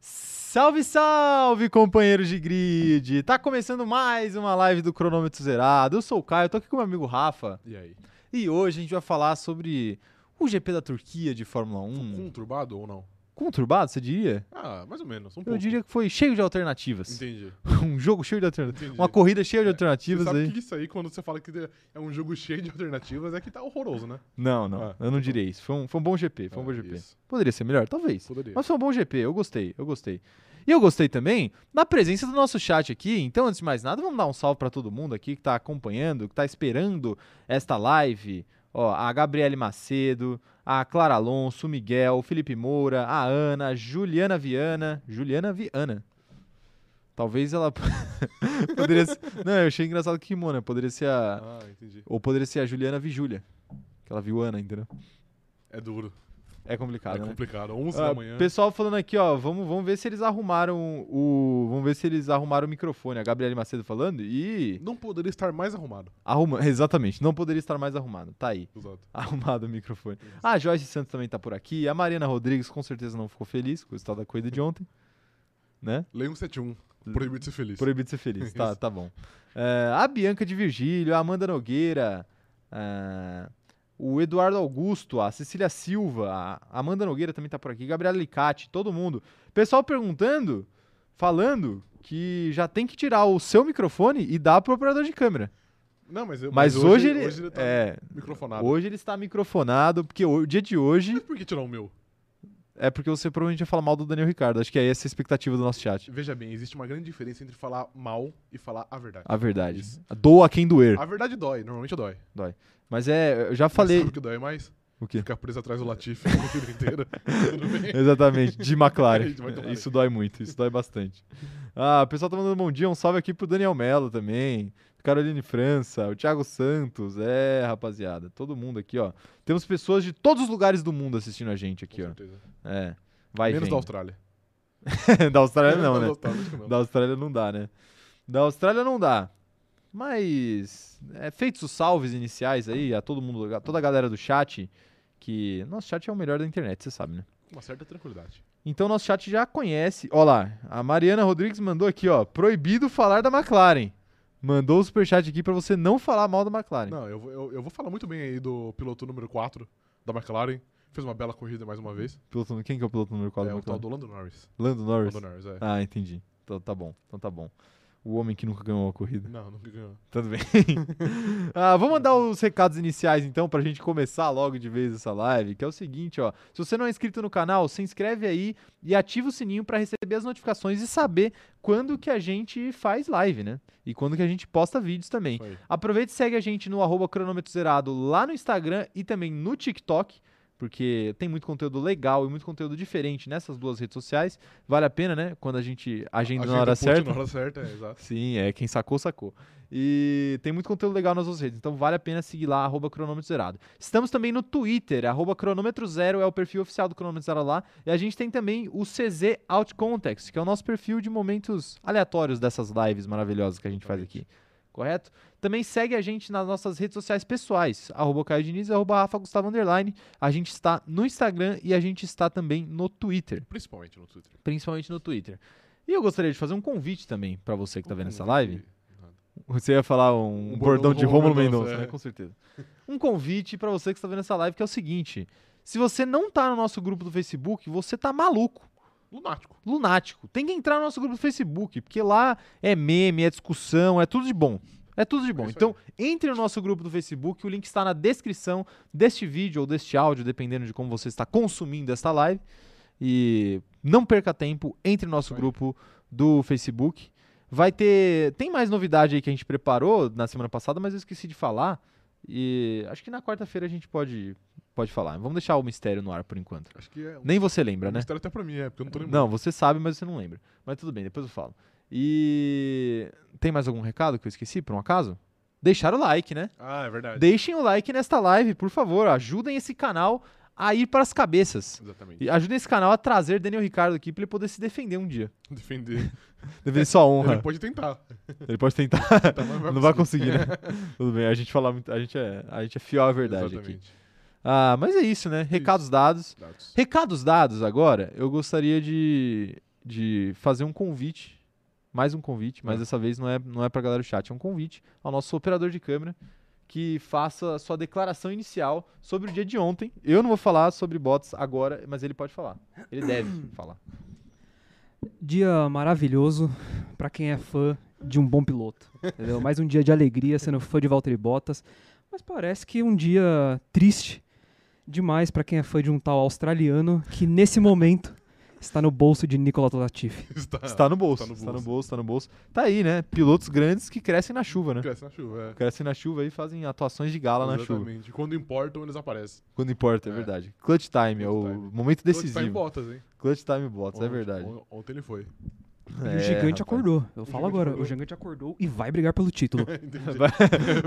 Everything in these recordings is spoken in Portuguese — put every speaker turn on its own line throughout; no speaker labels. Salve, salve, companheiros de grid! Tá começando mais uma live do Cronômetro Zerado. Eu sou o Caio, tô aqui com meu amigo Rafa.
E aí?
E hoje a gente vai falar sobre o GP da Turquia de Fórmula
Foi
1.
Conturbado ou não?
Conturbado, você diria?
Ah, mais ou menos. Um
Eu
pouco.
diria que foi cheio de alternativas.
Entendi.
um jogo cheio de alternativas.
entendi.
Uma corrida cheia de
É, você
alternativas
sabe
aí.
que isso aí, quando você fala que é um jogo cheio de alternativas, é que tá horroroso, né?
Não, não,
Ah,
eu não diria isso. Foi um, foi um bom GP, foi um
Ah,
bom GP.
isso.
Poderia ser melhor, talvez.
Poderia.
Mas foi um bom GP, eu gostei, eu gostei. E eu gostei também da presença do nosso chat aqui. Então, antes de mais nada, vamos dar um salve para todo mundo aqui que tá acompanhando, que tá esperando esta live. Ó, a Gabriele Macedo, a Clara Alonso, o Miguel, o Felipe Moura, a Ana, a Juliana Viana. Juliana Viana. Talvez ela poderia ser... Não, eu achei engraçado que rimou, né? Poderia ser a...
Ah, entendi.
Ou poderia ser a Juliana Vigília. Que ela viu Ana, entendeu?
É duro.
É complicado,
é
né?
complicado. 11
Ah,
da manhã.
Pessoal falando aqui, ó, vamos, vamos ver se eles arrumaram o. Vamos ver se eles arrumaram o microfone. A Gabriele Macedo falando e.
Não poderia estar mais arrumado.
Arruma. Exatamente, não poderia estar mais arrumado. Tá aí.
Exato.
Arrumado o microfone. A Joyce Santos também tá por aqui. A Mariana Rodrigues com certeza não ficou feliz com o resultado da corrida de ontem. Né?
Lei 171. Proibido de ser um, feliz.
Proibido de ser feliz. Tá,
Isso.
tá bom. É, a Bianca de Virgílio, a Amanda Nogueira, é, o Eduardo Augusto, a Cecília Silva, a Amanda Nogueira também tá por aqui, Gabriela Licati, todo mundo. Pessoal perguntando, falando que já tem que tirar o seu microfone e dar pro operador de câmera.
Não, mas, eu-
Mas, hoje, ele,
hoje ele tá
é,
microfonado.
hoje ele está microfonado, porque o, o dia de hoje
Mas por que tirar o meu?
é porque você provavelmente ia falar mal do Daniel Ricardo. Acho que é essa a expectativa do nosso chat.
Veja bem, existe uma grande diferença entre falar mal e falar a verdade.
A verdade.
Isso.
Doa quem doer.
A verdade dói, normalmente dói.
Mas é, eu já
Mas
falei.
Sabe o que dói mais?
O quê?
Ficar preso atrás do Latifi a corrida inteira. Tudo bem?
Exatamente, de McLaren.
De McLaren.
Isso dói muito, isso dói bastante. Ah, o pessoal tá mandando bom dia, um salve aqui pro Daniel Mello também, Caroline França, o Thiago Santos, é, rapaziada, todo mundo aqui, ó. Temos pessoas de todos os lugares do mundo assistindo a gente
Com
aqui, ó.
certeza.
É, vai
Menos da
vendo.
Austrália.
da Austrália não,
Da
né?
Austrália, acho que não.
Da Austrália não dá, né? Da Austrália não dá. Mas, é, feitos os salves iniciais aí, a todo mundo, a toda a galera do chat, que nosso chat é o melhor da internet, você sabe, né?
Uma certa tranquilidade.
Então nosso chat já conhece. Ó lá, a Mariana Rodrigues mandou aqui, ó. Proibido falar da McLaren. Mandou o superchat aqui pra você não falar mal da McLaren.
Não, eu vou, eu, eu vou falar muito bem aí do piloto número 4 da McLaren. Fez uma bela corrida mais uma vez.
Piloto, quem que é o piloto número 4
é
da
o tal
McLaren?
do Lando Norris.
Lando Norris.
Lando Norris, é.
Ah, entendi. Então tá bom. Então tá bom. O homem que nunca ganhou a corrida.
Não, nunca ganhou.
Tudo bem. ah, vamos dar os recados iniciais, então, pra gente começar logo de vez essa live, que é o seguinte, ó. Se você não é inscrito no canal, se inscreve aí e ativa o sininho pra receber as notificações e saber quando que a gente faz live, né? E quando que a gente posta vídeos também.
Foi.
Aproveita e segue a gente no arroba cronômetro zerado lá no Instagram e também no TikTok, porque tem muito conteúdo legal e muito conteúdo diferente nessas duas redes sociais. Vale a pena, né? Quando a gente né? agenda, na hora
ponte
certa.
Na hora certa, é, exato.
Sim, é, quem sacou, sacou. E tem muito conteúdo legal nas outras redes, então vale a pena seguir lá, arroba cronômetro zerado. Estamos também no Twitter, arroba cronômetro zero é o perfil oficial do cronômetro zero lá, e a gente tem também o CZ Out Context, que é o nosso perfil de momentos aleatórios dessas lives maravilhosas que a gente faz aqui, correto? Também segue a gente nas nossas redes sociais pessoais, arroba Caio Diniz, arroba Rafa Gustavo Underline, a gente está no Instagram e a gente está também no Twitter
Principalmente no Twitter.
principalmente no Twitter. E eu gostaria de fazer um convite também pra você que tá vendo essa live.
Nada.
Você ia falar um,
Um
bordão
bordão
de
do Rômulo
Rômulo Mendonça,
Mendonça,
né?
é.
Com certeza. Um convite pra você que está vendo essa live que é o seguinte: se você não tá no nosso grupo do Facebook, você tá maluco,
Lunático.
lunático. Tem que entrar no nosso grupo do Facebook, porque lá é meme, é discussão, é tudo de bom. É tudo de bom.
isso aí.
então, entre no nosso grupo do Facebook, o link está na descrição deste vídeo ou deste áudio, dependendo de como você está consumindo esta live. E não perca tempo, entre no nosso
Isso aí.
grupo do Facebook. Vai ter. Tem mais novidade aí que a gente preparou na semana passada, mas eu esqueci de falar. E acho que na quarta-feira a gente pode, pode falar. Vamos deixar o mistério no ar por enquanto.
Acho que é um
Nem você lembra, né?
mistério até pra mim, é, porque eu não tô lembrando.
Não, você sabe, mas você não lembra. Mas tudo bem, depois eu falo. E tem mais algum recado que eu esqueci, por um acaso? Deixar o like, né?
Ah, é verdade.
Deixem o like nesta live, por favor. Ajudem esse canal a ir para as cabeças.
Exatamente.
E ajudem esse canal a trazer Daniel Ricardo aqui para ele poder se defender um dia.
Defender.
Defender sua honra.
Ele pode tentar.
Ele pode tentar.
Tá, mas
Não vai conseguir, né? Tudo bem, a gente fala muito, a gente é, a gente é fiel à verdade aqui.
Exatamente.
Ah, mas é isso, né? Recados dados.
Dados.
Recados dados agora, eu gostaria de de fazer um convite, mais um convite, mas
Ah.
dessa vez não é, não é pra galera do chat, é um convite ao nosso operador de câmera que faça a sua declaração inicial sobre o dia de ontem. Eu não vou falar sobre bots agora, mas ele pode falar. Ele deve falar.
Dia maravilhoso pra quem é fã de um bom piloto. Entendeu? Mais um dia de alegria sendo fã de Valtteri Bottas, mas parece que um dia triste demais pra quem é fã de um tal australiano que nesse momento está no bolso de Nicolas Latifi.
Está,
está no bolso,
tá no
está no
bolso.
bolso, está no bolso. Tá aí, né? Pilotos grandes que crescem na chuva, né?
Cresce na chuva, é.
Crescem na chuva e fazem atuações de gala na chuva.
Exatamente. Quando importam, eles aparecem.
Quando importa, é,
É.
verdade. Clutch time, é o
Clutch time.
momento
Tá em
decisivo.
botas, hein?
Clutch time bots, é
Ontem-
verdade.
on- Ontem ele foi.
e
É,
o gigante
rapaz.
acordou. Eu falo
gigante
agora,
acordou.
o gigante acordou e vai brigar pelo título.
Entendi.
Vai,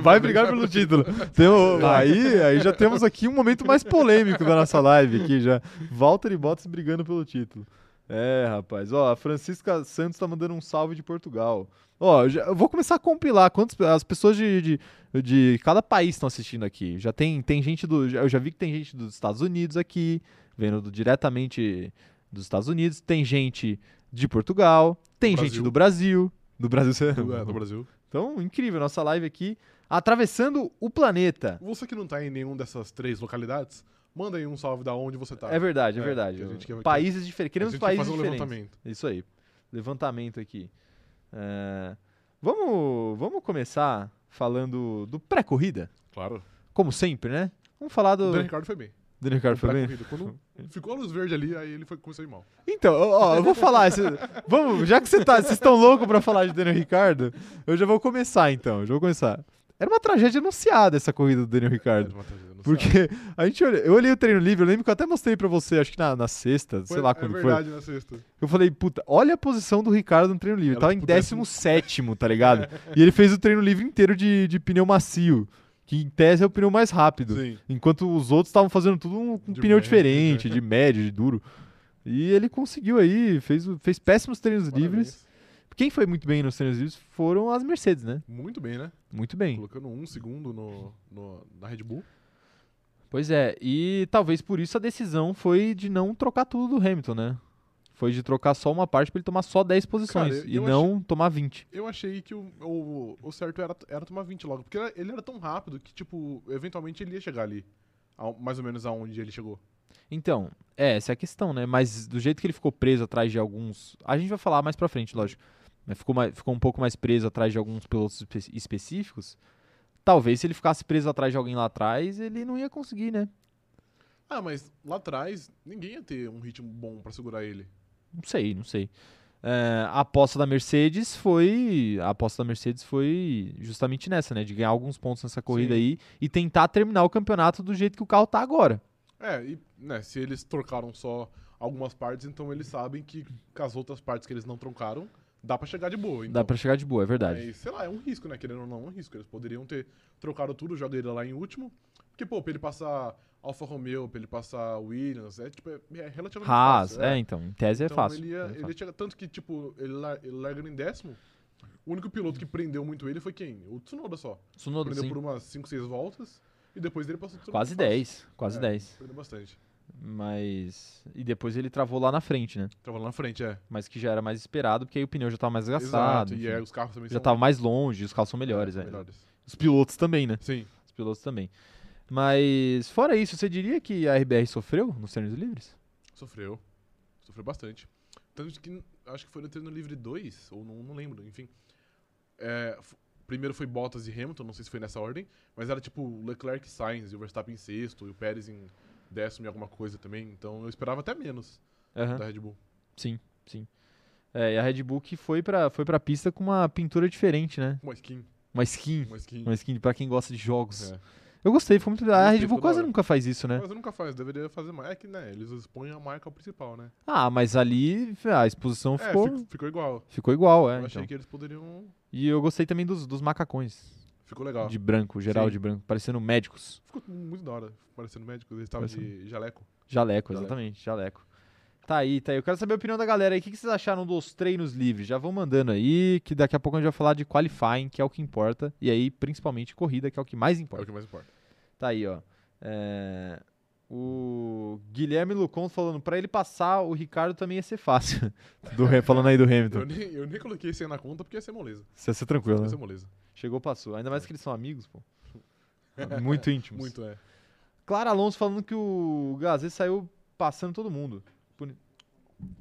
vai brigar pelo título. Tem o- aí, aí já temos aqui um momento mais polêmico da nossa live aqui já. Walter e Bottas brigando pelo título. É, rapaz. Ó, a Francisca Santos tá mandando um salve de Portugal. Ó, eu, já- eu vou começar a compilar quantas as pessoas de, de, de cada país estão assistindo aqui. Já tem, tem gente do. já- Eu já vi que tem gente dos Estados Unidos aqui, vendo do- diretamente dos Estados Unidos. Tem gente de Portugal. Tem
Do
gente
Brasil.
do Brasil. Do Brasil, você.
Do, é, do Brasil.
Então, incrível, nossa live aqui atravessando o planeta.
Você que não tá em nenhum dessas três localidades, manda aí um salve da onde você tá.
É verdade, é,
É,
verdade.
a gente quer-
países diferentes.
A
Queremos
gente quer
países
fazer um
diferentes.
levantamento.
Isso aí. Levantamento aqui. É, Vamos, vamos começar falando do pré-corrida,
Claro.
como sempre, né? Vamos falar
O
do.
Dan Ricardo foi bem.
Do Ricardo
Pra
Fabiano.
corrida. Quando ficou a luz verde ali, aí ele foi, começou a ir mal.
Então, ó, ó, eu vou falar. esse- vamos, já que você tá, vocês estão loucos pra falar de Daniel Ricardo, eu já vou começar então. Já vou começar. Era uma tragédia anunciada essa corrida do Daniel
É,
Ricardo. É. Porque a gente olha, eu olhei o treino livre, eu lembro que eu até mostrei pra você, acho que na, na sexta, sei lá quando
é
foi.
verdade na sexta.
Eu falei, puta, olha a posição do Ricardo no treino livre.
Era
tava
tipo
em 17, tá ligado? e ele fez o treino livre inteiro de, de pneu macio, que em tese é o pneu mais rápido.
Sim.
Enquanto os outros estavam fazendo tudo um, um
De
pneu
médio,
diferente, de médio, de duro. E ele conseguiu aí, fez, o- fez péssimos treinos livres.
Parabéns.
Quem foi muito bem nos treinos livres foram as Mercedes, né?
Muito bem, né?
Muito bem.
Colocando um segundo no, no- na Red Bull.
Pois é, e talvez por isso a decisão foi de não trocar tudo do Hamilton, né? Foi de trocar só uma parte pra ele tomar só 10 posições
Cara,
e
eu
não tomar 20.
Eu achei que o, o, o certo era, era tomar 20 logo. Porque era- ele era tão rápido que, tipo, eventualmente ele ia chegar ali. ao- mais ou menos aonde ele chegou.
Então, é, essa é a questão, né? Mas do jeito que ele ficou preso atrás de alguns. A gente vai falar mais pra frente, lógico. Mas ficou, mais, ficou um pouco mais preso atrás de alguns pilotos espe- específicos. Talvez se ele ficasse preso atrás de alguém lá atrás, ele não ia conseguir, né?
Ah, mas lá atrás, ninguém ia ter um ritmo bom pra segurar ele.
Não sei, não sei. É, a aposta da Mercedes foi. A aposta da Mercedes foi justamente nessa, né? De ganhar alguns pontos nessa corrida
Sim.
aí e tentar terminar o campeonato do jeito que o carro tá agora.
É, e né, se eles trocaram só algumas partes, então eles sabem que com as outras partes que eles não trocaram, dá pra chegar de boa. Então.
Dá pra chegar de boa, é verdade.
Mas, sei lá, é um risco, né? Querendo ou não, é um risco. Eles poderiam ter trocado tudo, joga ele lá em último. Porque, pô, pra ele passar Alfa Romeo, pra ele passar Williams, é, tipo, é, é relativamente
Haas,
fácil.
é, então, em tese é
Então,
fácil.
Ele ia,
é
ele
fácil.
ia chegar- tanto que, tipo, ele, lar- ele larga em décimo. O único piloto que prendeu muito ele foi quem? O Tsunoda só.
Tsunoda,
prendeu
sim.
por umas 5, 6 voltas. E depois ele passou tudo
Quase
fácil.
10, quase
É.
10.
Prendeu bastante.
Mas. E depois ele travou lá na frente, né?
Tava lá na frente, é.
Mas que já era mais esperado, porque aí o pneu já tava mais
Exato.
desgastado.
E
enfim.
aí os carros também
já
são-
tava mais longe, os carros são melhores,
é,
né?
melhores.
Os pilotos também, né?
Sim.
Os pilotos também. Mas, fora isso, você diria que a RBR sofreu nos treinos livres?
Sofreu. Sofreu bastante. Tanto que acho que foi no treino livre 2, ou um, não, não lembro, enfim. É, f- primeiro foi Bottas e Hamilton, não sei se foi nessa ordem, mas era tipo Leclerc e Sainz, e o Verstappen em sexto, e o Pérez em décimo e alguma coisa também, então eu esperava até menos da Red Bull.
Sim, sim. É, e a Red Bull que foi pra, foi pra pista com uma pintura diferente, né?
Uma skin,
Uma skin.
uma skin.
Uma skin pra quem gosta de jogos.
É.
Eu gostei, foi muito legal. A
Gostei,
Red Bull
ficou da
quase
hora.
nunca faz isso, né?
Mas eu nunca faz, deveria fazer mais. É que, né, eles expõem a marca principal, né?
Ah, mas ali ah, a exposição
É,
ficou,
fico- ficou igual.
ficou igual,
eu
é.
achei
então.
que eles poderiam...
E eu gostei também dos, dos macacões
Ficou legal.
de branco, geral
Ah. Sim.
de branco, parecendo médicos.
Ficou muito da hora, parecendo médico, eles estavam
Parecendo.
de jaleco.
Jaleco,
Jaleco.
exatamente, jaleco. Tá aí, tá aí. Eu quero saber a opinião da galera aí. O que que vocês acharam dos treinos livres? Já vão mandando aí, que daqui a pouco a gente vai falar de qualifying, que é o que importa. E aí, principalmente, corrida, que é o que mais
É o
importa.
que mais importa.
Tá aí, ó. É, O Guilherme Lucon falando, pra ele passar, o Ricardo também ia ser fácil. Do, Ham- falando aí do
Eu
Hamilton.
nem, eu nem coloquei isso aí na conta porque ia ser moleza.
Isso ia ser
Ia
tranquilo,
ser
né?
moleza.
Chegou, passou. Ainda mais que eles são amigos, pô. Muito íntimos.
Muito, é.
Clara Alonso falando que o Gazê saiu passando todo mundo. Puni-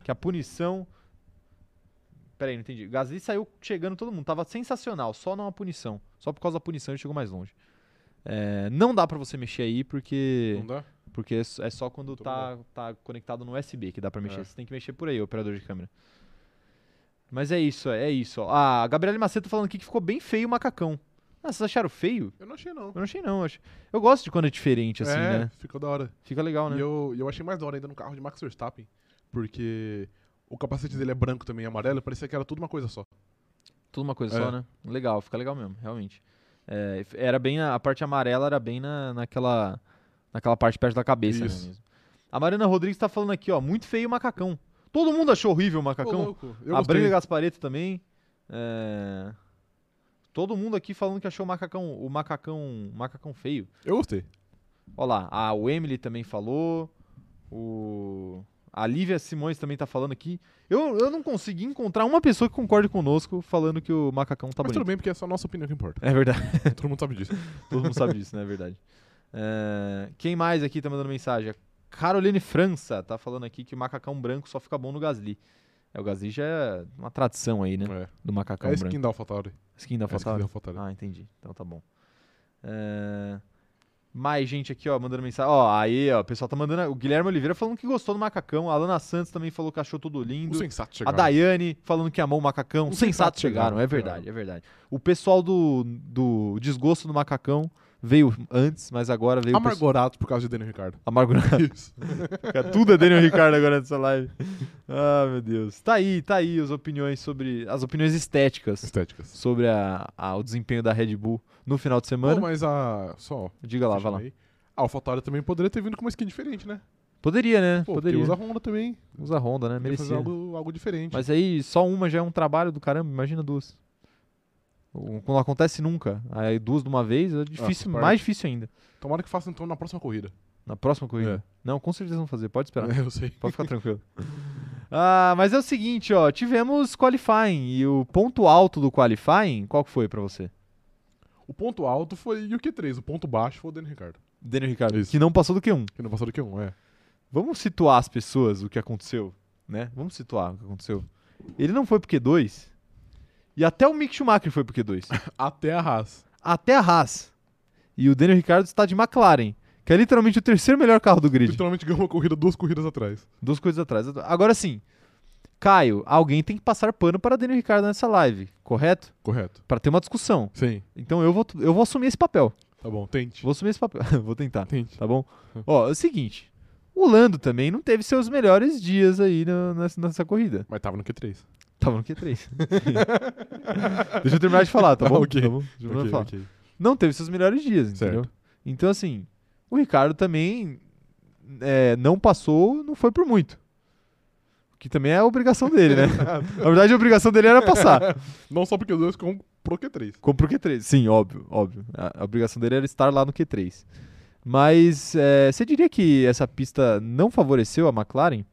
Que a punição. Peraí, não entendi. O Gasly saiu chegando todo mundo. Tava sensacional, só numa punição. Só por causa da punição ele chegou mais longe. É, não dá pra você mexer aí, porque.
Não dá?
Porque é s- é só quando
Tô
tá, tá conectado no USB que dá pra mexer.
É.
Você tem que mexer por aí, operador de câmera. Mas é isso, é isso. ó. Ah, a Gabriele Macedo falando aqui que ficou bem feio o macacão. Ah, vocês acharam feio?
Eu não achei, não.
Eu não achei, não. Eu, achei- eu gosto de quando é diferente, assim,
é,
né?
ficou da hora.
Fica legal, né?
E eu, e eu achei mais da hora ainda no carro de Max Verstappen, porque o capacete dele é branco também e amarelo, parecia que era tudo uma coisa só.
Tudo uma coisa
É.
só, né? Legal, fica legal mesmo, realmente. É, f- era bem na- a parte amarela era bem na, naquela naquela parte perto da cabeça, né,
Isso.
mesmo. A Mariana Rodrigues tá falando aqui, ó, muito feio o macacão. Todo mundo achou horrível o
Ô,
macacão.
louco, eu
a
gostei.
Brenda Gaspareto também. é, Todo mundo aqui falando que achou o macacão, o macacão, macacão feio.
Eu gostei.
Tá Ó lá, a o Emily também falou. O a Lívia Simões também tá falando aqui. Eu, eu não consegui encontrar uma pessoa que concorde conosco falando que o macacão tá
Mas
bonito.
tudo bem, porque é só a nossa opinião que importa.
É verdade.
Todo mundo sabe disso.
Todo mundo sabe disso, né? É verdade. É, quem mais aqui tá mandando mensagem? A Caroline França tá falando aqui que o macacão branco só fica bom no Gasly. É, o Gasly já é uma tradição aí, né?
É,
Do macacão
é a
branco.
skin da AlphaTauri.
Skin da
É a skin
Fatale?
da AlphaTauri.
Ah, entendi. Então tá bom. É, Mais gente aqui, ó, mandando mensagem. Ó, aí, ó, o pessoal tá mandando. O Guilherme Oliveira falando que gostou do macacão. A Alana Santos também falou que achou tudo
O
lindo.
sensato
A
chegaram.
Daiane falando que amou o macacão.
Os
Os sensatos
sensatos
chegaram,
chegaram,
é verdade, é verdade. O pessoal do, do desgosto do macacão veio antes, mas agora veio. o pessoal-
Amargorados por causa de Daniel Ricardo.
Amargurado.
Isso.
Tudo é Daniel Ricardo agora nessa live. Ah, meu Deus. Tá aí, tá aí as opiniões sobre. As opiniões estéticas
Estéticas.
sobre a, a- o desempenho da Red Bull no final de
Pô,
semana.
mas a. Só.
Diga lá, vai lá.
fechando aí, A AlphaTauri também poderia ter vindo com uma skin diferente, né?
Poderia, né?
Pô, porque
Poderia.
usa
Usa...
a Honda também.
Honda, né?
Podia fazer
Merecia.
algo, algo diferente.
Mas aí só uma já é um trabalho do caramba, imagina duas. O- Não acontece nunca. Aí duas de uma vez é difícil,
Ah, parte.
mais difícil ainda.
Tomara que faça então na próxima corrida.
Na próxima corrida.
É.
Não, com certeza vão fazer, pode esperar.
eu sei.
Pode ficar tranquilo. Ah, mas é o seguinte, ó, tivemos qualifying e o ponto alto do qualifying, qual que foi pra você?
O ponto alto foi o Q3, o ponto baixo foi o Daniel Ricardo.
Daniel Ricardo,
Isso.
que não passou do Q1.
Que não passou do Q1, é.
Vamos situar as pessoas o que aconteceu, né? Vamos situar o que aconteceu. Ele não foi pro Q2 e até o Mick Schumacher foi pro Q2.
Até a Haas.
até a Haas. E o Daniel Ricciardo está de McLaren, que é literalmente o terceiro melhor carro do grid.
Literalmente ganhou uma corrida duas corridas atrás.
Duas coisas atrás. Agora sim, Caio, alguém tem que passar pano para Daniel Ricciardo nessa live, correto?
Correto.
Para ter uma discussão.
Sim,
Então eu vou, eu vou assumir esse papel.
tá bom. Tente.
Vou assumir esse papel. vou tentar,
Tente.
tá bom? Ó, é o seguinte. O Lando também não teve seus melhores dias aí na- nessa, nessa corrida.
Mas tava no Q3.
Tava no Q3. Deixa eu terminar de falar, tá
Ah,
bom?
ok.
Tá bom? Deixa eu terminar de
Ok,
falar.
ok.
não teve seus melhores dias,
Certo.
entendeu? Então, assim, o Ricardo também é, não passou, não foi por muito. O Que também é a obrigação dele, né? Na verdade, a obrigação dele era passar.
Não só porque os dois ficam pro Q3.
Como pro Q3. Sim, óbvio, óbvio. A, a obrigação dele era estar lá no Q3. Mas é, você diria que essa pista não favoreceu a McLaren?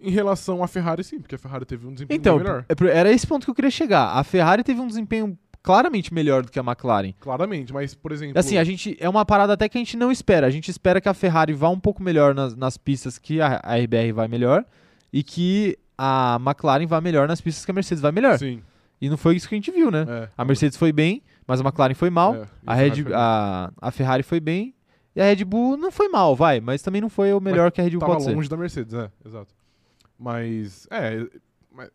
Em relação à Ferrari, sim, porque a Ferrari teve um desempenho
Então,
bem melhor.
é por- era esse ponto que eu queria chegar. A Ferrari teve um desempenho claramente melhor do que a McLaren.
Claramente, mas, por exemplo.
Assim, a gente é uma parada até que a gente não espera. A gente espera que a Ferrari vá um pouco melhor nas, nas pistas que a, a RBR vai melhor e que a McLaren vá melhor nas pistas que a Mercedes vai melhor.
Sim.
E não foi isso que a gente viu, né?
É,
A Mercedes foi bem, mas a McLaren foi mal.
é,
a,
isso,
Red,
Ferrari
a, a Ferrari foi bem e a Red Bull não foi mal, vai, mas também não foi o melhor que a Red Bull
tava
pode
longe da Mercedes, é, exato. Mas, é, mas-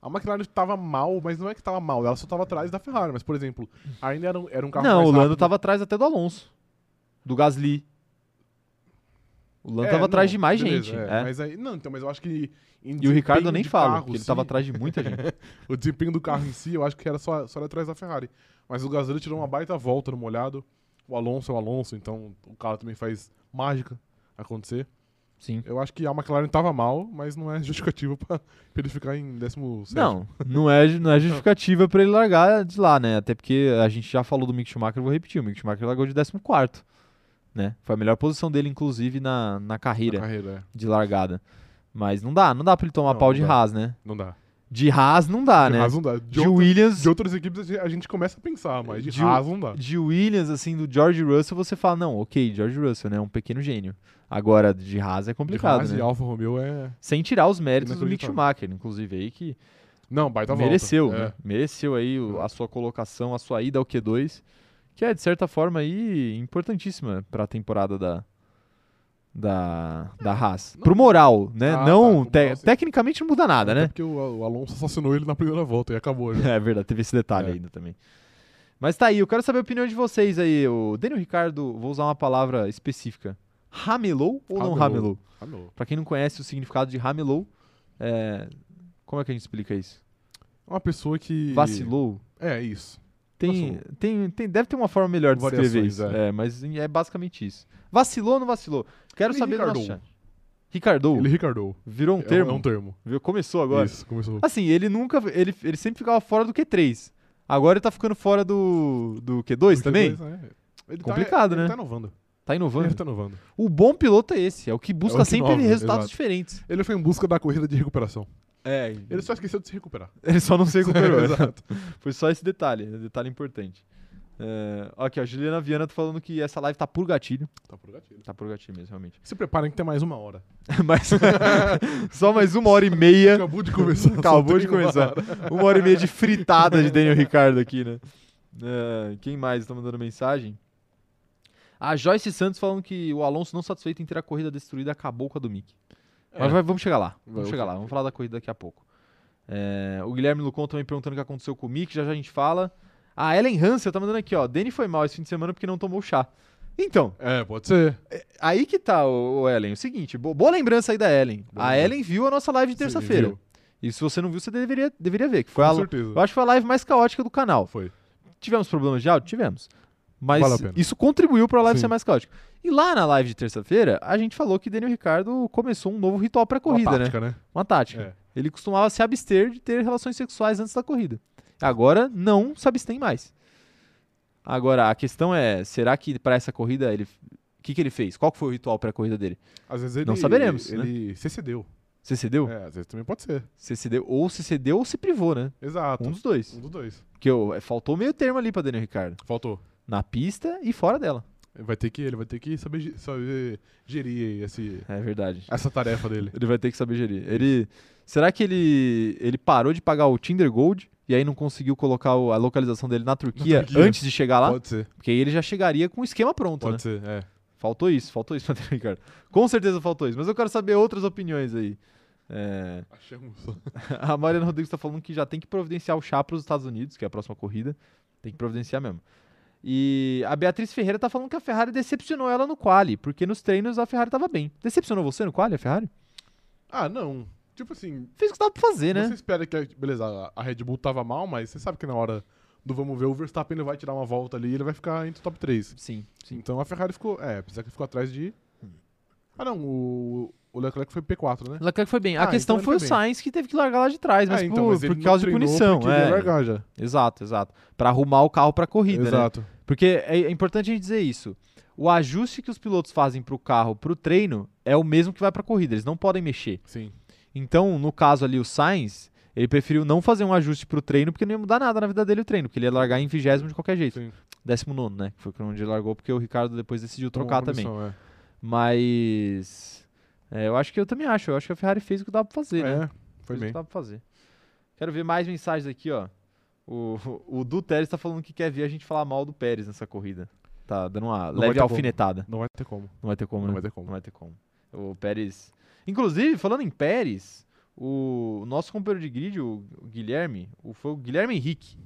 a McLaren tava mal, mas não é que tava mal, ela só tava atrás da Ferrari, mas, por exemplo, ainda era um, era um
ser.
carro
Não,
mais
o Lando
rápido.
tava atrás até do Alonso, do Gasly. O Lando
É,
tava atrás
não,
de mais
beleza,
gente.
é,
é.
Mas aí, não, então, mas eu acho que... em
E o Ricardo
desempenho
eu nem
de
falo,
carro,
porque ele
sim,
tava atrás de muita gente.
O desempenho do carro em si, eu acho que era só, só era atrás da Ferrari. Mas o Gasly tirou uma baita volta no molhado, o Alonso é o Alonso, então o carro também faz mágica acontecer.
Sim.
Eu acho que a McLaren tava mal, mas não é justificativa pra, pra ele ficar em 17
Não, não é, ju- não é justificativa pra ele largar de lá, né? Até porque a gente já falou do Mick Schumacher, eu vou repetir, o Mick Schumacher largou de 14º. né? Foi a melhor posição dele, inclusive, na, na carreira
Na carreira, é.
de largada. Mas não dá, não dá pra ele tomar
Não,
pau
não
de
dá.
Haas, né?
Não dá.
De Haas não dá,
de
né?
Haas não dá. De,
de
outra-
Williams,
de outras equipes a gente- a gente começa a pensar, mas de,
De-
Haas não dá.
de Williams, assim, do George Russell, você fala, não, ok, George Russell, né? Um pequeno gênio. Agora, de Haas é complicado,
de Haas
né?
e Alfa Romeo é...
Sem tirar os méritos do Mick
Inacreditável.
Schumacher, inclusive, aí que
Não, baita volta.
mereceu,
É.
né? Mereceu aí o- a sua colocação, a sua ida ao Q2, que é, de certa forma, aí importantíssima pra temporada da da, da Haas. Pro moral, né?
Ah, tá,
não,
pro
te-
moral, sim.
tecnicamente não muda nada,
Até
né?
Porque o, o Alonso assassinou ele na primeira volta e acabou já.
É verdade, teve esse detalhe
É.
ainda também. Mas tá aí, eu quero saber a opinião de vocês aí. O Daniel Ricardo, vou usar uma palavra específica. Ramelou ou não
Ramelou.
ramelou?
Ah, não.
Pra quem não conhece o significado de ramelou, é, como é que a gente explica isso?
É Uma pessoa que...
Vacilou?
É, isso.
Tem, tem, tem, deve ter uma forma melhor de escrever
Variações,
isso. É. mas é basicamente isso. Vacilou ou não vacilou? Quero
Ele
saber do nosso
ricardou.
chat. Ricardou,
Ele ricardou.
virou um
É
termo,
É um termo.
viu? começou agora.
Isso, começou.
Assim, ele nunca. Ele, ele sempre ficava fora do Q3. Agora ele tá ficando fora do, do Q2
Porque
também?
é. Ele
Complicado,
tá,
né?
Ele tá inovando.
Tá
Ele
inovando.
tá inovando.
O bom piloto é esse, é o que busca
que
sempre
inova,
resultados
exato.
diferentes.
Ele foi em busca da corrida de recuperação.
É,
Ele só esqueceu de se recuperar. É,
ele só não se recuperou. né?
Exato.
Foi só esse detalhe, né? detalhe importante. É, ó, aqui, ó, Juliana Viana tá falando que essa live tá por gatilho.
Tá por gatilho.
Tá por gatilho mesmo, realmente.
Se preparem que tem mais uma hora.
Mas só mais uma hora e meia.
Acabou de começar. só
Acabou de
tem uma
começar.
hora.
Uma hora e meia de fritada de Daniel Ricardo aqui, né? É, quem mais tá mandando mensagem? A Joyce Santos falando que o Alonso não satisfeito em ter a corrida destruída acabou com a do Mick. Mas
É.
vai- vamos chegar lá. Vamos
Vai,
chegar
ok.
lá. Vamos falar da corrida daqui a pouco. É, o Guilherme Lucon também perguntando o que aconteceu com o Mick. Já já a gente fala. A Ellen Hansel tá mandando aqui, ó. Dani foi mal esse fim de semana porque não tomou chá. Então,
É, pode ser.
aí que tá, o, Ellen. O seguinte, bo- boa lembrança aí da Ellen.
Boa
a
lembrança.
Ellen viu a nossa live de
Você
terça-feira.
viu?
E se você não viu, você deveria, deveria ver. Que foi a,
Com
eu
certeza.
acho que foi a live mais caótica do canal.
Foi.
Tivemos problemas de áudio? Tivemos. Mas
Vale a pena.
isso contribuiu pra live
Sim.
ser mais caótica. E lá na live de terça-feira, a gente falou que Daniel Ricardo começou um novo ritual pré-corrida,
Uma
né?
tática, né?
Uma tática.
É.
Ele costumava se abster de ter relações sexuais antes da corrida. Agora não se abstém mais. Agora, a questão é, será que pra essa corrida ele. O que, que ele fez? Qual que foi o ritual pré-corrida dele?
Às vezes ele.
Não saberemos, né?
Ele se cedeu.
Você cedeu?
É, às vezes também pode ser.
Você cedeu? Ou se cedeu ou se privou, né?
Exato.
Um dos dois.
Um dos dois.
Porque eu, é, faltou meio termo ali pra Daniel Ricardo.
Faltou.
Na pista e fora dela.
Ele Vai ter que, ele vai ter que saber, ge- saber gerir aí esse,
É verdade.
essa tarefa dele.
Ele vai ter que saber gerir. Ele. Será que ele. ele parou de pagar o Tinder Gold e aí não conseguiu colocar o- a localização dele na Turquia,
Turquia.
antes de chegar lá?
Pode ser,
Porque aí ele já chegaria com o esquema pronto,
pode
né?
ser, é.
Faltou isso, faltou isso pra Daniel Ricardo. Com certeza faltou isso. Mas eu quero saber outras opiniões aí. É,
Achamos.
A Mariana Rodrigues tá falando que já tem que providenciar o chá para os Estados Unidos, que é a próxima corrida. Tem que providenciar mesmo. E a Beatriz Ferreira tá falando que a Ferrari decepcionou ela no quali, porque nos treinos a Ferrari tava bem. Decepcionou você no quali, a Ferrari?
Ah, não. Tipo assim,
Fez o que dava pra fazer, né?
você espera que. a- Beleza, a- a Red Bull tava mal, mas você sabe que na hora do vamos ver, o Verstappen ele vai tirar uma volta ali e ele vai ficar entre o top 3.
Sim, sim.
Então a Ferrari ficou. É, apesar que ficou atrás de. Ah, não, o, o Leclerc foi P4, né?
Leclerc foi bem. a
Ah,
questão
então
foi o
ele foi bem.
Sainz que teve que largar lá de trás, mas,
é,
por,
mas ele
por
não
causa de
treinou
punição.
porque Ele
É.
ia largar já.
Exato, exato. Pra arrumar o carro pra corrida, né?
Exato.
Porque é, é importante a gente dizer isso. O ajuste que os pilotos fazem pro carro, pro treino, é o mesmo que vai pra corrida. Eles não podem mexer.
Sim.
Então, no caso ali, o Sainz, ele preferiu não fazer um ajuste pro treino, porque não ia mudar nada na vida dele o treino, porque ele ia largar em vigésimo de qualquer jeito.
Sim.
Décimo nono, né? Que foi quando ele largou, porque o Ricardo depois decidiu
Tomou
trocar
uma
também.
punição, é.
Mas. é, eu acho que eu também acho. Eu acho que a Ferrari fez o que dava pra fazer, né?
É, foi
fez o
bem.
que dava pra fazer. Quero ver mais mensagens aqui, ó. O, o Du Teres tá falando que quer ver a gente falar mal do Pérez nessa corrida. Tá dando uma
Não vai
leve
ter como.
alfinetada.
Não vai ter como.
Não vai ter como,
Não
né?
vai ter como.
Não vai ter como. O Pérez. Inclusive, falando em Pérez, o o nosso companheiro de grid, o o Guilherme, o- foi o Guilherme Henrique.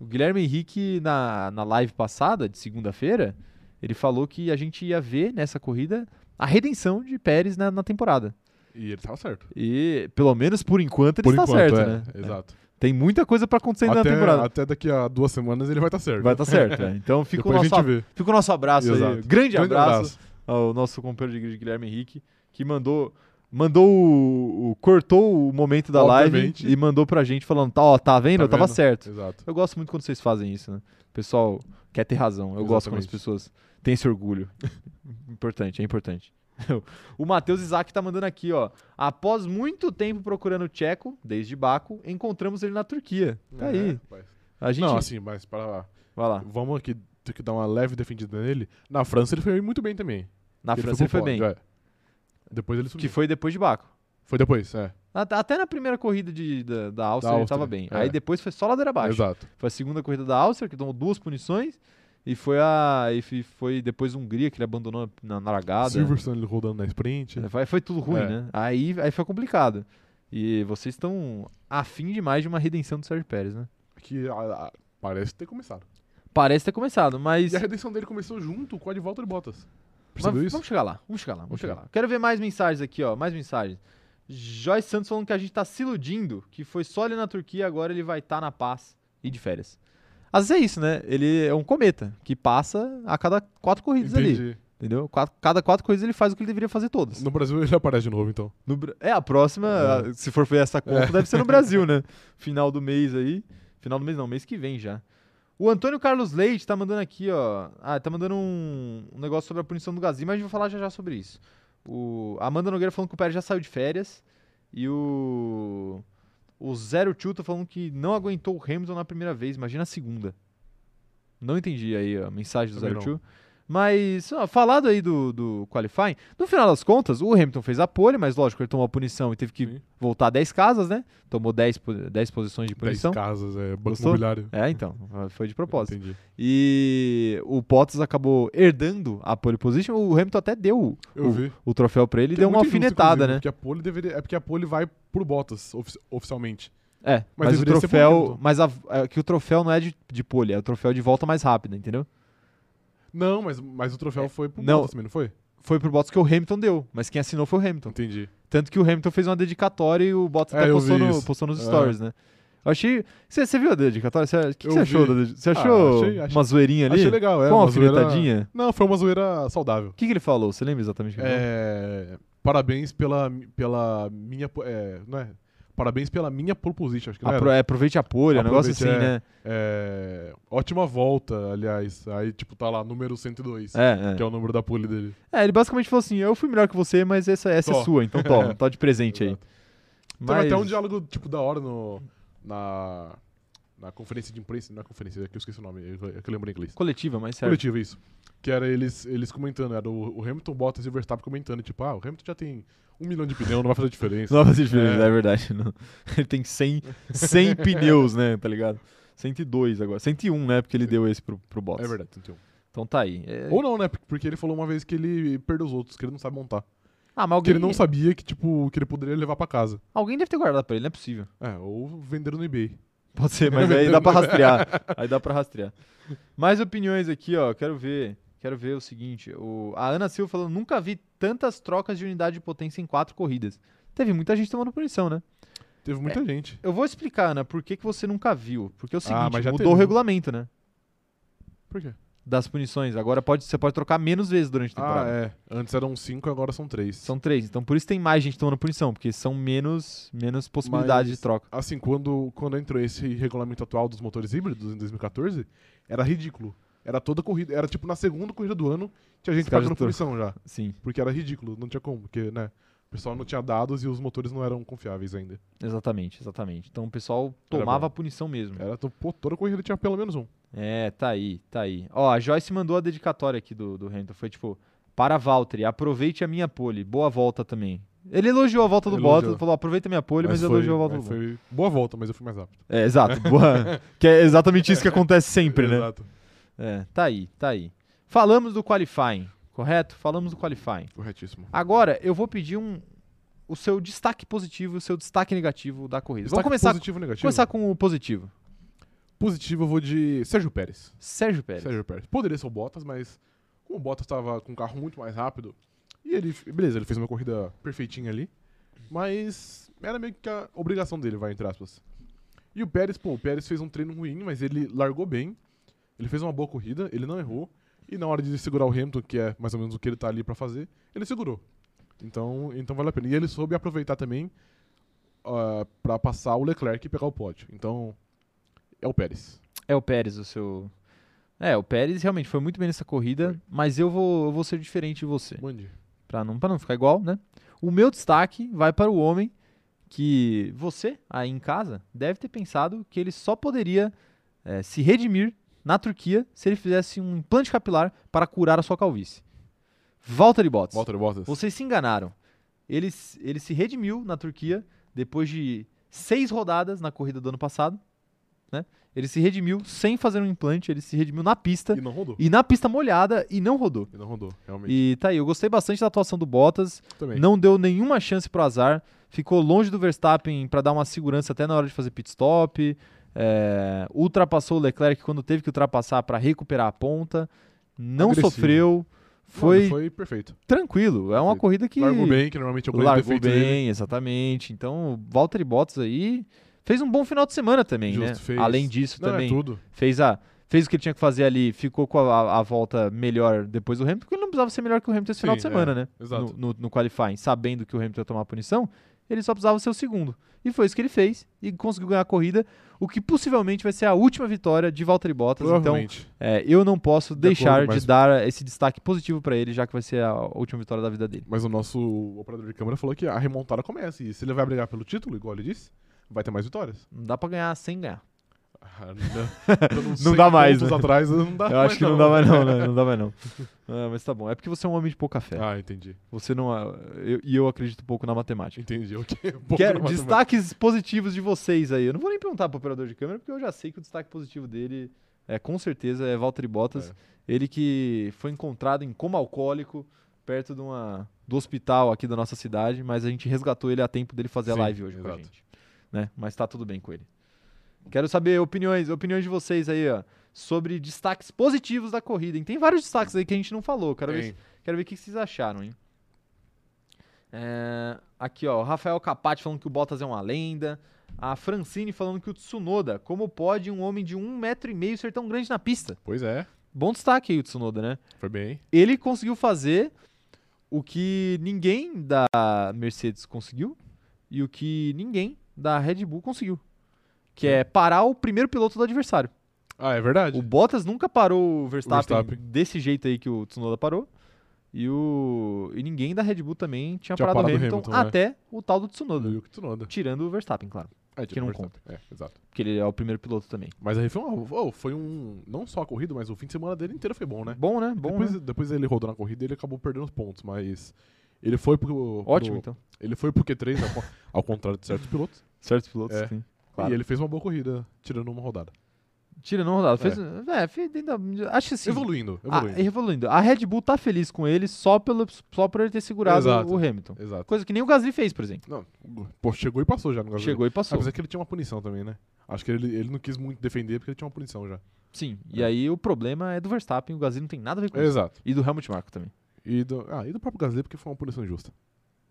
O Guilherme Henrique, na, na live passada, de segunda-feira, ele falou que a gente ia ver nessa corrida a redenção de Pérez na, na temporada.
E ele tava certo.
E, pelo menos por enquanto, ele
Por
está
enquanto,
certo,
é.
né?
Exato.
Tem muita coisa pra acontecer ainda na
Até,
temporada.
até daqui a duas semanas ele vai estar certo.
Vai estar certo. é. Então fica o,
Depois a
nosso,
gente
a-
vê.
fica o nosso abraço aí.
Exato.
Grande
Grande
abraço
abraço.
ao nosso companheiro de grid, Guilherme Henrique, que mandou mandou o, o- cortou o momento da live
Obviamente.
e mandou pra gente falando, tá, ó, tá vendo?
Tá
eu tava
vendo?
certo.
Exato.
Eu gosto muito quando vocês fazem isso, né? O pessoal quer ter razão. Eu gosto quando as
Exatamente.
pessoas têm esse orgulho. importante, é importante. o Matheus Isaac tá mandando aqui, ó. Após muito tempo procurando o Tcheco, desde Baco, encontramos ele na Turquia. Tá
É,
aí.
rapaz.
A gente. Tá.
Não, assim, mas para lá.
Vai lá.
Vamos aqui ter que dar uma leve defendida nele. Na França ele foi muito bem também.
Na França ele foi
pro
bem.
pódio, é. Depois ele subiu.
Que foi depois de Baco.
Foi depois, é.
At- Até na primeira corrida de, da, da Áustria
Da
ele tava bem.
Áustria,
Aí
é.
depois foi só ladeira abaixo.
Exato.
Foi a segunda corrida da Áustria, que tomou duas punições. E foi a. E fi- foi depois Hungria, que ele abandonou na, na largada.
Silverstone rodando na sprint.
Foi, foi tudo ruim,
É.
né? Aí, aí foi complicado. E vocês estão afim demais de uma redenção do Sérgio Pérez, né?
Que a- a- parece ter começado.
Parece ter começado, mas.
E a redenção dele começou junto com a de Walter Bottas.
mas
Percebeu isso?
Vamos chegar lá, vamos chegar lá, vamos
Ok.
chegar lá. Quero ver mais mensagens aqui, ó. Mais mensagens. Joyce Santos falando que a gente tá se iludindo, que foi só ele na Turquia, agora ele vai estar na paz e de férias. Às vezes é isso, né? Ele é um cometa que passa a cada quatro corridas ali.
Entendi.
Entendeu? Quatro- cada quatro coisas ele faz o que ele deveria fazer todas.
No Brasil ele aparece de novo, então.
No Bra- é, a próxima,
É.
a- se for fazer essa conta, deve ser no Brasil, né? Final do mês aí. Final do mês não, mês que vem já. O Antônio Carlos Leite tá mandando aqui, ó. Ah, tá mandando um, um negócio sobre a punição do Gasly, mas a gente vai falar já já sobre isso. O a Amanda Nogueira falando que o Pérez já saiu de férias. E o. O Zero Chuta falando que não aguentou o Hamilton na primeira vez, imagina a segunda. Não entendi aí a mensagem do
Também
Zero
não.
Two. Mas, ó, falado aí do, do qualifying, no final das contas, o Hamilton fez a pole, mas lógico, ele tomou a punição e teve que
Sim.
voltar 10 casas, né? Tomou 10, po- 10 posições de
10
punição.
casas, é, banco
Gostou?
imobiliário.
É, então, foi de propósito.
Entendi.
E o Bottas acabou herdando a pole position. O Hamilton até deu
Eu
o,
vi.
o troféu pra ele e
Que é
deu uma
muito injusto,
alfinetada, né?
inclusive, Porque a pole deveria, é porque a pole vai por Bottas, ofici- oficialmente.
É, mas, o
deveria ser pro
troféu.
Hamilton.
Mas a- é que o troféu não é de, de pole, é o troféu de volta mais rápida, entendeu?
Não, mas, mas o troféu foi pro
É, não.
Bottas também, não foi?
Foi pro Bottas que o Hamilton deu, mas quem assinou foi o Hamilton.
Entendi.
Tanto que o Hamilton fez uma dedicatória e o Bottas
É,
até
eu
postou,
vi
no-
isso.
postou nos
É.
stories, né? Eu achei. Você você viu a dedicatória? Você- O que, que
Eu
você achou
vi.
da dedicatória? Você
Ah,
achou
achei- achei-
uma zoeirinha ali?
Achei legal, é.
Com uma
zoeira-
alfinetadinha?
Não, foi uma zoeira saudável.
O que, que ele falou? Você lembra exatamente o que ele falou?
É, parabéns pela, pela minha. po- É, não é? Parabéns pela minha pole position, acho que não era.
Apro- é, aproveite a pole, é um negócio assim,
Aproveite, é.
né?
É, ótima volta, aliás. Aí, tipo, tá lá, número 102,
É, é.
que é o número da pole dele.
É, ele basicamente falou assim: eu fui melhor que você, mas essa, essa é
Tó.
sua, então toma, tá de presente aí.
Exato. Teve
Mas,
até um diálogo, tipo, da hora no, na, na conferência de imprensa. Não é conferência, é que eu esqueci o nome, é que eu- é que eu lembro em inglês.
Coletiva, mas certo.
Coletiva, isso. Que era eles, eles comentando, era o, o Hamilton, Bottas e o Verstappen comentando, tipo, ah, o Hamilton já tem um milhão de pneu, não vai fazer diferença.
Novas diferenças, é,
É.
verdade. não. Ele tem 100, 100 pneus, né? Tá ligado? 102 agora. 101, né? Porque ele deu esse pro, pro Bottas.
É verdade, então.
Então tá aí. É-
Ou não, né? Porque ele falou uma vez que ele perdeu os outros, que ele não sabe montar.
Ah, mas
Que
alguém,
ele não sabia que, tipo, que ele poderia levar pra casa.
alguém deve ter guardado pra ele, não é possível.
É, ou venderam no eBay.
Pode ser, mas aí dá pra rastrear. Aí dá pra rastrear. Mais opiniões aqui, ó. Quero ver. Quero ver o seguinte. O, a Ana Silva falando, nunca vi tantas trocas de unidade de potência em quatro corridas. Teve muita gente tomando punição, né?
Teve muita gente.
Eu vou explicar, Ana, por que, que você nunca viu. Porque é o seguinte,
mas já
mudou
teve,
o
né?
regulamento, né?
Por quê?
Das punições. Agora pode, você pode trocar menos vezes durante a
Ah,
temporada.
é. Antes eram cinco, agora são três.
São três. Então por isso tem mais gente tomando punição, porque são menos, menos possibilidades
Mas-
de troca.
Assim, quando, quando entrou esse regulamento atual dos motores híbridos em 2014, era ridículo. Era toda corrida. Era tipo na segunda corrida do ano, tinha
Os
gente
caras
pagando
tro-
punição já.
Sim,
Porque era ridículo, não tinha como, porque, né? O pessoal não tinha dados e os motores não eram confiáveis ainda.
exatamente, exatamente. Então o pessoal
Era
tomava
bom.
a punição mesmo.
Era, to- pô, toda corrida tinha pelo menos um.
É, tá aí, tá aí. Ó, a Joyce mandou a dedicatória aqui do, do Hamilton. Foi tipo, para Valtteri, aproveite a minha pole. Boa volta também. Ele elogiou a volta do
Elogiou.
Bottas, falou, aproveita a minha pole, mas,
foi-
elogiou a volta
mas
do Bottas.
foi Boa volta, mas eu fui mais rápido.
É, exato. Boa. que é exatamente isso que acontece sempre, né?
Exato.
É, tá aí, tá aí. Falamos do qualifying, correto? Falamos do qualifying.
Corretíssimo.
Agora, eu vou pedir um o seu destaque positivo e o seu destaque negativo da corrida.
Destaque
Vamos começar,
positivo e negativo?
começar com o positivo.
Positivo eu vou de Sérgio Pérez.
Sérgio Pérez.
Sérgio Pérez. Poderia ser o Bottas, mas como o Bottas estava com um carro muito mais rápido, e ele, beleza, ele fez uma corrida perfeitinha ali, mas era meio que a obrigação dele, vai, entre aspas. E o Pérez, pô, o Pérez fez um treino ruim, mas ele largou bem, ele fez uma boa corrida, ele não errou, e na hora de segurar o Hamilton, que é mais ou menos o que ele tá ali pra fazer, ele segurou. Então, então vale a pena. E ele soube aproveitar também ah, pra para passar o Leclerc e pegar o pódio. Então, é o Pérez.
É o Pérez, o seu. É, o Pérez realmente foi muito bem nessa corrida, mas eu vou, eu vou ser diferente de você.
Mande.
Pra não, pra não ficar igual, né? O meu destaque vai para o homem que você, aí em casa, deve ter pensado que ele só poderia eh, se redimir na Turquia se ele fizesse um implante capilar para curar a sua calvície. Valtteri Bottas.
Walter Bottas.
Vocês se enganaram. Ele, s- ele se redimiu na Turquia depois de seis rodadas na corrida do ano passado. Né? Ele se redimiu sem fazer um implante, ele se redimiu na pista
E não rodou.
e na pista molhada e não rodou.
E não rodou, realmente.
E tá aí, eu gostei bastante da atuação do Bottas,
Também.
não deu nenhuma chance pro azar, ficou longe do Verstappen pra dar uma segurança até na hora de fazer pit stop, é, ultrapassou o Leclerc quando teve que ultrapassar pra recuperar a ponta, não
Agressivo.
sofreu,
Não,
foi
ele foi perfeito.
tranquilo, é uma
Perfeito.
corrida que
Largou bem, que normalmente é o grande
largou
defeito
bem,
dele.
exatamente. Então, o Valtteri Bottas aí fez um bom final de semana também,
Justo,
né?
fez.
Além disso
Não, é
também, Então,
tudo.
fez a fez o que ele tinha que fazer ali, ficou com a, a- a volta melhor depois do Hamilton, porque ele não precisava ser melhor que o Hamilton esse final de
Sim, é,
semana, né?
exato.
No, no, no qualifying, sabendo que o Hamilton ia tomar a punição, ele só precisava ser o segundo. E foi isso que ele fez e conseguiu ganhar a corrida, o que possivelmente vai ser a última vitória de Valtteri Bottas. Então,
Provavelmente.
é, eu não posso deixar
mas-
de dar esse destaque positivo pra ele, já que vai ser a última vitória da vida dele.
Mas o nosso operador de câmera falou que a remontada começa. E se ele vai brigar pelo título, igual ele disse, vai ter mais vitórias.
Não dá pra ganhar sem ganhar.
Ah, não. Dando uns
Não
100
dá mais,
pontos
né?
atrás, não dá
Eu acho que não dá mais não, né? Não dá mais não. Ah, mas tá bom. É porque você é um homem de pouca fé.
Ah, entendi.
Você não... ah, eu- E eu acredito pouco na matemática.
Entendi. ok. Pouco
Quero
na matemática.
destaques positivos de vocês aí. Eu não vou nem perguntar pro operador de câmera, porque eu já sei que o destaque positivo dele é com certeza é Valtteri Bottas.
É.
Ele que foi encontrado em coma alcoólico perto de uma, do hospital aqui da nossa cidade, mas a gente resgatou ele a tempo dele fazer
Sim,
a live hoje com a
exato.
gente. Né? Mas tá tudo bem com ele. Quero saber opiniões, opiniões de vocês aí, ó, sobre destaques positivos da corrida. hein? Tem vários destaques aí que a gente não falou. Quero ver se
Tem.
Quero ver o que vocês acharam, hein? É, aqui, ó, o Rafael Capati falando que o Bottas é uma lenda. A Francine falando que o Tsunoda, como pode um homem de um metro e meio ser tão grande na pista?
Pois é,
Bom destaque aí o Tsunoda, né?
foi bem.
Ele conseguiu fazer o que ninguém da Mercedes conseguiu e o que ninguém da Red Bull conseguiu. Que é parar o primeiro piloto do adversário.
Ah, é verdade.
O Bottas nunca parou o Verstappen,
Verstappen.
desse jeito aí que o Tsunoda parou. E o e ninguém da Red Bull também tinha,
Tinha
parado,
parado
o
o
Hamilton,
Hamilton, né?
até o tal do
O
Tsunoda,
Yuki Tsunoda.
tirando o Verstappen, claro,
É,
Que não conta.
É, exato.
porque ele é o primeiro piloto também.
Mas aí foi um, oh, foi um... Não só a corrida, mas o fim de semana dele inteiro foi bom, né?
Bom, né? Bom,
depois,
né?
depois ele rodou na corrida e ele acabou perdendo os pontos, mas... Ele foi pro... pro-
Ótimo, então.
Ele foi pro Q3, ao, con- ao contrário de certos pilotos.
Certos pilotos,
É.
sim. Claro.
E ele fez uma boa corrida, tirando uma rodada.
Tirando uma rodada. Fez, é. fez dentro da- acho que assim...
Evoluindo,
a,
evoluindo.
evoluindo. A Red Bull tá feliz com ele só, pelo, só por ele ter segurado
Exato.
o Hamilton.
Exato.
Coisa que nem o Gasly fez, por exemplo.
Não, pô, chegou e passou já no Gasly.
Chegou e
Ah,
passou.
mas é que ele tinha uma punição também, né? Acho que ele, ele não quis muito defender porque ele tinha uma punição já.
Sim. E aí o problema é do Verstappen, o Gasly não tem nada a ver com isso.
Exato.
E do Helmut Marko também.
E do, ah, e do próprio Gasly porque foi uma punição justa.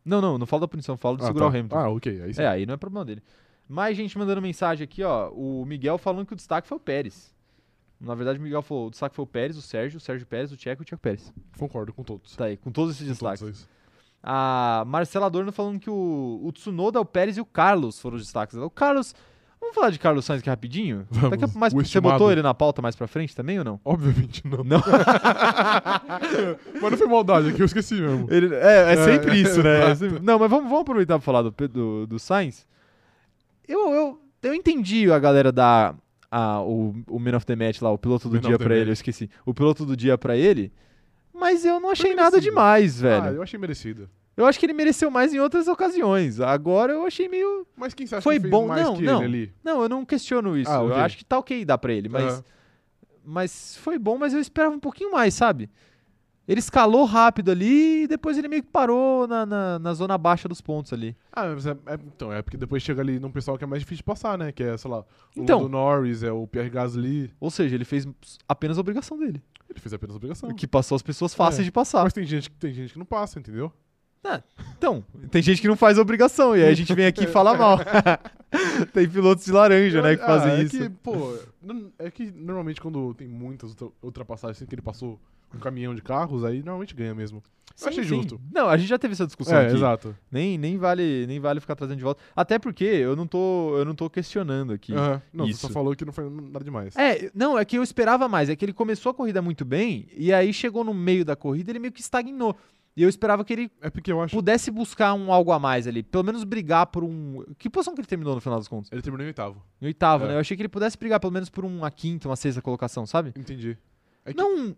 Não, não, não falo da punição, falo de
ah,
segurar
tá.
o Hamilton.
Ah, ok. Aí sim.
É, aí não é problema dele. Mais gente mandando mensagem aqui, ó. O Miguel falando que o destaque foi o Pérez. Na verdade, o Miguel falou: o destaque foi o Pérez, o Sérgio, o Sérgio Pérez, o Tcheco e o Tcheco Pérez.
Concordo com todos.
Tá aí, com todos esses
Com todos
destaques.
eles.
A Marcela Adorno falando que o, o Tsunoda, o Pérez e o Carlos foram os destaques. O Carlos. Vamos falar de Carlos Sainz aqui rapidinho?
Vamos,
Daqui a, mais,
o
você
estimado.
botou ele na pauta mais pra frente também ou não?
Obviamente não.
Não.
Mas não foi maldade, é que eu esqueci mesmo.
Ele- é, é sempre
É,
isso, né? É
exato.
sempre- não, mas vamos, vamos aproveitar pra falar do, Pe- do, do Sainz. Eu, eu, eu entendi a galera da. a- o, o Man of the Match lá, o piloto do
Man of
dia
the
pra ele,
Match.
eu esqueci. O piloto do dia pra ele. Mas eu não achei
Foi
nada
merecido.
demais, velho.
Ah,
eu...
eu achei merecido.
acho que ele mereceu mais em outras ocasiões. Agora eu achei meio.
Mas quem você acha
Foi
que fez
bom,
mais
não,
que
não.
ele ali?
Não, eu não questiono isso.
Ah, ok.
Eu acho que tá ok dar pra ele, mas.
Aham.
Mas foi bom, mas eu esperava um pouquinho mais, sabe? Ele escalou rápido ali e depois ele meio que parou na- na, na zona baixa dos pontos ali.
Ah, mas é, é- então, é porque depois chega ali num pessoal que é mais difícil de passar, né? Que é, sei lá, o
Então.
Lando Norris, é o Pierre Gasly.
Ou seja, ele fez apenas a obrigação dele. Então.
Ele fez apenas a obrigação.
Que passou as pessoas fáceis de passar.
Mas tem gente, que- tem gente que não passa, entendeu?
Então, tem gente que não faz obrigação, e aí a gente vem aqui e fala mal. tem pilotos de laranja, né, que
Ah,
fazem
é
isso.
Que, pô, não- é que normalmente quando tem muitas ultra- ultrapassagens, assim, que ele passou um caminhão de carros, aí normalmente ganha mesmo.
Sim,
achei
sim. É,
justo.
Não, a gente já teve essa discussão
É,
aqui.
exato.
Nem, nem, vale, nem vale ficar trazendo de volta. Até porque eu não tô, eu não tô questionando aqui.
Aham. Não, você
isso.
só falou que não foi nada demais.
É, não, é que eu esperava mais. É que ele começou a corrida muito bem, e aí chegou no meio da corrida, ele meio que estagnou. E eu esperava que ele
É porque eu acho.
pudesse buscar um algo a mais ali. Pelo menos brigar por um. Que posição que ele terminou no final das contas?
Ele terminou em oitavo.
Em oitavo,
É.
né? Eu achei que ele pudesse brigar pelo menos por uma quinta, uma sexta colocação, sabe?
Entendi. É que-
Não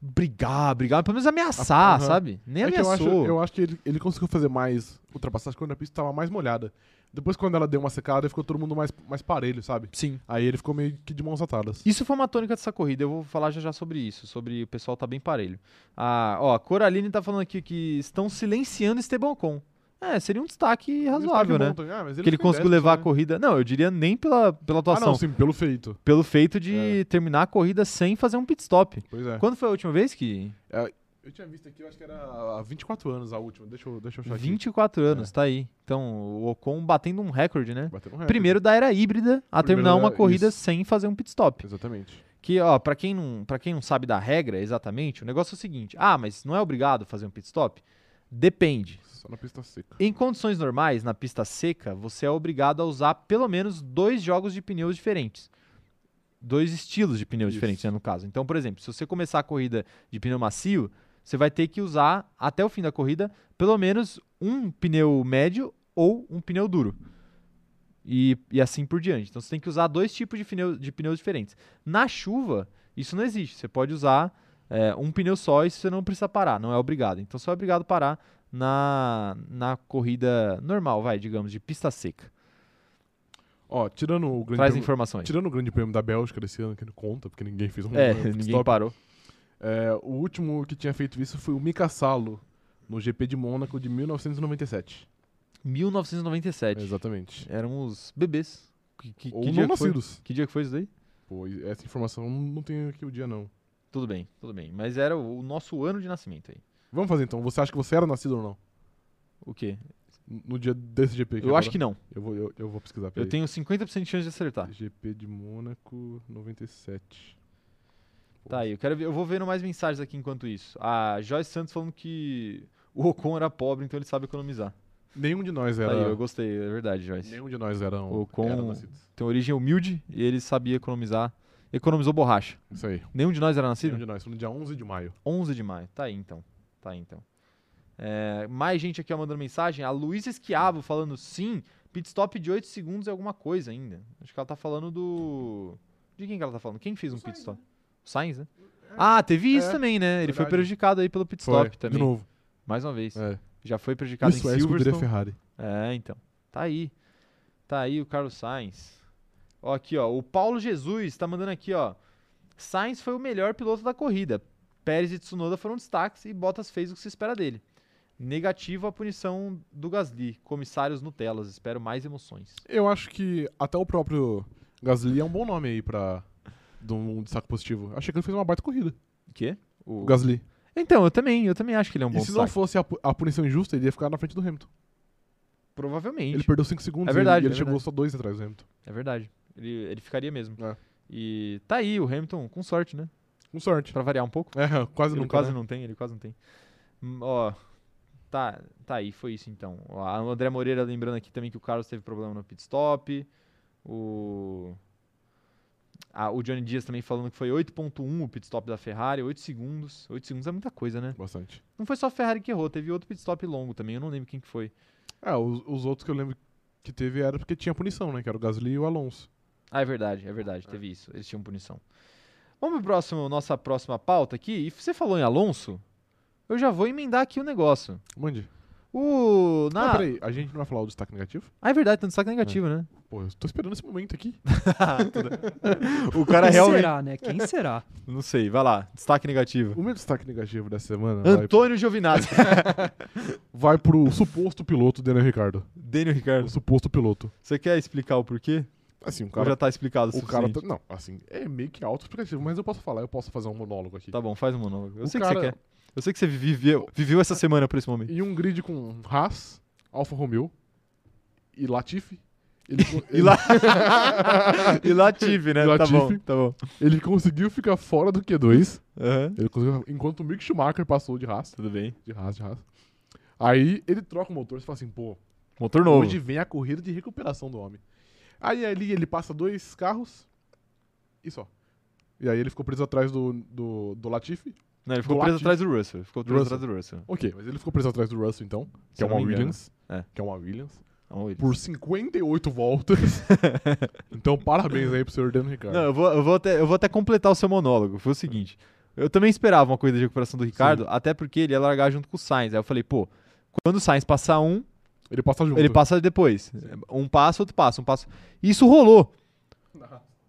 brigar, brigar, pelo menos ameaçar,
Aham.
sabe? Nem
É que eu acho,
ameaçou.
eu acho que ele, ele conseguiu fazer mais ultrapassagem quando a pista tava mais molhada. Depois, quando ela deu uma secada, ficou todo mundo mais, mais parelho, sabe?
Sim.
Aí ele ficou meio que de mãos atadas.
Isso foi uma tônica dessa corrida, eu vou falar já já sobre isso, sobre o pessoal tá bem parelho. Ah, ó, a Coraline tá falando aqui que estão silenciando Esteban Ocon. É, seria um destaque razoável, né?
Ah,
Que ele conseguiu levar a corrida. Não, eu diria nem pela, pela
corrida. né? Ah,
atuação,
não, sim, pelo feito.
pelo feito de terminar a corrida sem fazer um pit stop.
Pois é.
Quando foi a última vez que
Eu tinha visto aqui, eu acho que era há 24 anos a última. Deixa eu, deixa eu achar aqui. É.
24 anos, tá aí. Então, o Ocon batendo um recorde, né?
Bateu um recorde.
Primeiro da era híbrida a
Primeiro
terminar uma
da-
corrida
isso.
sem fazer um pit stop.
Exatamente.
Que, ó, pra quem, não, pra quem não sabe da regra exatamente, o negócio é o seguinte: ah, mas não é obrigado fazer um pit stop? Depende.
Só na pista seca.
Em condições normais, na pista seca, você é obrigado a usar pelo menos dois jogos de pneus diferentes. Dois estilos de pneus
Isso.
diferentes, né, no caso. Então, por exemplo, se você começar a corrida de pneu macio, você vai ter que usar, até o fim da corrida, pelo menos um pneu médio ou um pneu duro. E, e assim por diante. Então, você tem que usar dois tipos de, pneu, de pneus diferentes. Na chuva, isso não existe. Você pode usar é, um pneu só e você não precisa parar, não é obrigado. Então, só é obrigado a parar na, na corrida normal, vai, digamos, de pista seca.
Ó, tirando o grande
Traz
prêmio-
informações.
Tirando o grande prêmio da Bélgica desse ano, que não conta, porque ninguém fez um
É,
um pit
ninguém
stop.
parou.
É, o último que tinha feito isso foi o Mika Salo, no GP de Mônaco de 1997.
1997.
Exatamente.
Éramos bebês. Que, que-
Ou
que
não
que foi?
nascidos.
Que dia que foi isso daí?
Pô, e essa informação eu não tenho aqui o dia, não.
Tudo bem, tudo bem. Mas era o, o nosso ano de nascimento aí.
Vamos fazer então. Você acha que você era nascido ou não?
O quê?
No dia desse GP aqui
Eu acho que
agora?
não.
Eu vou, eu, eu vou pesquisar.
Eu
peraí.
tenho 50% de chance de acertar.
GP de Mônaco 97.
Tá aí, eu quero ver, eu vou vendo mais mensagens aqui enquanto isso. A Joyce Santos falando que o Ocon era pobre, então ele sabe economizar.
Nenhum de nós era.
Tá aí, eu gostei, é verdade, Joyce.
Nenhum de nós era, um,
O com-
era nascido.
Tem origem humilde e ele sabia economizar. Economizou borracha.
Isso aí.
Nenhum de nós era
Nenhum
nascido?
de nós. Foi no dia 11 de maio.
11 de maio. Tá aí então. Tá aí então. É, mais gente aqui ó, mandando mensagem. A Luísa Esquiavo falando sim, pit stop de 8 segundos é alguma coisa ainda. Acho que ela tá falando do. De quem que ela tá falando? Quem fez um pit stop? O Sainz, né? Ah, teve isso
É,
também, né? Ele foi
verdade.
prejudicado aí pelo pit
Foi,
stop também.
De novo.
Mais uma vez.
É.
Já foi prejudicado
Isso
em
é a escuderia
Silverstone.
Ferrari.
É, então. Tá aí. Tá aí o Carlos Sainz. Ó, aqui, ó. O Paulo Jesus tá mandando aqui, ó. Sainz foi o melhor piloto da corrida. Pérez e Tsunoda foram destaques e Bottas fez o que se espera dele. Negativo a punição do Gasly. Comissários Nutelas, espero mais emoções.
Eu acho que até o próprio Gasly é um bom nome aí pra. De um destaque positivo. Achei que ele fez uma baita corrida.
O quê?
O Gasly.
Então, eu também, eu também acho que ele é um bom
e se não
destaque.
fosse a, pu- a punição injusta, ele ia ficar na frente do Hamilton.
Provavelmente.
Ele perdeu 5 segundos
É verdade,
e ele
é
chegou
verdade.
só 2 atrás do Hamilton.
É verdade. Ele, ele ficaria mesmo.
É.
E tá aí o Hamilton, com sorte, né?
Com sorte.
Pra variar um pouco.
É, quase
ele
não.
quase
né?
não tem, ele quase não tem. Hum, Ó, tá, tá aí, foi isso então. Ó, a André Moreira lembrando aqui também que o Carlos teve problema no pit stop. O ah, o Johnny Dias também falando que foi 8.1 o pit stop da Ferrari, 8 segundos. 8 segundos é muita coisa, né?
Bastante.
Não foi só a Ferrari que errou, teve outro pit stop longo também, eu não lembro quem que foi.
É, os, os outros que eu lembro que teve era porque tinha punição, né? Que era o Gasly e o Alonso.
Ah, é verdade, é verdade, teve isso. Eles tinham punição. Vamos pro próximo, nossa próxima pauta aqui. E você falou em Alonso? Eu já vou emendar aqui o negócio.
Mande.
O
Ah,
na
peraí, a gente não vai falar o destaque negativo?
Ah, é verdade, tem um destaque negativo, né?
Pô, eu tô esperando esse momento aqui.
o
Quem será, né? Quem será?
Não sei, vai lá. Destaque negativo.
O meu destaque negativo dessa semana vai,
Antônio Giovinazzi.
vai pro suposto piloto Daniel Ricardo.
Daniel
O
Ricardo,
suposto piloto.
você quer explicar o porquê?
Assim, o
Ou
cara.
já tá explicado o
o cara
suficiente?
tá- não, assim, é meio que auto-explicativo, mas eu posso falar, eu posso fazer um monólogo aqui.
Tá bom, faz um monólogo. Eu
O
sei que você
cara-
quer. Eu sei que você viveu, viveu essa semana por esse momento.
Em um grid com Haas, Alfa Romeo e Latifi, ele, co-
E lá. e Latifi, né?
E
Tá bom,
Latifi.
tá bom.
ele, ele conseguiu ficar fora do Q2.
Aham,
Ele conseguiu, enquanto o Mick Schumacher passou de Haas.
Tudo bem.
De Haas, de Haas. Aí ele troca o motor, você fala assim, pô,
Motor novo.
Hoje vem a corrida de recuperação do homem. Aí ali ele passa dois carros e só. E aí ele ficou preso atrás do, do, do Latifi.
Não, ele ficou
do
preso
Latifi.
atrás do Russell. Ficou preso
Russell.
atrás do Russell.
Ok, mas ele ficou preso atrás do Russell então, que
Se
é
eu
uma
não me engano.
Williams.
É.
Que é uma Williams.
É um Williams.
Por 58 voltas. então parabéns aí pro senhor Daniel Ricardo.
Não, eu vou, eu, vou até, eu vou até completar o seu monólogo. Foi o seguinte: eu também esperava uma corrida de recuperação do Ricardo, até porque ele ia largar junto com o Sainz. Aí eu falei, pô, quando o Sainz passar um,
Ele passa junto.
ele passa depois. Um passo, outro passo, um passo. Isso rolou.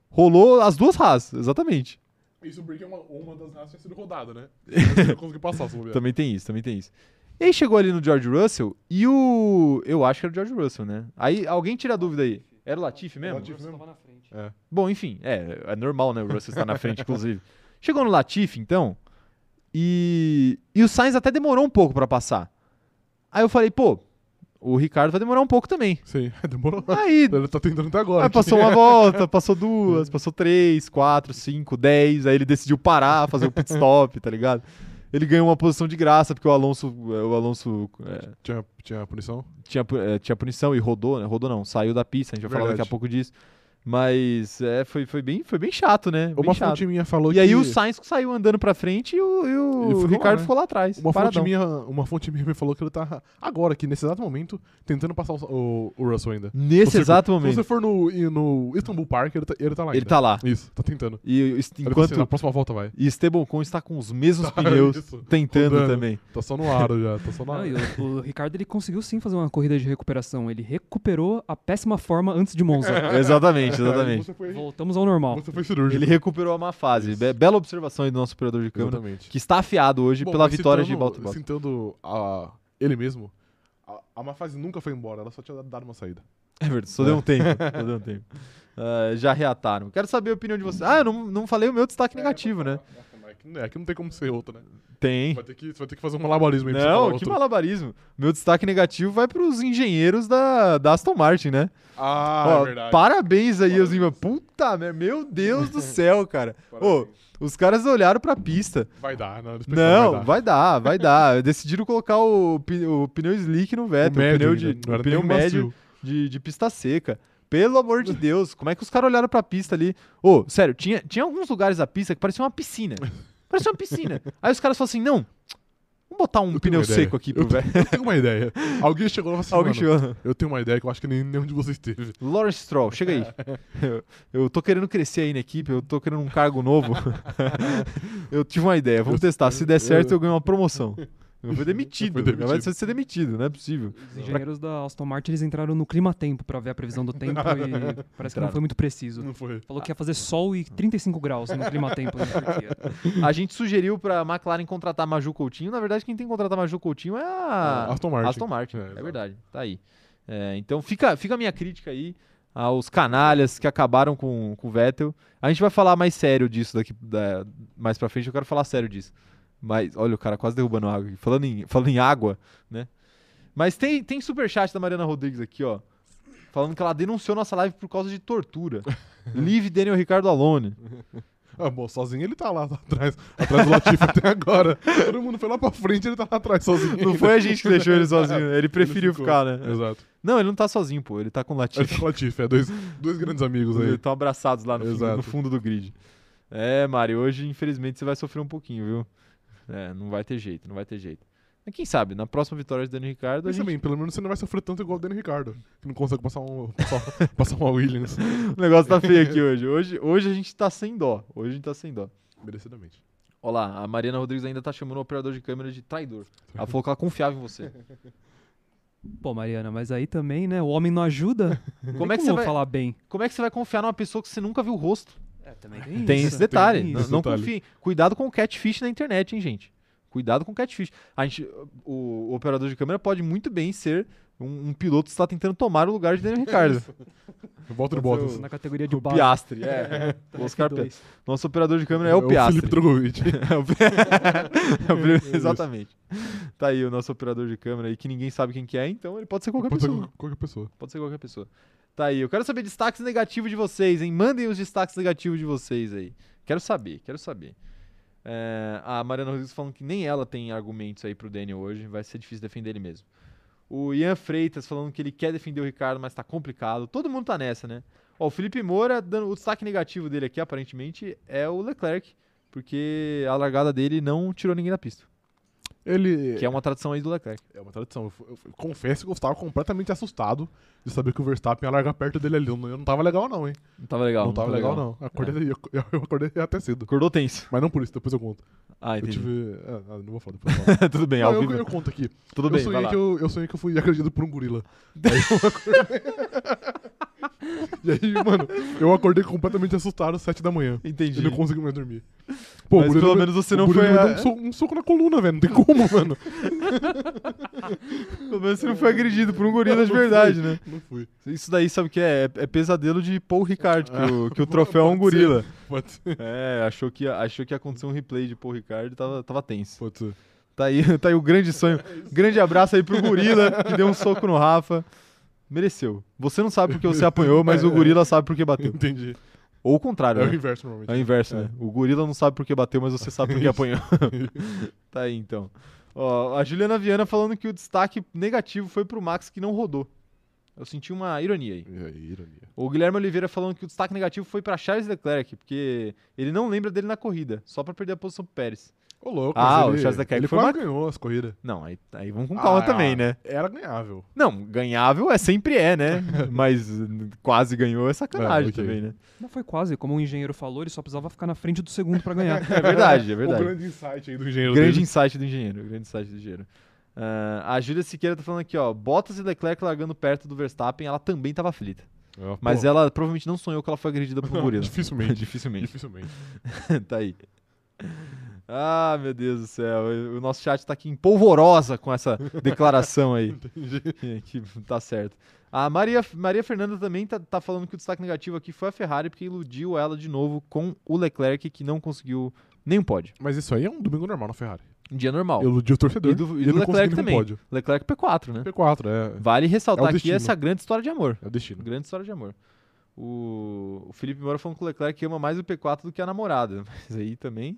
Rolou as duas Haas, exatamente.
Isso porque uma, uma das raças tinha sido rodada, né? Ele não conseguiu passar, se bobear.
Também tem isso, também tem isso. E aí chegou ali no George Russell e o. Eu acho que era o George Russell, né? Aí alguém tira a dúvida aí. Era o Latifi mesmo?
Latifi.
Russell
mesmo?
tava na frente.
Bom, enfim, é, é normal, né? O Russell estar na frente, inclusive. Chegou no Latifi, então, e, e o Sainz até demorou um pouco pra passar. Aí eu falei, pô, o Ricardo vai demorar um pouco também.
Sim, demorou.
Aí,
Ele tá tentando até agora.
aí passou uma volta, passou duas, passou três, quatro, cinco, dez. Aí ele decidiu parar, fazer o pit stop, tá ligado? Ele ganhou uma posição de graça, porque o Alonso, o Alonso é,
Tinha, tinha punição?
tinha, pu- eh, tinha punição e rodou, né? Rodou não, saiu da pista, a gente vai falar daqui a
Verdade.
pouco disso. Mas é, foi, foi, bem, foi bem chato, né? Bem
Uma
chato.
fonte minha falou
E
que...
aí o Sainz saiu andando pra frente e o, e o
Ele ficou
Ricardo
lá, né?
ficou lá atrás.
Uma fonte,
paradão.
minha, uma fonte minha me falou que ele tá agora, aqui nesse exato momento, tentando passar o, o- o Russell ainda.
Nesse
Você-
exato
Se
momento,
você for no, e no Istanbul Park, ele tá, ele tá lá
ele
ainda.
tá lá.
Isso, tá tentando.
E o est-
Ele tá tentando,
enquanto
na próxima volta vai.
e Esteban Ocon está com os mesmos pneus
isso,
tentando
rodando.
também.
Tá só no aro já, tá só no
Não,
aro.
e o, o Ricardo ele conseguiu sim fazer uma corrida de recuperação. Ele recuperou a péssima forma antes de Monza.
Exatamente,
Aí
exatamente.
Você foi,
Voltamos ao normal.
você foi cirúrgico.
Ele recuperou a má fase. Be- bela observação aí do nosso operador de câmera,
Exatamente.
que está afiado hoje
Bom,
pela
mas
vitória de
citando-
Valtteri Bottas.
Citando a, ele mesmo, a, a Mafase nunca foi embora, ela só tinha dado uma saída.
É verdade, só deu um tempo. só deu um tempo. Ah, já reataram. Quero saber a opinião de vocês. Ah, eu não, não falei o meu destaque negativo, né?
É, que- É, que não tem como ser outro, né?
Tem.
Vai ter que, você vai ter que fazer um malabarismo aí pra você
Não,
falar
que
outro.
malabarismo. Meu destaque negativo vai pros engenheiros da, da Aston Martin, né?
Ah,
Ó,
é verdade.
parabéns aí, os
Parabéns.
engenheiros. Puta merda, meu Deus do céu, cara. Ô,
Parabéns.
os caras olharam pra pista.
Vai dar, não.
Não, vai dar, vai dar. Decidiram colocar o, pi- o pneu slick no Vettel, o, pneu, de, o
um
pneu médio de, de pista seca. Pelo amor de Deus, como é que os caras olharam pra pista ali? Ô, sério, tinha, tinha alguns lugares da pista que parecia uma piscina. Parecia uma piscina. Aí os caras falaram assim: não, vamos botar um
Eu tenho
pneu
uma ideia.
seco aqui pro
Eu tenho-
Vettel.
Eu tenho uma ideia. Alguém chegou e falou assim,
Alguém
Alguém
chegou.
eu tenho uma ideia que eu acho que nem- nenhum de vocês teve.
Lawrence Stroll, chega aí. Eu, eu tô querendo crescer aí na equipe, eu tô querendo um cargo novo. eu tive uma ideia, vamos testar. Se der certo, eu ganho uma promoção. Eu fui demitido.
Foi
demitido.
demitido.
Vai ser demitido, não é possível.
Os engenheiros da Aston Martin eles entraram no clima-tempo pra ver a previsão do tempo e parece que não
Entraram.
foi muito preciso.
Não foi.
Falou que ia fazer sol e 35 graus no clima-tempo na Turquia.
A gente sugeriu pra McLaren contratar Maju Coutinho. Na verdade, quem tem que contratar Maju Coutinho é a
Aston Martin.
Aston Martin.
É,
É,
exato.
verdade, tá aí. É, então fica, fica a minha crítica aí aos canalhas que acabaram com, com o Vettel. A gente vai falar mais sério disso daqui da- mais pra frente, eu quero falar sério disso. Mas, olha, o cara quase derrubando água aqui. Falando em, falando em água, né? Mas tem, tem superchat da Mariana Rodrigues aqui, ó. Falando que ela denunciou nossa live por causa de tortura. Leave Daniel Ricardo alone.
Ah, bom, sozinho ele tá lá, tá atrás. Atrás do Latifi até agora. Todo mundo foi lá pra frente ele tá lá atrás sozinho.
Não
ainda.
foi a gente que deixou ele sozinho, ele
Ele
preferiu
ficou.
ficar, né?
Exato.
Não, ele não tá sozinho, pô. Ele tá com o Latifi.
Ele tá com o Latifi, é dois, dois grandes amigos aí.
Estão abraçados lá no, fundo-
Exato.
no fundo do grid. É, Mário, hoje infelizmente você vai sofrer um pouquinho, viu? É, não vai ter jeito, não vai ter jeito. Mas quem sabe, na próxima vitória de Daniel Ricardo, a
Mas
gente...
também, pelo menos você não vai sofrer tanto igual o Daniel Ricardo, que não consegue passar um, passar, passar uma Williams.
o negócio tá feio aqui hoje. hoje. Hoje a gente tá sem dó. Hoje a gente tá sem dó.
Merecidamente.
Olha lá, a Mariana Rodrigues ainda tá chamando o operador de câmera de traidor. Ela falou que ela confiava em você.
Pô, Mariana, mas aí também, né? O homem não ajuda. Não
Como
tem
é que você vai-
falar bem?
Como é que você vai confiar numa pessoa que você nunca viu o rosto?
É, também tem,
Tem esse detalhe.
tem
não
isso.
não
detalhe.
confie. Cuidado com o catfish na internet, hein, gente. Cuidado com o catfish. A gente, o, o operador de câmera pode muito bem ser um, um piloto está tentando tomar o lugar de Daniel Ricciardo.
Eu volto no
Pode
Bottas.
ser
Na categoria de
o
base.
Piastre, é. O Oscar
F2.
Piastri. Nosso operador de câmera é o
É o
Piastri.
Felipe Drogovic.
É o Pri- é o Pri-
Isso.
Exatamente. Tá aí o nosso operador de câmera aí, que ninguém sabe quem que é, então ele pode ser qualquer
Pode ser
pessoa.
qualquer pessoa.
Pode ser qualquer pessoa. Tá aí. Eu quero saber destaques negativos de vocês, hein? Mandem os destaques negativos de vocês aí. Quero saber, quero saber. É, a Mariana Rodrigues falando que nem ela tem argumentos aí pro Daniel hoje. Vai ser difícil defender ele mesmo. O Ian Freitas falando que ele quer defender o Ricardo, mas tá complicado. Todo mundo tá nessa, né? Ó, o Felipe Moura, dando, o destaque negativo dele aqui, aparentemente, é o Leclerc. Porque a largada dele não tirou ninguém da pista.
Ele.
Que é uma tradição aí do Leclerc.
É uma tradição. Eu, fu- eu fu- confesso que eu estava completamente assustado de saber que o Verstappen ia largar perto dele ali. Eu não, eu não tava legal, não, hein?
Não tava legal. É.
não, tava legal, não. Acordei, eu, eu acordei até cedo.
Acordou tenso.
Mas não por isso, depois eu conto.
Ah,
Eu
entendi.
tive. Ah, não vou falar depois. Eu, falo.
Tudo bem,
Não,
ao
eu-
vivo.
eu conto aqui.
Tudo
eu,
bem, vai
sonhei
lá.
que eu, eu sonhei que eu fui agredido por um gorila. Aí eu acordei- e aí, mano, eu acordei completamente assustado às 7 da manhã.
Entendi.
Eu não consegui mais dormir. Pô,
Mas
o gorila
pelo
me-
menos você
o
não
gorila
foi
me
a-
deu um, so- um soco na coluna, velho. Não tem como, mano.
Pelo menos você não foi agredido por um gorila de verdade, né?
É. Não fui.
Isso daí, sabe o que é? É, é pesadelo de Paul Ricard, que, o, que o
Pode
troféu é um
ser.
gorila.
Pode ser.
É, achou que, ia- achou que ia acontecer um replay de Paul Ricard e tava, tava tenso.
Pode ser.
Tá aí, tá aí o grande sonho.
É
Grande abraço aí pro gorila que deu um soco no Rafa. Mereceu. Você não sabe porque você apanhou, mas o
É.
gorila sabe porque bateu.
Entendi.
Ou o
É
contrário,
o
né?
inverso, normalmente.
É o inverso,
É.
né? O gorila não sabe porque bateu, mas você sabe porque apanhou. tá aí, então. Ó, a Juliana Viana falando que o destaque negativo foi pro Max que não rodou. Eu senti uma ironia aí.
É ironia.
O Guilherme Oliveira falando que o destaque negativo foi pra Charles Leclerc, porque ele não lembra dele na corrida, só pra perder a posição pro Pérez.
Ô, louco.
Ah,
mas
o
ele,
Charles Leclerc
ele
foi
quase
uma-
ganhou as corridas.
Não, aí, aí vamos com calma
Ah,
também, né?
Era ganhável.
Não, ganhável é sempre é, né? Mas eh, quase ganhou é sacanagem
É, ok.
também, né?
Não foi quase, como o engenheiro falou, ele só precisava ficar na frente do segundo pra ganhar.
É verdade, é
O
verdade.
grande insight aí do engenheiro
Grande
dele.
insight do engenheiro, grande insight do engenheiro. Ah, a Júlia Siqueira tá falando aqui, ó. Bottas e Leclerc largando perto do Verstappen, ela também tava aflita.
Ah,
Mas
pô.
ela provavelmente não sonhou que ela foi agredida por um gorila.
Dificilmente.
Dificilmente.
Dificilmente.
tá aí. Ah, meu Deus do céu. O nosso chat tá aqui em polvorosa com essa declaração aí. Entendi. que tá certo. A Maria, Maria Fernanda também tá, tá falando que o destaque negativo aqui foi a Ferrari, porque iludiu ela de novo com o Leclerc, que não conseguiu nem um pódio.
Mas isso aí é um domingo normal na Ferrari.
Um dia normal.
Eu iludi o torcedor.
E do, e
ele
do
não conseguiu
Leclerc
nenhum
também.
pódio.
Leclerc P4, né?
P4, é.
Vale ressaltar
É o
aqui
destino.
essa grande história de amor.
É o destino.
Grande história de amor. O, o Felipe Moura falando que o Leclerc ama mais o P4 do que a namorada. Mas aí também.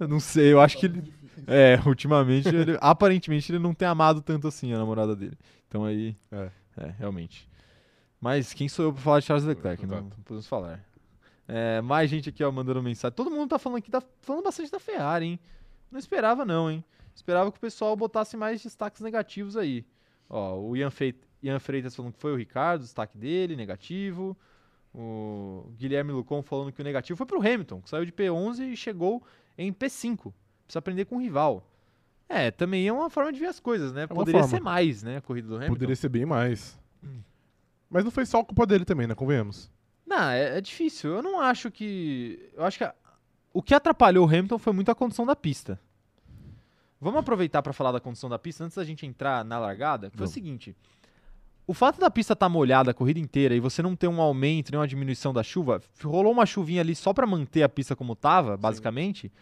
Eu não sei, eu acho que ele. É, ultimamente, ele- aparentemente ele não tem amado tanto assim a namorada dele. Então aí. É,
É.
realmente. Mas quem sou eu pra falar de Charles Leclerc? Não,
Exato.
não podemos falar. É, mais gente aqui, ó, mandando mensagem. Todo mundo tá falando aqui, tá falando bastante da Ferrari, hein? Não esperava, não, hein? Esperava que o pessoal botasse mais destaques negativos aí. Ó, o Ian, Fei- Ian Freitas falando que foi o Ricardo, destaque dele, negativo. O Guilherme Lucon falando que o negativo foi pro Hamilton, que saiu de P11 e chegou em P5. Precisa aprender com o rival. É, também é uma forma de ver as coisas, né?
uma
Poderia
forma.
ser mais, né? A corrida do Hamilton.
Poderia ser bem mais.
Hum.
Mas não foi só a culpa dele também, né? Convenhamos.
Não, é, é difícil. Eu não acho que. Eu acho que a- o que atrapalhou o Hamilton foi muito a condição da pista. Vamos aproveitar para falar da condição da pista antes da gente entrar na largada. que Foi o
Vamos.
seguinte: o fato da pista estar molhada a corrida inteira e você não ter um aumento nem uma diminuição da chuva, f- rolou uma chuvinha ali só para manter a pista como estava, basicamente.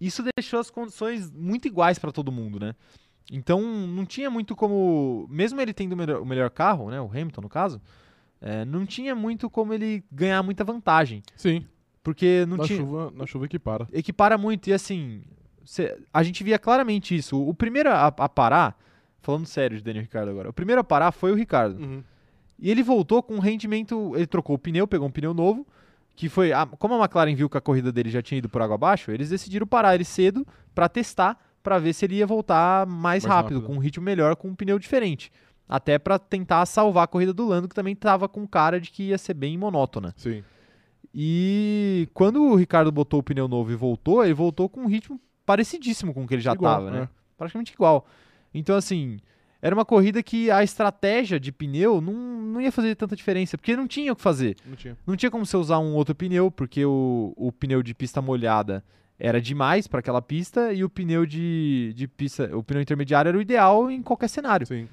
Isso deixou as condições muito iguais para todo mundo, né? Então não tinha muito como, mesmo ele tendo o melhor, o melhor carro, né, o Hamilton no caso, é, não tinha muito como ele ganhar muita vantagem,
Sim.
porque não
na,
tinha
chuva, na chuva que para.
equipara muito e assim cê- a gente via claramente isso. O primeiro a, a parar, falando sério de Daniel Ricardo agora, o primeiro a parar foi o Ricardo. E ele voltou com um rendimento. Ele trocou o pneu, pegou um pneu novo. Que foi. a- como a McLaren viu que a corrida dele já tinha ido por água abaixo, eles decidiram parar ele cedo para testar, para ver se ele ia voltar mais,
Mais
rápido,
rápido.
com um ritmo melhor, com um pneu diferente. Até para tentar salvar a corrida do Lando, que também tava com cara de que ia ser bem monótona.
Sim.
E quando o Ricardo botou o pneu novo e voltou, ele voltou com um ritmo parecidíssimo com o que ele já
Igual,
tava, né?
é.
praticamente igual. Então, assim, era uma corrida que a estratégia de pneu não, não ia fazer tanta diferença, porque não tinha o que fazer.
Não tinha.
Não tinha como você usar um outro pneu, porque o, o pneu de pista molhada era demais para aquela pista e o pneu de, de pista, o pneu intermediário era o ideal em qualquer cenário.
Sim.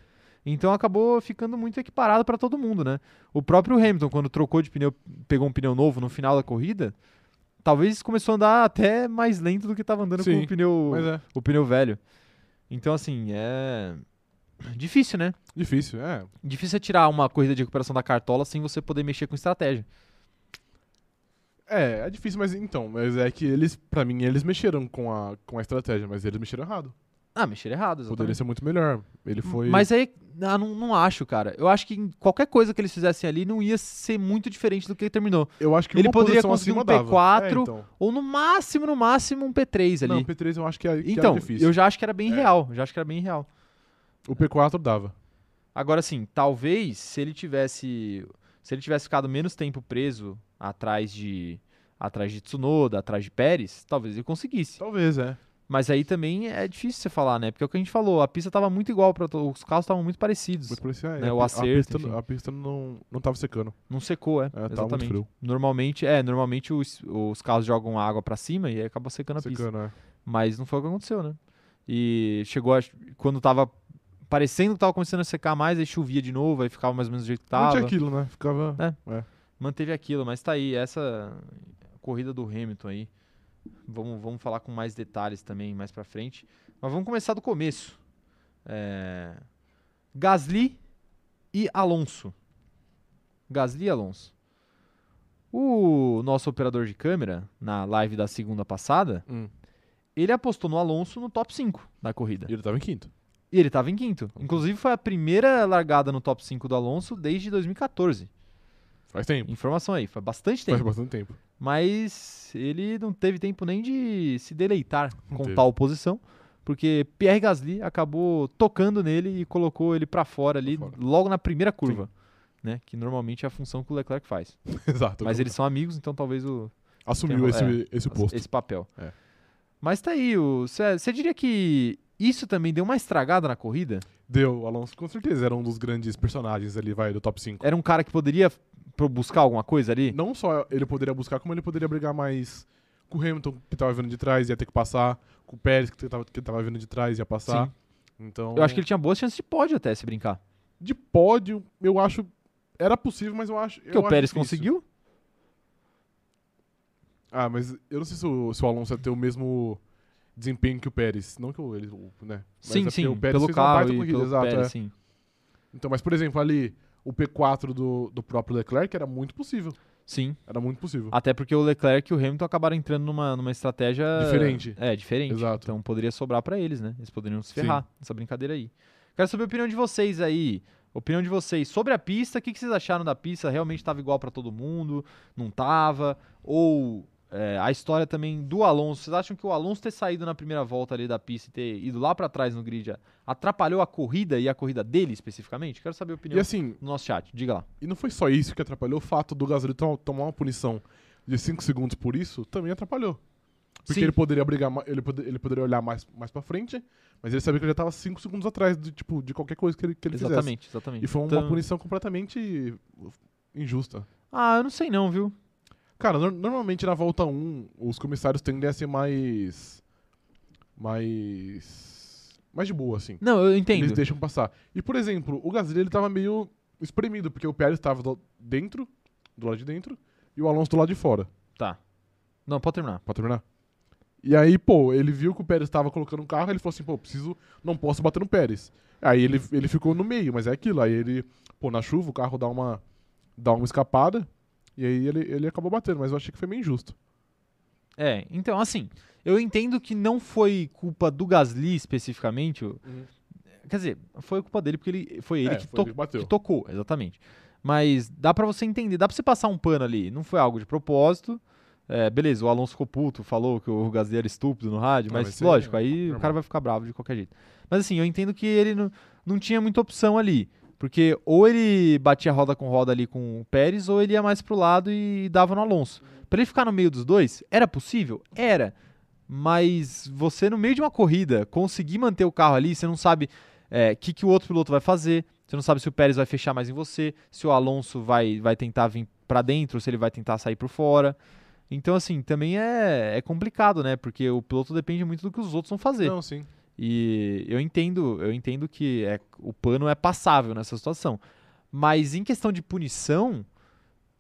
Então acabou ficando muito equiparado para todo mundo, né? O próprio Hamilton, quando trocou de pneu, pegou um pneu novo no final da corrida, talvez começou a andar até mais lento do que estava andando com
Sim,
o pneu,
Mas é.
o pneu velho. Então, assim, é difícil, né?
Difícil, é.
Difícil é tirar uma corrida de recuperação da cartola sem você poder mexer com estratégia.
É, é difícil, mas então, mas é que eles, pra mim, eles mexeram com a, com a estratégia, mas eles mexeram errado.
Ah, mexer errado, exatamente.
Poderia ser muito melhor. Ele foi.
Mas aí, ah, não, não acho, cara. Eu acho que em qualquer coisa que eles fizessem ali não ia ser muito diferente do que terminou.
eu acho que
ele
uma
poderia
posição
conseguir
acima
um
dava.
P4
É, então.
Ou no máximo, no máximo, um P3 ali.
Não, P3 eu acho que é, que
então,
era difícil.
eu já acho que era bem
É.
real. Já acho que era bem real.
O P4 dava.
Agora, assim, talvez se ele tivesse. Se ele tivesse ficado menos tempo preso atrás de. atrás de Tsunoda, atrás de Pérez, talvez ele conseguisse.
Talvez, é.
Mas aí também é difícil você falar, né? Porque é o que a gente falou, a pista tava muito igual para os carros estavam muito parecidos.
Muito parecido. É,
Né,
a
o
pi-
acerto,
A
enfim.
pista, a pista não, não tava secando.
Não secou, é.
É, tava muito
Exatamente.
frio.
normalmente, é, normalmente os, os carros jogam água para cima e aí acaba secando a pista.
Secando, é.
Mas não foi o que aconteceu, né? E chegou a, quando tava parecendo que tava começando a secar mais, aí chovia de novo, aí ficava mais ou menos do jeito que
Não
tava.
tinha aquilo, né? Ficava.
manteve aquilo, mas tá aí, essa corrida do Hamilton aí. Vamos, vamos falar com mais detalhes também mais pra frente. Mas vamos começar do começo. É, Gasly e Alonso. Gasly e Alonso. O nosso operador de câmera, na live da segunda passada,
Hum.
ele apostou no Alonso no top 5 da corrida.
E ele tava em quinto.
E ele estava em quinto. Inclusive foi a primeira largada no top 5 do Alonso desde 2014.
Faz tempo.
Informação aí, foi bastante tempo.
Faz bastante tempo.
Mas ele não teve tempo nem de se deleitar
Não
com
teve.
tal posição, porque Pierre Gasly acabou tocando nele e colocou ele pra fora ali
Pra fora.
logo na primeira curva, né? Que normalmente é a função que o Leclerc faz.
Exato.
Mas eles são amigos, então talvez o,
Assumiu
Tem-
esse, esse
esse-
posto.
esse papel.
É.
Mas tá aí, você diria que isso também deu uma estragada na corrida?
Deu, Alonso, com certeza. Era um dos grandes personagens ali, vai, do top 5.
Era um cara que poderia pro- buscar alguma coisa ali?
Não só ele poderia buscar, como ele poderia brigar mais com o Hamilton, que tava vindo de trás, ia ter que passar. Com o Pérez, que tava, que tava vindo de trás, ia passar. Então.
Tá. Eu acho que ele tinha boas chances de pódio até se brincar.
De pódio, eu acho. Era possível, mas eu acho.
Porque o Pérez
conseguiu
conseguiu.
Ah, mas eu não sei se o, se o Alonso ia ter o mesmo desempenho que o Pérez. Não que o, ele, o- né? Mas é
Sim,
porque
sim,
o Pérez
pelo
fez uma
carro
baita
e
corrida,
pelo
exato.
Pérez,
é.
sim.
Então, mas, por exemplo, ali, o P4 do, do próprio Leclerc era muito possível.
Sim,
Era muito possível.
até porque o Leclerc e o Hamilton acabaram entrando numa, numa estratégia...
Diferente.
É, diferente.
Exato.
Então poderia sobrar pra eles, né? Eles poderiam se
Sim.
ferrar nessa brincadeira aí. Quero saber a opinião de vocês aí. Opinião de vocês sobre a pista. O que, que vocês acharam da pista? Realmente tava igual pra todo mundo? Não tava? Ou é, a história também do Alonso. Vocês acham que o Alonso ter saído na primeira volta ali da pista e ter ido lá pra trás no grid atrapalhou a corrida e a corrida dele especificamente? Quero saber a opinião
E assim,
do nosso chat. Diga lá.
e não foi só isso que atrapalhou. O fato do Gasly to- tomar uma punição de 5 segundos por isso também atrapalhou. Porque
Sim.
ele poderia brigar, ma- ele, pode- ele poderia olhar mais, mais pra frente, mas ele sabia que ele já tava 5 segundos atrás de, tipo, de qualquer coisa que ele, que ele fizesse.
Exatamente, exatamente.
E foi uma
Então-
punição completamente injusta.
Ah, eu não sei não, viu?
Cara, nor- normalmente na volta 1, os comissários tendem a ser mais. Mais. Mais de boa, assim.
Não, eu
Eles
entendo.
deixam passar. E, por exemplo, o Gasly ele tava meio espremido, porque o Pérez tava do- dentro, do lado de dentro, e o Alonso do lado de fora,
Tá. Não, pode terminar.
pra terminar. E aí, pô, ele viu que o Pérez tava colocando um carro, ele falou assim, pô, preciso, não posso bater no Pérez. Aí ele, ele ficou no meio, mas é aquilo. Aí ele, pô, na chuva o carro dá uma, dá uma escapada, e aí ele, ele acabou batendo, mas eu achei que foi meio injusto.
É, então assim, eu entendo que não foi culpa do Gasly especificamente. o-
Uhum.
Quer dizer, foi culpa dele porque ele foi ele
É,
que,
foi
to-
ele que bateu.
que tocou, exatamente. Mas dá pra você entender, dá pra você passar um pano ali. Não foi algo de propósito. É, beleza, o Alonso ficou puto, falou que o Gasly era estúpido no rádio,
Ah,
mas,
mas isso aí
lógico,
é
aí o
normal.
cara vai ficar bravo de qualquer jeito. Mas assim, eu entendo que ele não, não tinha muita opção ali. Porque ou ele batia roda com roda ali com o Pérez, ou ele ia mais pro lado e dava no Alonso. Pra ele ficar no meio dos dois, era possível? Era. Mas você, no meio de uma corrida, conseguir manter o carro ali, você não sabe o que, que o outro piloto vai fazer, você não sabe se o Pérez vai fechar mais em você, se o Alonso vai, vai tentar vir pra dentro, se ele vai tentar sair por fora. Então, assim, também é, é complicado, né? Porque o piloto depende muito do que os outros vão fazer.
Não, sim.
E eu entendo, eu entendo que é, o pano é passável nessa situação. Mas em questão de punição,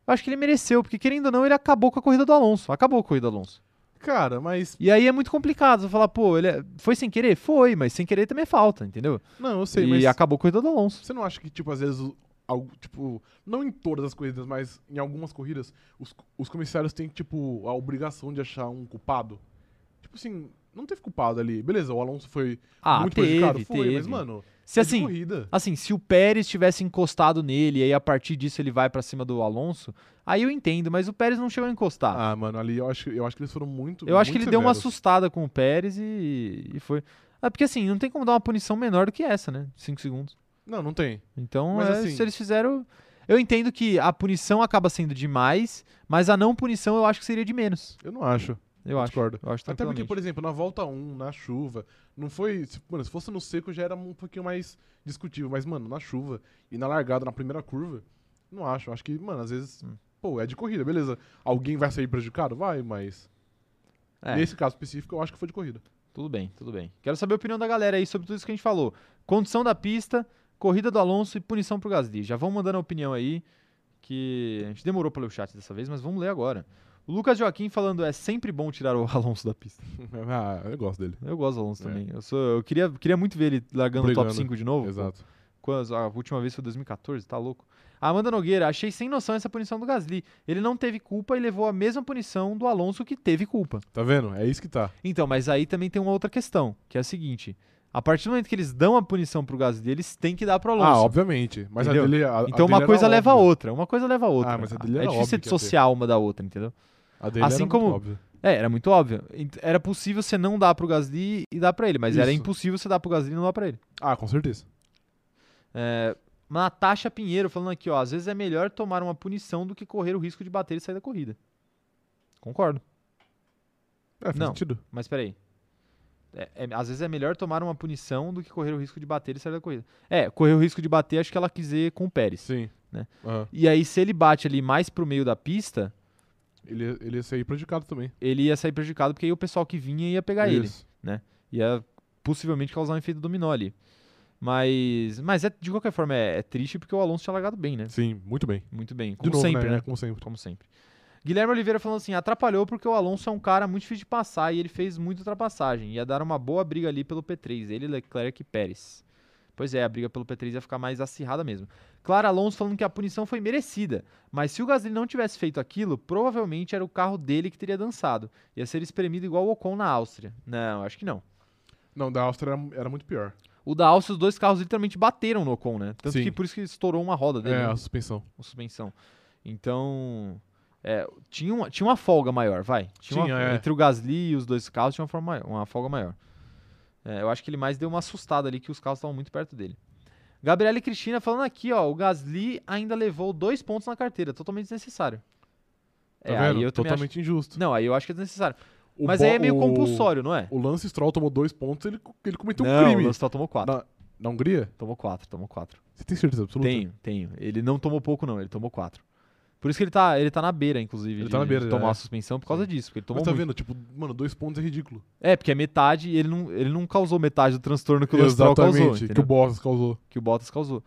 eu acho que ele mereceu, porque querendo ou não, ele acabou com a corrida do Alonso. Acabou a corrida do Alonso.
Cara, mas.
E aí é muito complicado você falar, pô, ele é- foi sem querer? Foi, mas sem querer também é falta, entendeu?
Não, eu sei,
e
mas.
acabou a corrida do Alonso.
Você não acha que, tipo, às vezes, o- algo- tipo, não em todas as corridas, mas em algumas corridas, os, os comissários têm, tipo, a obrigação de achar um culpado? Tipo assim, não teve culpado ali. Beleza, o Alonso foi
Ah,
muito
teve,
prejudicado, foi,
teve.
mas, mano,
se
é de
assim,
corrida.
assim, se o Pérez tivesse encostado nele e aí a partir disso ele vai pra cima do Alonso, aí eu entendo, mas o Pérez não chegou a encostar.
Ah, mano, ali eu acho, eu acho que eles foram muito.
tá. Eu acho que ele
muito
deu uma
severos.
assustada com o Pérez e, e foi. Ah, porque assim, não tem como dar uma punição menor do que essa, né? 5 segundos.
Não, não tem.
Então,
Mas
é,
assim-
se eles fizeram. Eu entendo que a punição acaba sendo demais, mas a não punição eu acho que seria de menos.
Eu não acho.
Eu acho.
Discordo.
Eu acho
Até porque,
tranquilamente.
por exemplo, na volta 1, na chuva, não foi. se- Mano, se fosse no seco já era um pouquinho mais discutível. Mas, mano, na chuva e na largada, na primeira curva, não acho. Acho que, mano, às vezes.
Hum.
Pô, é de corrida, beleza. Alguém vai sair prejudicado? Vai, mas.
É.
Nesse caso específico, eu acho que foi de corrida.
Tudo bem, tudo bem. Quero saber a opinião da galera aí sobre tudo isso que a gente falou. Condição da pista, corrida do Alonso e punição pro Gasly. Já vão mandando a opinião aí, que a gente demorou pra ler o chat dessa vez, mas vamos ler agora. O Lucas Joaquim falando, é sempre bom tirar o Alonso da pista.
ah, eu gosto dele.
Eu gosto do Alonso
É.
também. Eu, sou, eu queria, queria muito ver ele largando o top
Brigando.
5 de novo. pô.
Exato.
Quando- a última vez foi 2014, tá louco. A Amanda Nogueira, achei sem noção essa punição do Gasly. Ele não teve culpa e levou a mesma punição do Alonso que teve culpa.
Tá vendo? É isso que tá.
Então, mas aí também tem uma outra questão, que é a seguinte: a partir do momento que eles dão a punição pro Gasly, eles têm que dar pro Alonso.
Ah, obviamente. Mas
Entendeu?
a dele. a- a
Então
dele
uma
era
coisa leva a
óbvia.
outra, uma coisa leva a outra.
Ah, mas a dele
é
era
difícil
óbvio
você
que ia ter.
dissociar uma da outra, entendeu?
A dele
Assim
era muito
como-
óbvia.
É, era muito óbvio. Ent- Era possível você não dar pro Gasly e dar pra ele, mas era
Isso.
impossível você dar pro Gasly e não dar pra ele.
Ah, com certeza.
É, Natasha Pinheiro falando aqui, ó, às vezes é melhor tomar uma punição do que correr o risco de bater e sair da corrida. Concordo.
É, faz
Não.
sentido.
Mas peraí. É, é- às vezes é melhor tomar uma punição do que correr o risco de bater e sair da corrida. É, correr o risco de bater, acho que ela quis dizer com o Pérez.
Sim.
Né?
Aham.
E aí, se ele bate ali mais pro meio da pista,
Ele, ia- ele ia sair prejudicado também.
ele ia sair prejudicado, porque aí o pessoal que vinha ia pegar ele.
Isso.
Ia possivelmente causar um efeito dominó ali. Mas, mas é, de qualquer forma, é, é triste porque o Alonso tinha largado bem, né?
Sim, muito bem.
Muito bem,
De
como
novo,
sempre, né?
Como sempre.
Como sempre. Guilherme Oliveira falando assim: atrapalhou porque o Alonso é um cara muito difícil de passar e ele fez muita ultrapassagem. Ia dar uma boa briga ali pelo P3, ele, Leclerc e Pérez. Pois é, a briga pelo P3 ia ficar mais acirrada mesmo. Clara Alonso falando que a punição foi merecida, mas se o Gasly não tivesse feito aquilo, provavelmente era o carro dele que teria dançado. Ia ser espremido igual o Ocon na Áustria. Não, acho que não.
Não, da Áustria era, era muito pior.
O da Áustria, os dois carros literalmente bateram no Ocon, né? Tanto
Sim.
que por isso que estourou uma roda dele.
É,
né?
a suspensão.
com suspensão. Então, é, tinha, uma, tinha uma folga maior, vai. Tinha,
Tinha,
uma,
é.
Entre o Gasly e os dois carros tinha uma, forma, uma folga maior. É, eu acho que ele mais deu uma assustada ali que os carros estavam muito perto dele. Gabriela e Cristina falando aqui, ó, o Gasly ainda levou dois pontos na carteira, totalmente desnecessário.
Tá
é,
vendo?
aí eu também
Totalmente injusto.
acho- Não, aí eu acho que é desnecessário.
O
Mas
Bo-
aí é meio
o-
compulsório, não é?
O Lance Stroll tomou dois pontos, ele, ele cometeu
não,
um crime.
o Lance Stroll tomou quatro.
Na- Na Hungria?
Tomou quatro, tomou quatro.
Você tem certeza absoluta?
Tenho, tenho. Ele não tomou pouco, não. Ele tomou quatro. Por isso que ele tá, ele tá na beira, inclusive,
Ele
de,
tá na beira,
de tomar
é.
a suspensão por causa disso. Porque ele tomou
Mas tá
muito.
vendo, tipo, mano, dois pontos é ridículo.
É, porque é metade e ele não, ele não causou metade do transtorno que o Lance Stroll causou,
Exatamente, que
entendeu?
o Bottas causou.
que o Bottas causou.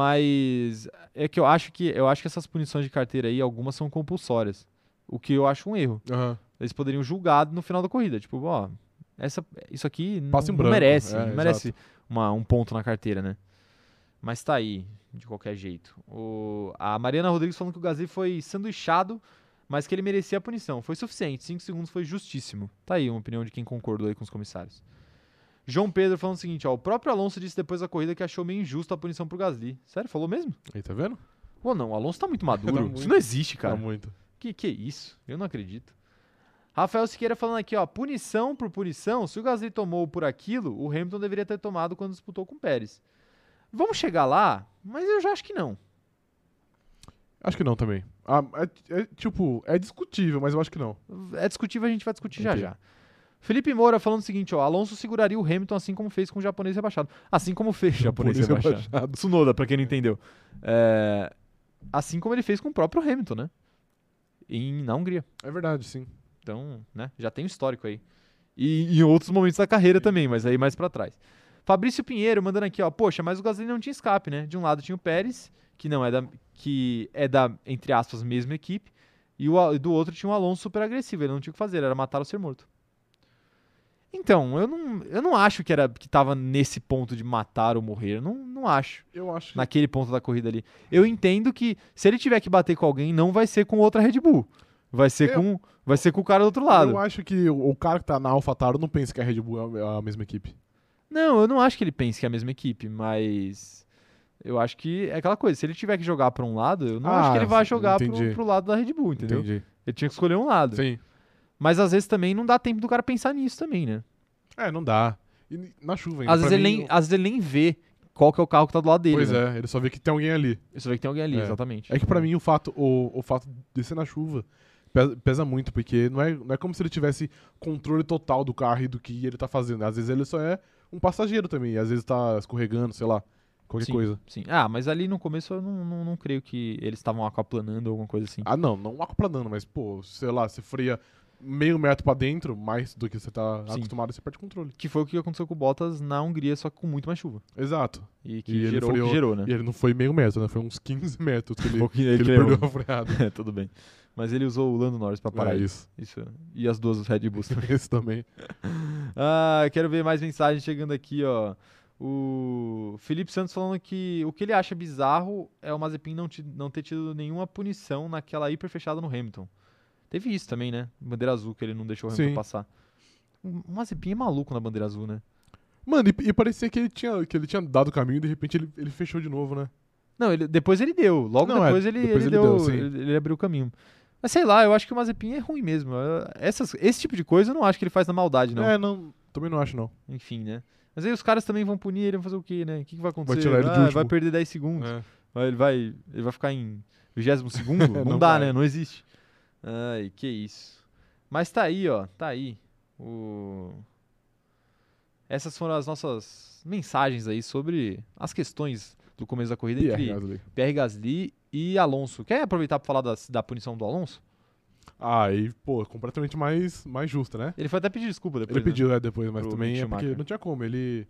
Mas é que eu acho que eu acho que essas punições de carteira aí, algumas são compulsórias. O que eu acho um erro.
Aham.
Eles poderiam julgar no final da corrida. Tipo, ó, essa, isso aqui não,
Passa em
não
branco,
merece,
é,
não merece uma- um ponto na carteira, né? Mas tá aí, de qualquer jeito. O- a Mariana Rodrigues falando que o Gasly foi sanduichado, mas que ele merecia a punição. Foi suficiente, 5 segundos foi justíssimo. Tá aí uma opinião de quem concordou aí com os comissários. João Pedro falando o seguinte, ó, o próprio Alonso disse depois da corrida que achou meio injusto a punição pro Gasly. Sério, falou mesmo?
Aí, tá vendo?
Ou não, o Alonso tá muito maduro.
muito.
Isso não existe, cara.
Tá muito.
Que que é isso? Eu não acredito. Rafael Siqueira falando aqui, ó, punição por punição, se o Gasly tomou por aquilo, o Hamilton deveria ter tomado quando disputou com o Pérez. Vamos chegar lá, mas eu já acho que não.
Acho que não também. Ah, é, é, tipo, é discutível, mas eu acho que não.
É discutível, a gente vai discutir já
Ok.
já. Felipe Moura falando o seguinte, ó, Alonso seguraria o Hamilton assim como fez com o japonês rebaixado. Assim como fez o japonês
Por isso
rebaixado.
é baixado.
Tsunoda, pra quem não entendeu. É, assim como ele fez com o próprio Hamilton, né? Em, na Hungria.
É verdade, sim.
Então, né, já tem um histórico aí. E em outros momentos da carreira também, mas aí mais pra trás. Fabrício Pinheiro mandando aqui, ó. Poxa, mas o Gasly não tinha escape, né? De um lado tinha o Pérez, que não é da. que é da, entre aspas, mesma equipe. E o, Al- do outro tinha um Alonso super agressivo. Ele não tinha o que fazer, era matar ou ser morto. Então, eu não, eu não acho que era que tava nesse ponto de matar ou morrer. Não, não acho
Eu acho que
naquele ponto da corrida ali. Eu entendo que se ele tiver que bater com alguém, não vai ser com outra Red Bull. Vai ser,
Eu-
com, vai ser com o cara do outro lado.
É. Eu acho que o, o cara que tá na AlphaTauri não pensa que a Red Bull é a- a mesma equipe.
Não, eu não acho que ele pense que é a mesma equipe, mas eu acho que é aquela coisa. Se ele tiver que jogar pra um lado, eu não acho
Ah,
que ele vai
sim,
jogar pro,
entendi.
pro lado da Red Bull, entendeu?
Entendi.
Ele tinha que escolher um lado.
Sim.
Mas às vezes também não dá tempo do cara pensar nisso também, né?
É, não dá. E ni- na chuva ainda.
Às vezes,
Pra
ele
mim,
nem, às vezes ele nem vê qual que é o carro que tá do lado dele.
Pois
né?
é, ele só vê que tem alguém ali.
Ele só vê que tem alguém ali,
É.
exatamente.
É que pra mim o fato, o, o fato de ser na chuva pesa, pesa muito, porque não é, não é como se ele tivesse controle total do carro e do que ele tá fazendo. Às vezes ele só é um passageiro também, e às vezes tá escorregando, sei lá, qualquer
Sim.
coisa.
Sim. Ah, mas ali no começo eu não, não, não creio que eles estavam aquaplanando ou alguma coisa assim.
Ah, não, não acoplanando, mas, pô, sei lá, você freia meio metro pra dentro, mais do que você tá
Sim.
acostumado, você perde o controle.
Que foi o que aconteceu com o Bottas na Hungria, só que com muito mais chuva.
Exato.
E que
E ele
gerou o que
freou-
gerou, né?
E ele não foi meio metro, né? Foi uns 15 metros que ele,
Foi o que
que
ele
ele
criou.
perdeu a freada.
É, tudo bem. Mas ele usou o Lando Norris pra parar
É
ele.
isso.
Isso. E as duas Red Bulls também.
Esse também.
ah, quero ver mais mensagens chegando aqui, ó. O Felipe Santos falando que o que ele acha bizarro é o Mazepin não, ti- não ter tido nenhuma punição naquela hiper fechada no Hamilton. Teve isso também, né? Bandeira azul que ele não deixou o Hamilton
Sim.
passar. O Mazepin é maluco na bandeira azul, né?
Mano, e, e parecia que ele, tinha, que ele tinha dado o caminho e de repente ele, ele fechou de novo, né?
Não, ele- depois ele deu. Logo
Não, é,
depois, ele,
depois
ele
ele
deu.
deu, sim.
ele, ele abriu o caminho. Mas sei lá, eu acho que o Mazepin é ruim mesmo. Eu- essas- esse tipo de coisa eu não acho que ele faz na maldade, não.
É, não. Também não acho, não.
Enfim, né? Mas aí os caras também vão punir ele, vão fazer o quê, né? O que, que vai acontecer?
tirar ele de
Ah, vai
último. É.
perder 10 segundos. Vai- Ele, vai, ele vai ficar em 22 segundo? Não,
Não
dá,
vai.
né? Não existe. Ai, que isso. Mas tá aí, ó. Tá aí. O... Essas foram as nossas mensagens aí sobre as questões do começo da corrida
Pierre
entre
Gasly.
Pierre Gasly e Alonso. Quer aproveitar pra falar das- da punição do Alonso?
Ah, e, pô, completamente mais, mais justa, né?
Ele foi até pedir desculpa depois.
Ele
né?
pediu, é, depois, mas
Pro
também
Mick
é porque
Schumacher.
não tinha como. Ele.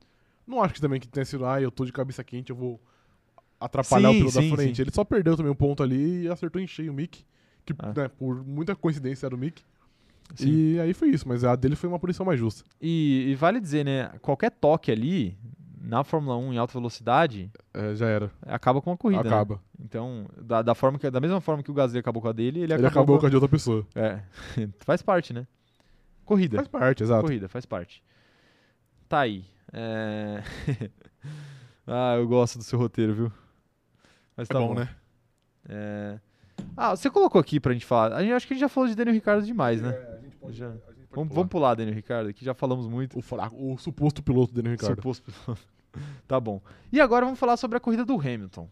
Não acho que também que tenha sido, ah, eu tô de cabeça quente, eu vou atrapalhar
Sim,
o piloto
sim,
da frente.
sim.
Ele só perdeu também um ponto ali e acertou em cheio o Mick. Que,
Ah.
né, por muita coincidência era o Mick.
Sim.
E aí foi isso, mas a dele foi uma punição mais justa.
E, e vale dizer, né? Qualquer toque ali na Fórmula 1 em alta velocidade
É, já era.
acaba com a corrida. né?
acaba.
Então, da, da forma que, da mesma forma que o Gasly acabou com a dele, ele,
Ele acabou com a de outra pessoa.
É, faz parte, né? Corrida.
Faz parte, exato.
Corrida, faz parte. Tá aí. É... ah, eu gosto do seu roteiro, viu? Mas
É
tá
bom, né?
É... Ah, você colocou aqui pra gente falar. A gente, acho que a gente já falou de Daniel Ricardo demais, né?
a gente
pode- Já. a
gente
Vamos, vamos pular Daniel Ricardo, que já falamos muito.
O, fraco, o suposto piloto Daniel Ricardo.
Suposto. tá bom. E agora vamos falar sobre a corrida do Hamilton.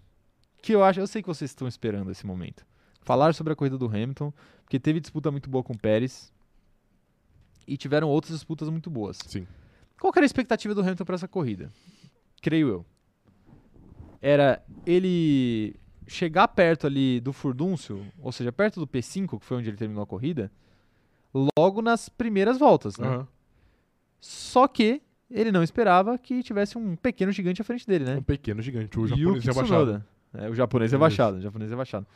Que eu acho, eu sei que vocês estão esperando esse momento. Falar sobre a corrida do Hamilton, porque teve disputa muito boa com o Pérez e tiveram outras disputas muito boas.
Sim.
Qual que era a expectativa do Hamilton para essa corrida? Creio eu. Era ele chegar perto ali do furdúncio, ou seja, perto do P5, que foi onde ele terminou a corrida, logo nas primeiras voltas, né?
Aham.
Só que ele não esperava que tivesse um pequeno gigante à frente dele, né?
Um pequeno gigante, o
Yuki
japonês rebaixado.
Tsunoda. É, o japonês
Isso.
rebaixado, o japonês rebaixado.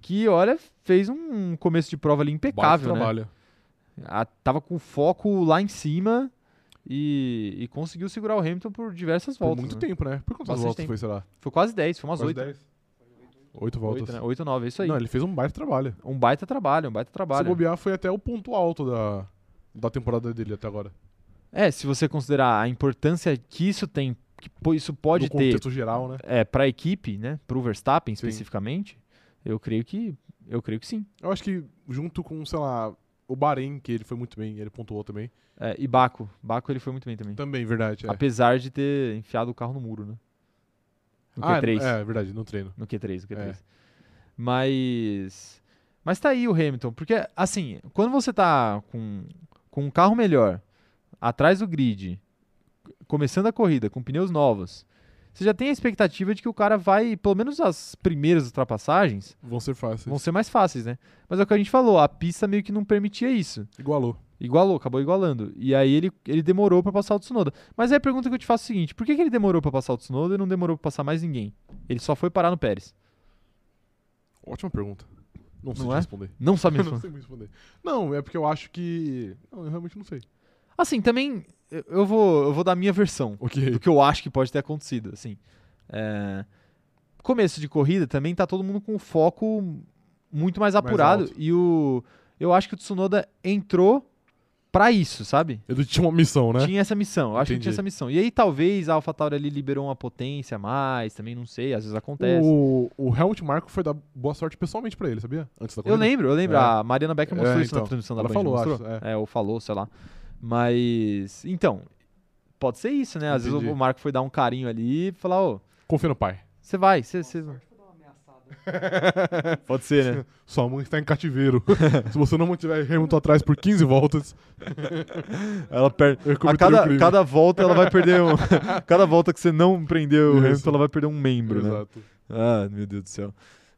Que, olha, fez um começo de prova ali impecável, né?
trabalha.
Ah, tava com foco lá em cima e, e conseguiu segurar o Hamilton por diversas
Por
voltas.
muito
né?
tempo, né? Por quantas
Bastante
voltas
tempo.
foi, sei lá?
Foi quase 10, foi umas
Quase
8.
10? Oito voltas.
8, 8 9, é isso aí.
Não, ele fez um baita trabalho.
Um baita trabalho, um baita
Se
trabalho.
bobear, foi até o ponto alto da, da temporada dele até agora.
É, se você considerar a importância que isso tem, que po- isso pode
no
ter
contexto geral, né?
é, para a equipe, né? Para o Verstappen
Sim.
especificamente, eu creio que eu creio que sim.
Eu acho que junto com, sei lá, o Bahrein, que ele foi muito bem, ele pontuou também.
É, e Baco, Baco ele foi muito bem também,
Também, verdade. É.
apesar de ter enfiado o carro no muro, né? No
Ah,
Q3,
é, verdade, no treino.
no Q3, no Q3.
É.
Mas mas tá aí o Hamilton, porque assim, quando você tá com com um carro melhor atrás do grid, começando a corrida com pneus novos, você já tem a expectativa de que o cara vai, pelo menos as primeiras ultrapassagens,
Vão ser fáceis.
vão ser mais fáceis, né? Mas é o que a gente falou, a pista meio que não permitia isso.
Igualou.
Igualou, acabou igualando. E aí ele, ele demorou pra passar o Tsunoda. Mas aí a pergunta que eu te faço é a seguinte: por que, que ele demorou pra passar o Tsunoda e não demorou pra passar mais ninguém? Ele só foi parar no Pérez.
Ótima pergunta. Não sei
Não
te
é?
responder.
Não sabe
Eu não
mesmo.
sei me responder. Não, é porque eu acho que. Não, eu realmente não sei.
Assim, também eu- eu vou, eu vou dar a minha versão
Ok.
do que eu acho que pode ter acontecido. Assim, É, começo de corrida também tá todo mundo com um foco muito mais apurado.
alto.
e o eu acho que o Tsunoda entrou pra isso, sabe?
Ele tinha É uma missão, né?
Tinha essa missão, eu acho que
Entendi.
tinha essa missão. E aí talvez a AlphaTauri ali liberou uma potência a mais, também não sei, às vezes acontece.
O, o Helmut Marko foi dar boa sorte pessoalmente pra ele, sabia? Antes da
Eu
corrida.
lembro, eu lembro.
É.
A Mariana Becker mostrou
É,
isso na
então.
transmissão da
Ela
Band,
falou,
não
acho,
mostrou? É. ou falou, sei lá. Mas, então, pode ser isso, né? Às vezes
Entendi.
o Marco foi dar um carinho ali e falar, ô,
Confia no pai.
você vai, você... você- Pode ser, né?
Sua mãe está em cativeiro. Se você não mantiver Hamilton atrás por 15 voltas,
Ela perde...
eu
A
cometeu um
cada,
crime.
cada volta ela vai perder um... cada volta que você não prendeu o
Isso.
Hamilton, ela vai perder um membro, né?
Exato.
Ah, meu Deus do céu.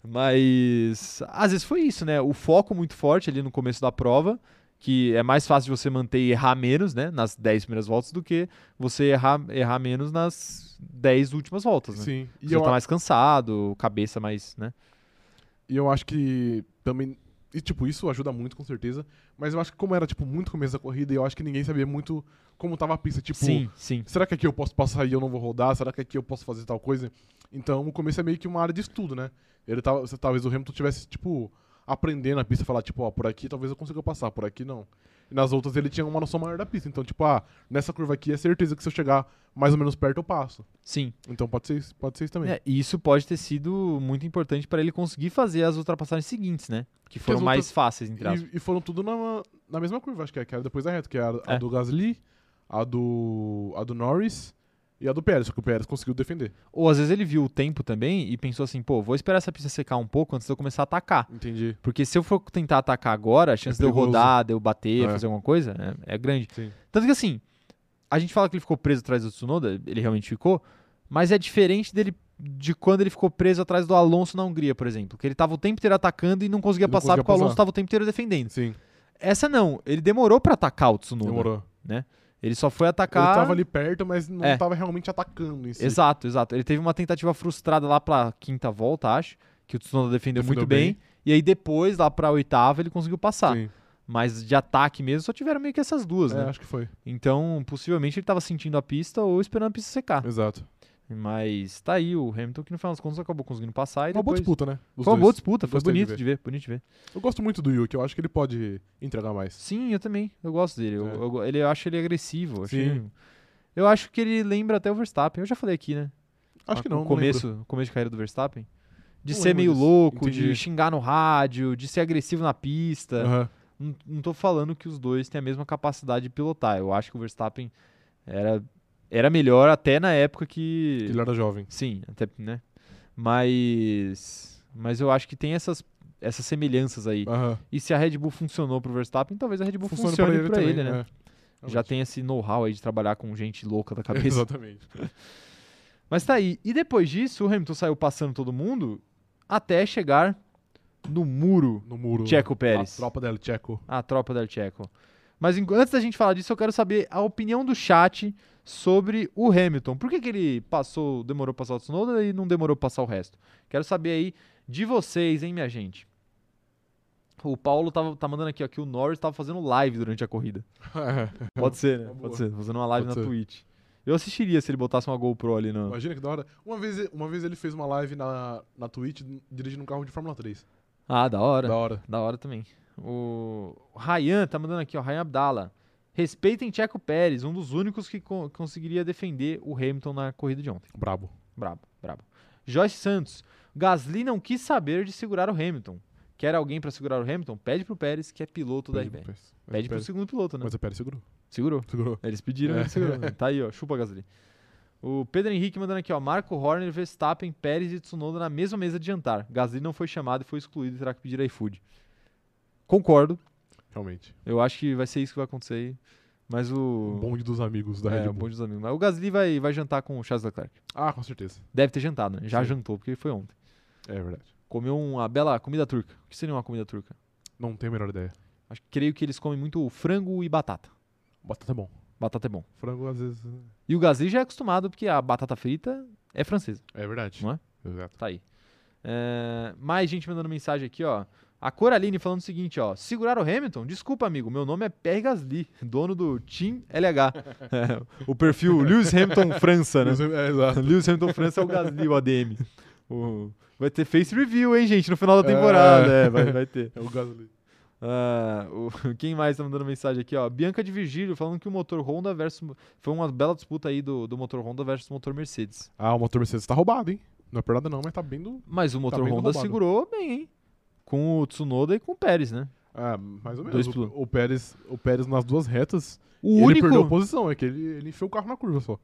Mas às vezes foi isso, né? O foco muito forte ali no começo da prova, que é mais fácil de você manter e errar menos, né? Nas 10 primeiras voltas do que você errar, errar menos nas 10 últimas voltas, né?
Sim. E
Você
eu,
tá mais cansado, cabeça mais, né?
e eu acho que também. E, tipo, isso ajuda muito, com certeza. Mas eu acho que, como era, tipo, muito começo da corrida, eu acho que ninguém sabia muito como tava a pista. Tipo,
sim, sim.
será que aqui eu posso passar e eu não vou rodar? Será que aqui eu posso fazer tal coisa? Então, o começo é meio que uma área de estudo, né? Ele tava, se- talvez o Hamilton tivesse, tipo, aprendendo a pista, falar, tipo, ó, por aqui talvez eu consiga passar, por aqui não. E nas outras ele tinha uma noção maior da pista. Então, tipo, ah, nessa curva aqui é certeza que se eu chegar mais ou menos perto eu passo.
Sim.
Então pode ser isso, pode ser isso também.
É, e isso pode ter sido muito importante para ele conseguir fazer as ultrapassagens seguintes, né? Que foram
as
mais
outras-
fáceis, entre aspas.
E, e foram tudo na, na mesma curva, acho que é, que era depois da reta, que é a, a
É.
do Gasly, a do. a do Norris e a do Pérez, só que o Pérez conseguiu defender.
Ou às vezes ele viu o tempo também e pensou assim, pô, vou esperar essa pista secar um pouco antes de eu começar a atacar.
Entendi.
Porque se eu for tentar atacar agora, a chance de eu
É perigoso.
rodar, de eu bater,
É.
fazer alguma coisa, é, é grande.
Sim.
Tanto que assim, a gente fala que ele ficou preso atrás do Tsunoda, ele realmente ficou, mas é diferente dele de quando ele ficou preso atrás do Alonso na Hungria, por exemplo. Que ele tava o tempo inteiro atacando e não conseguia
E não
passar
conseguia
porque o Alonso
passar.
tava o tempo inteiro defendendo.
Sim,
Essa não, ele demorou pra atacar o Tsunoda.
demorou.
Ele só foi atacar...
Ele tava ali perto, mas não
É.
tava realmente atacando em si.
Exato, exato. Ele teve uma tentativa frustrada lá pra quinta volta, acho, que o Tsunoda defendeu,
Defendeu
muito bem. E aí depois, lá pra oitava, ele conseguiu passar.
Sim.
Mas de ataque mesmo, só tiveram meio que essas duas,
É,
né?
acho que foi.
Então, possivelmente ele tava sentindo a pista ou esperando a pista secar.
Exato.
Mas tá aí o Hamilton, que no final das contas acabou conseguindo passar e
Uma boa
depois...
disputa, né? Dos
Foi uma
dois.
boa disputa, foi
Gostei de
bonito
ver.
de ver, bonito de ver.
Eu gosto muito do Yuki, eu acho que ele pode entregar mais.
Sim, eu também. Eu gosto dele. Eu,
É.
eu go- ele, eu acho ele agressivo. eu achei- um,
Sim.
Eu acho que ele lembra até o Verstappen. Eu já falei aqui, né?
Acho
Ah,
que
O
não. não lembro.
começo, o começo de carreira do Verstappen. De
Não
ser
lembro
meio
disso.
louco, de
Entendi.
xingar no rádio, de ser agressivo na pista.
Aham.
Não, não tô falando que os dois têm a mesma capacidade de pilotar. Eu acho que o Verstappen era, era melhor até na época que.
Ele era jovem.
Sim, até, né? Mas. Mas eu acho que tem essas, essas semelhanças aí.
Aham.
E se a Red Bull funcionou pro Verstappen, talvez a Red Bull
Funciona
funcione pra ele,
também,
né?
é.
Já
Realmente.
tem esse know-how aí de trabalhar com gente louca da cabeça.
Exatamente.
Mas tá aí. E depois disso, o Hamilton saiu passando todo mundo até chegar no muro
No muro. né?
Checo Pérez.
A tropa dela, Checo.
A tropa del Checo. Mas enqu- antes da gente falar disso, eu quero saber a opinião do chat sobre o Hamilton. Por que, que ele passou, demorou pra passar o Tsunoda e não demorou pra passar o resto? Quero saber aí de vocês, hein, minha gente. O Paulo tava, tá mandando aqui ó, que o Norris tava fazendo live durante a corrida. Pode ser, né?
Uma boa.
Pode ser. Fazendo uma live
Pode
na
ser.
Twitch. Eu assistiria se ele botasse uma GoPro ali no.
Imagina que da hora. Uma vez, e- uma vez ele fez uma live na, na Twitch dirigindo um carro de Fórmula 3.
Ah, da hora.
Da hora.
Da hora também. O Ryan tá mandando aqui, ó. Ryan Abdala. Respeitem Checo Pérez, um dos únicos que co- conseguiria defender o Hamilton na corrida de ontem.
Brabo.
Brabo, brabo. Joyce Santos. Gasly não quis saber de segurar o Hamilton. Quer alguém pra segurar o Hamilton? Pede pro Pérez, que é piloto da
Pede pro
RBR.
Pérez. Mas
Pede
o
pro
Pérez-
segundo piloto, né?
Mas o Pérez segurou.
Segurou.
Segurou.
Eles pediram,
É.
ele segurou. Tá aí, ó. Chupa, Gasly. O Pedro Henrique mandando aqui, ó. Marco Horner, Verstappen, Pérez e Tsunoda na mesma mesa de jantar. Gasly não foi chamado e foi excluído e terá que pedir iFood. Concordo.
Realmente.
Eu acho que vai ser isso que vai acontecer aí. Mas
O
o.
bonde dos amigos da
é,
Red
o
Bull.
bonde dos amigos. Mas o Gasly vai, vai jantar com o Charles Leclerc.
Ah, com certeza.
Deve ter jantado, né? Já
Sim.
jantou, porque foi ontem.
É verdade.
Comeu uma bela comida turca. O que seria uma comida turca?
Não tenho a menor ideia.
Acho que creio que eles comem muito frango e batata.
Batata é bom.
Batata é bom.
Frango, às vezes. né?
E o Gasly já é acostumado, porque a batata frita é francesa.
É verdade.
Não é?
Exato.
Tá aí. É, mais gente mandando mensagem aqui, ó. A Coraline falando o seguinte, ó. Segurar o Hamilton? Desculpa, amigo. Meu nome é Pierre Gasly, dono do Team LH. É, o perfil Lewis Hamilton França, né?
É, exato.
Lewis Hamilton França é o Gasly, o ADM. O- Vai ter face review, hein, gente, no final da temporada.
É.
É, vai, vai ter.
É o Gasly.
Ah, o- quem mais tá mandando mensagem aqui, ó? Bianca de Virgílio falando que o motor Honda versus. Foi uma bela disputa aí do, do motor Honda versus motor Mercedes.
Ah, o motor Mercedes tá roubado, hein? Não é por nada não, mas tá bem do...
Mas o motor
bem
Honda
roubado.
segurou bem, hein? Com o Tsunoda e com o Pérez, né?
Ah, mais ou menos.
Dois
O,
pilotos.
o Pérez, o Pérez nas duas retas,
O
ele
único.
perdeu a posição. É que ele, ele enfiou o carro na curva só.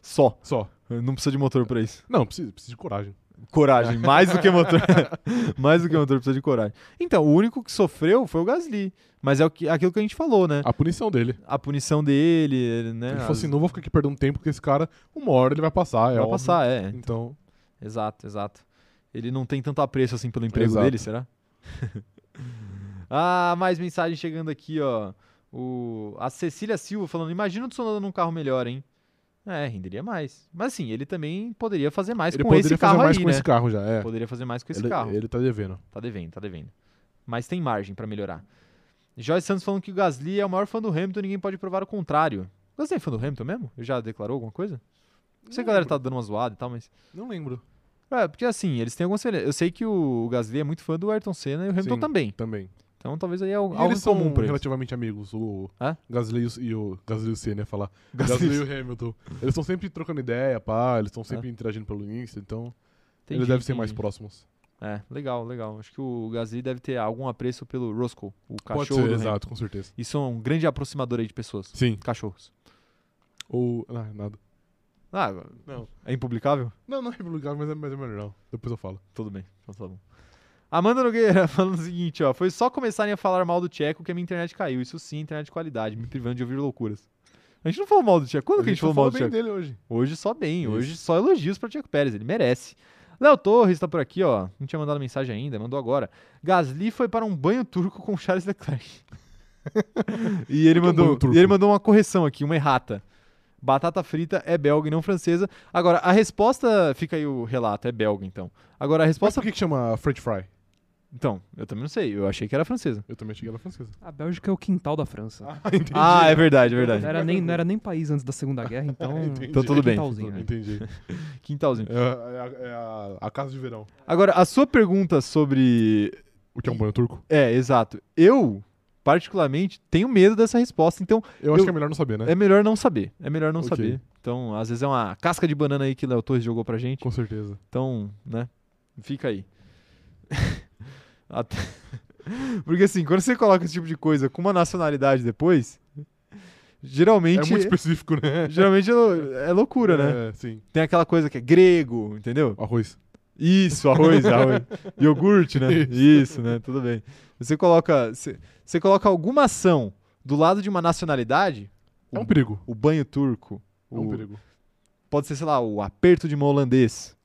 Só.
Só.
Não precisa de motor pra isso.
Não, precisa, precisa de coragem.
Coragem. Mais do que motor. mais do que motor precisa de coragem. Então, o único que sofreu foi o Gasly. Mas é o que, aquilo que a gente falou, né?
A punição dele.
A punição dele, ele, né?
Ele falou
As-
assim, não vou ficar aqui perdendo tempo com esse cara. Uma hora ele vai passar, é
vai
óbvio.
passar, é.
Então,
Exato, exato. Ele não tem tanto apreço assim pelo emprego
Exato.
dele, será? ah, mais mensagem chegando aqui, ó. O, a Cecília Silva falando: Imagina o Tsunoda num carro melhor, hein? É, renderia mais. Mas assim, ele também poderia fazer mais
ele
com esse
poderia fazer
carro
mais
aí,
com
né?
esse carro já, é.
Poderia fazer mais com esse
ele,
carro.
ele tá devendo.
Tá devendo, tá devendo. Mas tem margem pra melhorar. Joyce Santos falando que o Gasly é o maior fã do Hamilton, ninguém pode provar o contrário. O Gasly é fã do Hamilton mesmo? Ele já declarou alguma coisa? Não sei que a galera tá dando uma zoada e tal, mas.
Não lembro.
É, porque assim, eles têm algumas semelhanças. Eu sei que o Gasly é muito fã do Ayrton Senna e o Hamilton
Sim.
também.
Também.
Então talvez aí é algo
E
algo
eles
em
são
comum pra eles.
relativamente amigos, o
Hã?
Gasly e o- e o Gasly e o Senna, ia falar. Gasly e o Hamilton. Eles estão sempre trocando ideia, pá, eles estão sempre interagindo pelo Insta, então
Entendi,
eles devem ser mais
entendi.
próximos.
É, legal, legal. Acho que o Gasly deve ter algum apreço pelo Roscoe, o
Pode
cachorro.
ser,
do Hamilton.
exato, com certeza.
Isso é um grande aproximador aí de pessoas.
Sim.
Cachorros.
Ou. Ah, nada.
Ah,
Não.
é impublicável?
Não, não é pro lugar, mas é, mas é melhor não. Depois eu falo.
Tudo bem, então tá bom. Amanda Nogueira falando o seguinte, ó. Foi só começarem a falar mal do Tcheco que a minha internet caiu. Isso sim, internet de qualidade, me privando de ouvir loucuras. A gente não falou mal do Tcheco. Quando que a gente
só
falou mal do
tá bem
Tcheco?
dele hoje.
Hoje só bem,
Isso.
hoje só elogios para Tiago Pérez, ele merece. Léo Torres tá por aqui, ó. Não tinha mandado mensagem ainda, mandou agora. Gasly foi para um banho turco com Charles Leclerc. e ele
que é um
mandou,
banho turco?
e ele mandou uma correção aqui, uma errata. Batata frita é belga e não francesa. Agora, a resposta. Fica aí o relato, é belga então. Agora, a
Mas
resposta.
por que, que chama French Fry?
Então, eu também não sei, eu achei que era francesa.
Eu também cheguei na francesa.
A Bélgica é o quintal da França.
Ah, entendi.
Ah, é verdade, é verdade.
não, era nem, não era nem país antes da Segunda Guerra, então.
Entendi.
Então tudo
é
bem.
quintalzinho, né?
Entendi.
Quintalzinho.
É, é a, é a- a casa de verão.
Agora, a sua pergunta sobre
O que é um banho turco?
É, exato. Eu, particularmente, tenho medo dessa resposta, então
Eu acho
Eu-
que é melhor não saber, né?
é melhor não saber. É melhor não
Ok.
saber. Então, às vezes é uma casca de banana aí que o Léo Torres jogou pra gente.
Com certeza.
Então, né? Fica aí. Até- Porque assim, quando você coloca esse tipo de coisa com uma nacionalidade depois,
É
geralmente.
muito específico, né?
Geralmente é lou- é loucura, né?
É, sim.
Tem aquela coisa que é grego, entendeu?
Arroz.
Isso, arroz, arroz. Iogurte, né? Isso, né? Tudo bem. Você coloca, você, você coloca alguma ação do lado de uma nacionalidade,
É um
O-
perigo.
o banho turco,
É um
Hum. o-
perigo.
pode ser, sei lá, o aperto de mão holandês.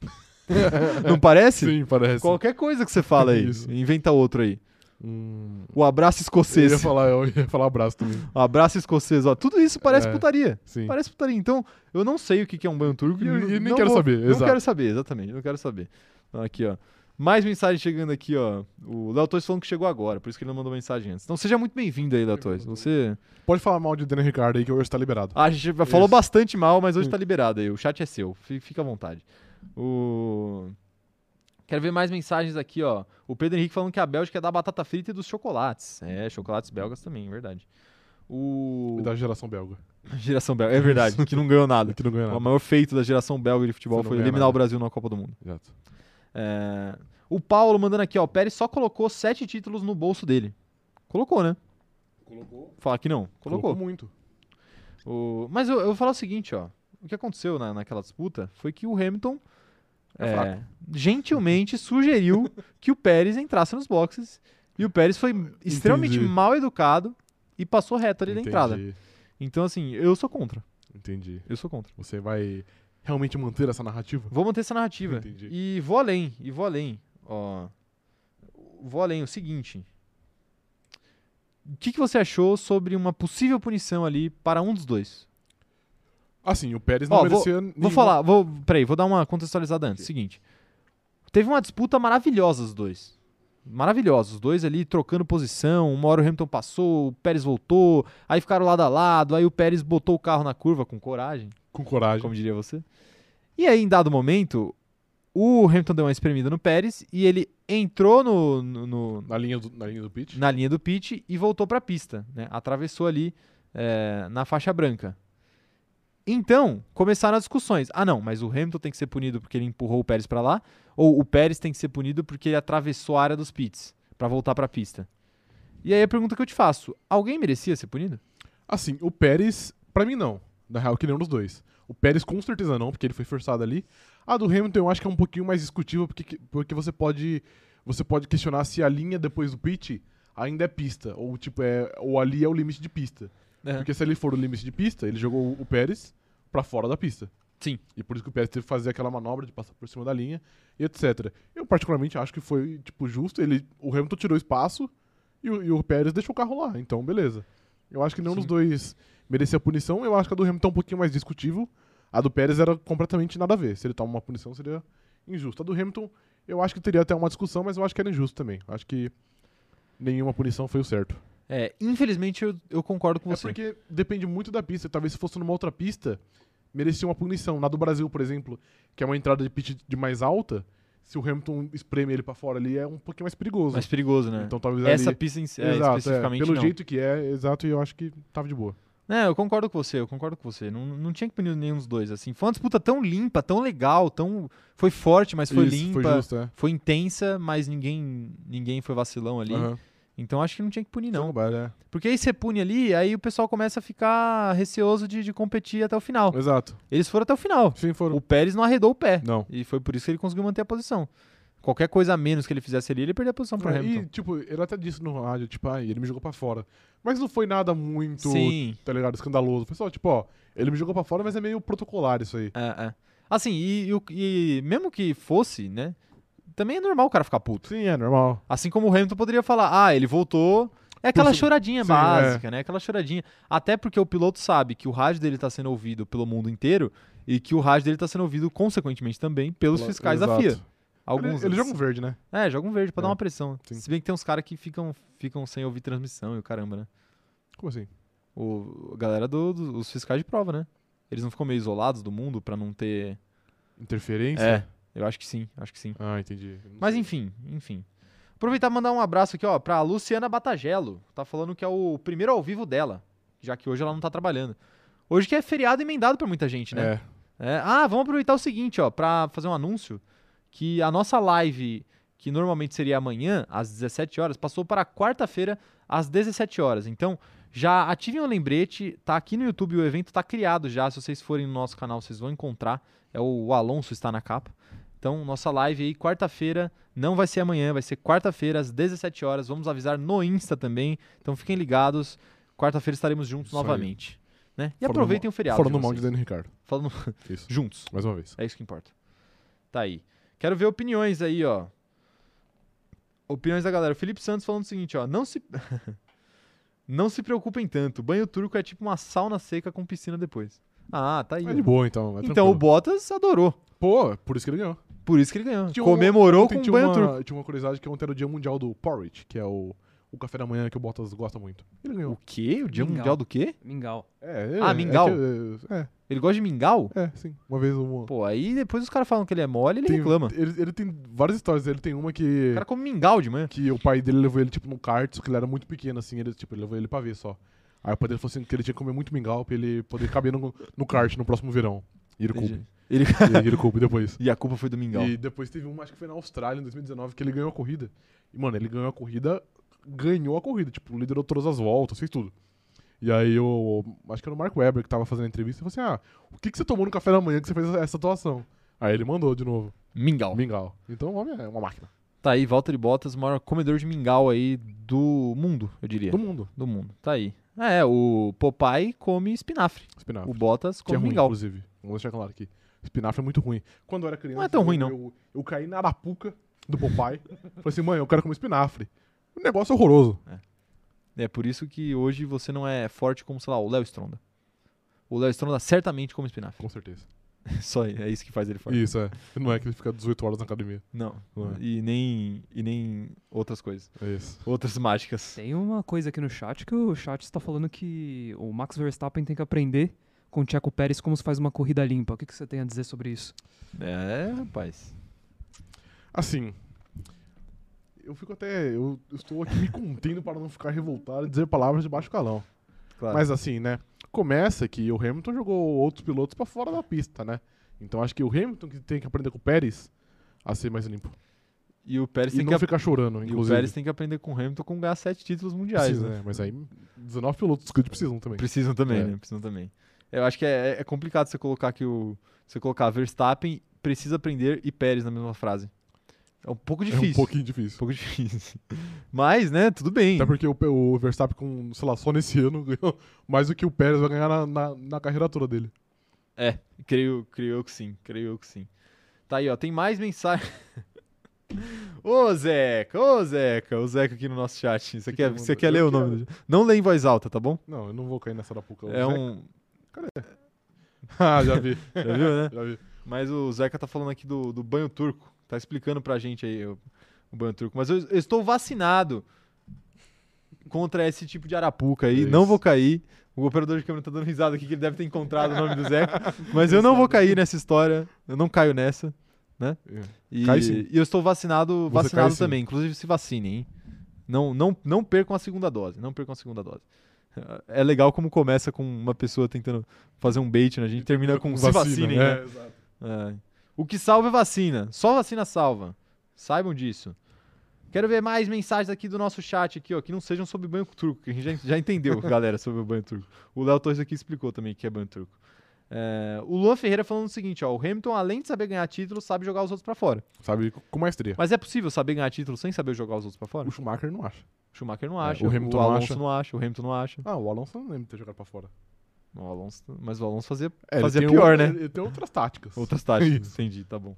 Não parece?
Sim, parece.
Qualquer coisa que você fala aí,
Isso.
inventa outro aí.
Hum,
O abraço
eu ia
escocês.
falar, eu ia falar abraço também.
O abraço escocês, ó. Tudo isso parece
É,
putaria.
Sim.
Parece putaria. Então, eu não sei o que que é um banho turco.
E eu- e
n-
nem
não
quero
vou-
saber,
Não
exato.
quero saber, exatamente. Não quero saber. Então, Aqui, ó. Mais mensagem chegando aqui, ó. O Léo Torres falando que chegou agora, por isso que ele não mandou mensagem antes. Então seja muito bem-vindo aí, Léo Torres. Você.
Pode falar mal de Daniel Ricardo aí que hoje tá liberado.
Ah, a gente já falou
Isso.
bastante mal, mas hoje tá liberado aí. O chat é seu. Fi- Fica à vontade. O. Quero ver mais mensagens aqui, ó. O Pedro Henrique falando que a Bélgica é da batata frita e dos chocolates. É, chocolates belgas também, verdade. O.
Da geração belga.
Geração belga, é verdade, que não ganhou nada.
Que não ganha
O
nada.
maior feito da geração belga de futebol
Você não
foi
ganha
eliminar
nada.
o Brasil na Copa do Mundo.
Exato.
É, O Paulo mandando aqui, ó. O Pérez só colocou sete títulos no bolso dele. Colocou, né?
Colocou.
Falar que não. Colocou.
Colocou muito.
O- Mas eu, eu vou falar o seguinte, ó. O que aconteceu na, naquela disputa foi que o Hamilton
É
é,
fraco.
gentilmente sugeriu que o Pérez entrasse nos boxes. E o Pérez foi extremamente mal educado e passou reto ali na entrada.
Entendi.
Então, assim, eu sou contra.
Entendi.
Eu sou contra.
Você vai realmente manter essa narrativa?
Vou manter essa narrativa.
Entendi.
E vou além, e vou além. Ó, vou além, o seguinte. O que, que você achou sobre uma possível punição ali para um dos dois?
Assim, o Pérez não
Ó,
merecia nenhuma-
Vou falar, vou. Peraí, vou dar uma contextualizada antes.
Ok.
Seguinte. Teve uma disputa maravilhosa os dois. Maravilhosa, os dois ali trocando posição. Uma hora o Hamilton passou, o Pérez voltou, aí ficaram lado a lado, aí o Pérez botou o carro na curva com coragem,
com coragem.
como diria você. E aí, em dado momento, o Hamilton deu uma espremida no Pérez e ele entrou no- no- no,
Na linha do, na linha do pitch.
na linha do pit e voltou para a pista, né? Atravessou ali eh, na faixa branca. Então, começaram as discussões. Ah, não, mas o Hamilton tem que ser punido porque ele empurrou o Pérez para lá, ou o Pérez tem que ser punido porque ele atravessou a área dos pits para voltar para a pista. E aí a pergunta que eu te faço, alguém merecia ser punido?
Assim, o Pérez, pra mim não. Na real, que nenhum dos dois. O Pérez com certeza não, porque ele foi forçado ali. A do Hamilton eu acho que é um pouquinho mais discutível, porque, que- porque você pode. Você pode questionar se a linha depois do pit ainda é pista. Ou tipo, é. Ou ali é o limite de pista.
Aham.
Porque se ele for o limite de pista, ele jogou o Pérez pra fora da pista.
Sim.
E por isso que o Pérez teve que fazer aquela manobra de passar por cima da linha e etc. Eu particularmente acho que foi, tipo, justo. Ele, o Hamilton tirou espaço e o, e o Pérez deixou o carro lá. Então, beleza. Eu acho que nenhum dos
Sim.
dois merecia punição. Eu acho que a do Hamilton é um pouquinho mais discutível. A do Pérez era completamente nada a ver. Se ele toma uma punição, seria injusto. A do Hamilton, eu acho que teria até uma discussão, mas eu acho que era injusto também. Eu acho que nenhuma punição foi o certo.
É, infelizmente eu, eu concordo com
É
você.
porque depende muito da pista. Talvez se fosse numa outra pista, merecia uma punição. Na do Brasil, por exemplo, que é uma entrada de pit de mais alta, se o Hamilton espreme ele pra fora ali, é um pouquinho mais perigoso.
Mais perigoso, né?
Então talvez
Essa
ali...
pista em, si- é,
Exato, é.
especificamente
Pelo
não.
jeito que é, exato, e eu acho que tava de boa.
É, eu concordo com você, eu concordo com você. Não, não tinha que punir nenhum dos dois, assim. Foi uma disputa tão limpa, tão legal, tão... Foi forte, mas foi
Isso,
limpa.
Foi justo, é.
Foi intensa, mas ninguém ninguém foi vacilão ali.
Aham. é.
Então acho que não tinha que punir, não.
Trabalho,
Porque aí você pune ali, aí o pessoal começa a ficar receoso de, de competir até o final.
é. Exato.
Eles foram até o final.
Sim, foram.
O Pérez não arredou o pé.
Não.
E foi por isso que ele conseguiu manter a posição. Qualquer coisa a menos que ele fizesse ali, ele perdeu a posição pro
É,
Hamilton.
E, tipo, ele até disse no rádio, tipo, ah, ele me jogou pra fora. Mas não foi nada muito,
Sim.
tá ligado, escandaloso. Foi só, tipo, ó, ele me jogou pra fora, mas é meio protocolar isso aí.
É, é. Assim, e, e o- e mesmo que fosse, né? Também é normal o cara ficar puto.
Sim, é normal.
Assim como o Hamilton poderia falar, ah, ele voltou. É aquela
Por su-
choradinha
Sim,
básica, né? Aquela choradinha. Até porque o piloto sabe que o rádio dele está sendo ouvido pelo mundo inteiro e que o rádio dele está sendo ouvido, consequentemente, também pelos
Pela-
fiscais da
Exato.
FIA. Alguns.
Ele, ele joga um verde, né?
É, joga um verde pra
É,
dar uma pressão.
sim.
Se bem que tem uns caras que ficam, ficam sem ouvir transmissão e o caramba, né?
Como assim?
O, a galera dos do, os fiscais de prova, né? Eles não ficam meio isolados do mundo pra não ter.
Interferência?
É. Eu acho que sim, acho que sim.
Ah, entendi. Eu não
Mas
sei.
enfim, enfim. Aproveitar e mandar um abraço aqui, ó, pra Luciana Batagelo. Tá falando que é o primeiro ao vivo dela, já que hoje ela não tá trabalhando. Hoje que é feriado emendado pra muita gente, né?
É.
É, ah, vamos aproveitar o seguinte, ó, pra fazer um anúncio, que a nossa live, que normalmente seria amanhã, às 17 horas, passou para quarta-feira, às 17 horas. Então, já ativem o lembrete, tá aqui no YouTube, o evento tá criado já, se vocês forem no nosso canal, vocês vão encontrar, é o o Alonso está na capa. Então, nossa live aí, quarta-feira, não vai ser amanhã, vai ser quarta-feira, às 17 horas, vamos avisar no Insta também, então fiquem ligados, quarta-feira estaremos juntos
Isso aí.
novamente. Né? E
Fora do
aproveitem
mal-
o feriado.
Fora
de
do mal de
vocês.
Daniel Ricardo.
Falando
Isso.
juntos.
Mais uma vez.
É isso que importa. Tá aí. Quero ver opiniões aí, ó. Opiniões da galera. O Felipe Santos falando o seguinte, ó. Não se. não se preocupem tanto. Banho turco é tipo uma sauna seca com piscina depois. Ah, tá aí.
É de boa, então. É
então o
tranquilo.
Bottas adorou.
Pô, por isso que ele ganhou.
Por isso que ele ganhou.
Tinha um-
Comemorou
Ontem
com o
tinha
banho turco.
uma, tinha uma curiosidade que ontem era o dia mundial do porridge, que é o, o café da manhã que o Bottas gosta muito. Ele ganhou.
O quê? O Dia
Mingau.
Mundial do quê?
Mingau.
É, é,
Ah,
é
mingau.
que- É,
Ele gosta de mingau?
é, sim. Uma vez uma...
Pô, aí depois os caras falam que ele é mole e ele
Tem- um
reclama.
Ele, ele tem várias histórias. Ele tem uma que...
O cara come mingau de manhã.
que o pai dele levou ele, tipo, num kart, só que ele era muito pequeno, assim, ele, tipo, ele levou ele pra ver só. Aí o pai dele falou assim que ele tinha que comer muito mingau pra ele poder caber no, no kart no próximo verão. E ele
Entendi.
coube.
Ele...
E ele coube depois.
e a culpa foi do mingau.
E depois teve uma, acho que foi na Austrália, em 2019, que ele ganhou a corrida. E, mano, ele ganhou a corrida, ganhou a corrida, tipo, liderou todas as voltas, fez tudo. E aí eu, acho que era o Mark Webber que tava fazendo a entrevista, e falou assim, ah, o que, que você tomou no café da manhã que você fez essa atuação? Aí ele mandou de novo,
Mingau.
mingau. Então o homem é uma máquina.
Tá aí, Walter Bottas, o maior comedor de mingau aí do mundo, eu diria.
Do mundo.
Do mundo. Tá aí. É, o Popeye come espinafre.
Espinafre.
O Bottas
que é
come
ruim,
mingau.
inclusive. Vamos deixar claro aqui. Espinafre é muito ruim. Quando eu era criança.
Não é tão
eu-
ruim, não.
Eu, eu caí na arapuca do papai. Falei assim, mãe, eu quero comer espinafre. Um negócio horroroso.
É por isso que hoje você não é forte como, sei lá, o Léo Stronda. O Léo Stronda certamente come espinafre.
Com certeza.
Só é isso que faz ele forte.
Isso, é. Não é que ele fica 18 horas na academia.
Não.
Não é.
E nem, e nem outras coisas.
É isso.
Outras mágicas.
Tem uma coisa aqui no chat que o chat está falando que o Max Verstappen tem que aprender com o Checo Pérez como se faz uma corrida limpa. O que, que você tem a dizer sobre isso?
É, rapaz.
Assim. Eu fico até. Eu eu estou aqui me contendo para não ficar revoltado e dizer palavras de baixo calão.
Claro.
Mas assim, né? Começa que o Hamilton jogou outros pilotos pra fora da pista, né? Então acho que o Hamilton que tem que aprender com o Pérez a ser mais limpo.
e o Pérez
E
tem
não
que ap-
ficar chorando,
e o
inclusive.
Pérez tem que aprender com o Hamilton com ganhar sete títulos mundiais,
Precisa,
né?
né? Mas aí 19 pilotos que precisam também.
Precisam também,
É.
né? Precisam também. Eu acho que é, é complicado você colocar que o. Você colocar Verstappen, precisa aprender e Pérez na mesma frase. É um pouco difícil.
É um pouquinho difícil. Tá
Um pouco difícil. Mas, né, tudo bem.
Até porque o, Pe- o Verstappen, com, sei lá, só nesse ano ganhou mais do que o Pérez vai ganhar na, na, na carreira toda dele.
Creio, creio eu que sim, creio eu que sim. Tá aí, ó, tem mais mensagem. Ô, Zeca, ô, Zeca, o Zeca aqui no nosso chat. Você
Que
quer,
que
você
mandou?
quer
Eu
ler o
quero.
nome? do- Não lê em voz alta, tá bom?
Não, eu não vou cair nessa da puca.
É um.
ah, já vi,
Já viu, né?
já vi.
Mas o Zeca tá falando aqui do, do banho turco. Tá explicando pra gente aí o, o banho turco. Mas eu, eu estou vacinado contra esse tipo de arapuca aí.
É
não
isso.
vou cair. O operador de câmera tá dando risada aqui que ele deve ter encontrado o nome do Zeca. Mas eu não vou cair nessa história. Eu não caio nessa. né?
É.
E,
Cai sim.
e eu estou vacinado,
Você
vacinado
cai sim.
também. Inclusive, se vacinem, hein? Não, não, não percam a segunda dose. Não percam a segunda dose. É legal como começa com uma pessoa tentando fazer um bait na gente, termina com se vacinem, né?
É, exato.
É. O que salva é vacina. Só vacina salva. Saibam disso. Quero ver mais mensagens aqui do nosso chat aqui, ó, que não sejam sobre banho turco, que a gente já, já entendeu, galera, sobre o banho turco. O Léo Torres aqui explicou também o que é banho turco. É, o Luan Ferreira falando o seguinte, ó, o Hamilton, além de saber ganhar título, sabe jogar os outros pra fora.
Sabe, com maestria.
Mas é possível saber ganhar título sem saber jogar os outros pra fora?
O Schumacher não acha.
O Schumacher não
É,
acha, o,
o Hamilton não
Alonso
acha.
não acha, o Hamilton não acha.
Ah, o Alonso não lembra de ter jogado pra fora.
O Alonso, mas o Alonso fazia
É, ele
Fazia
tem
pior,
o-
né?
Ele tem outras táticas.
Outras táticas,
Isso.
entendi, tá bom.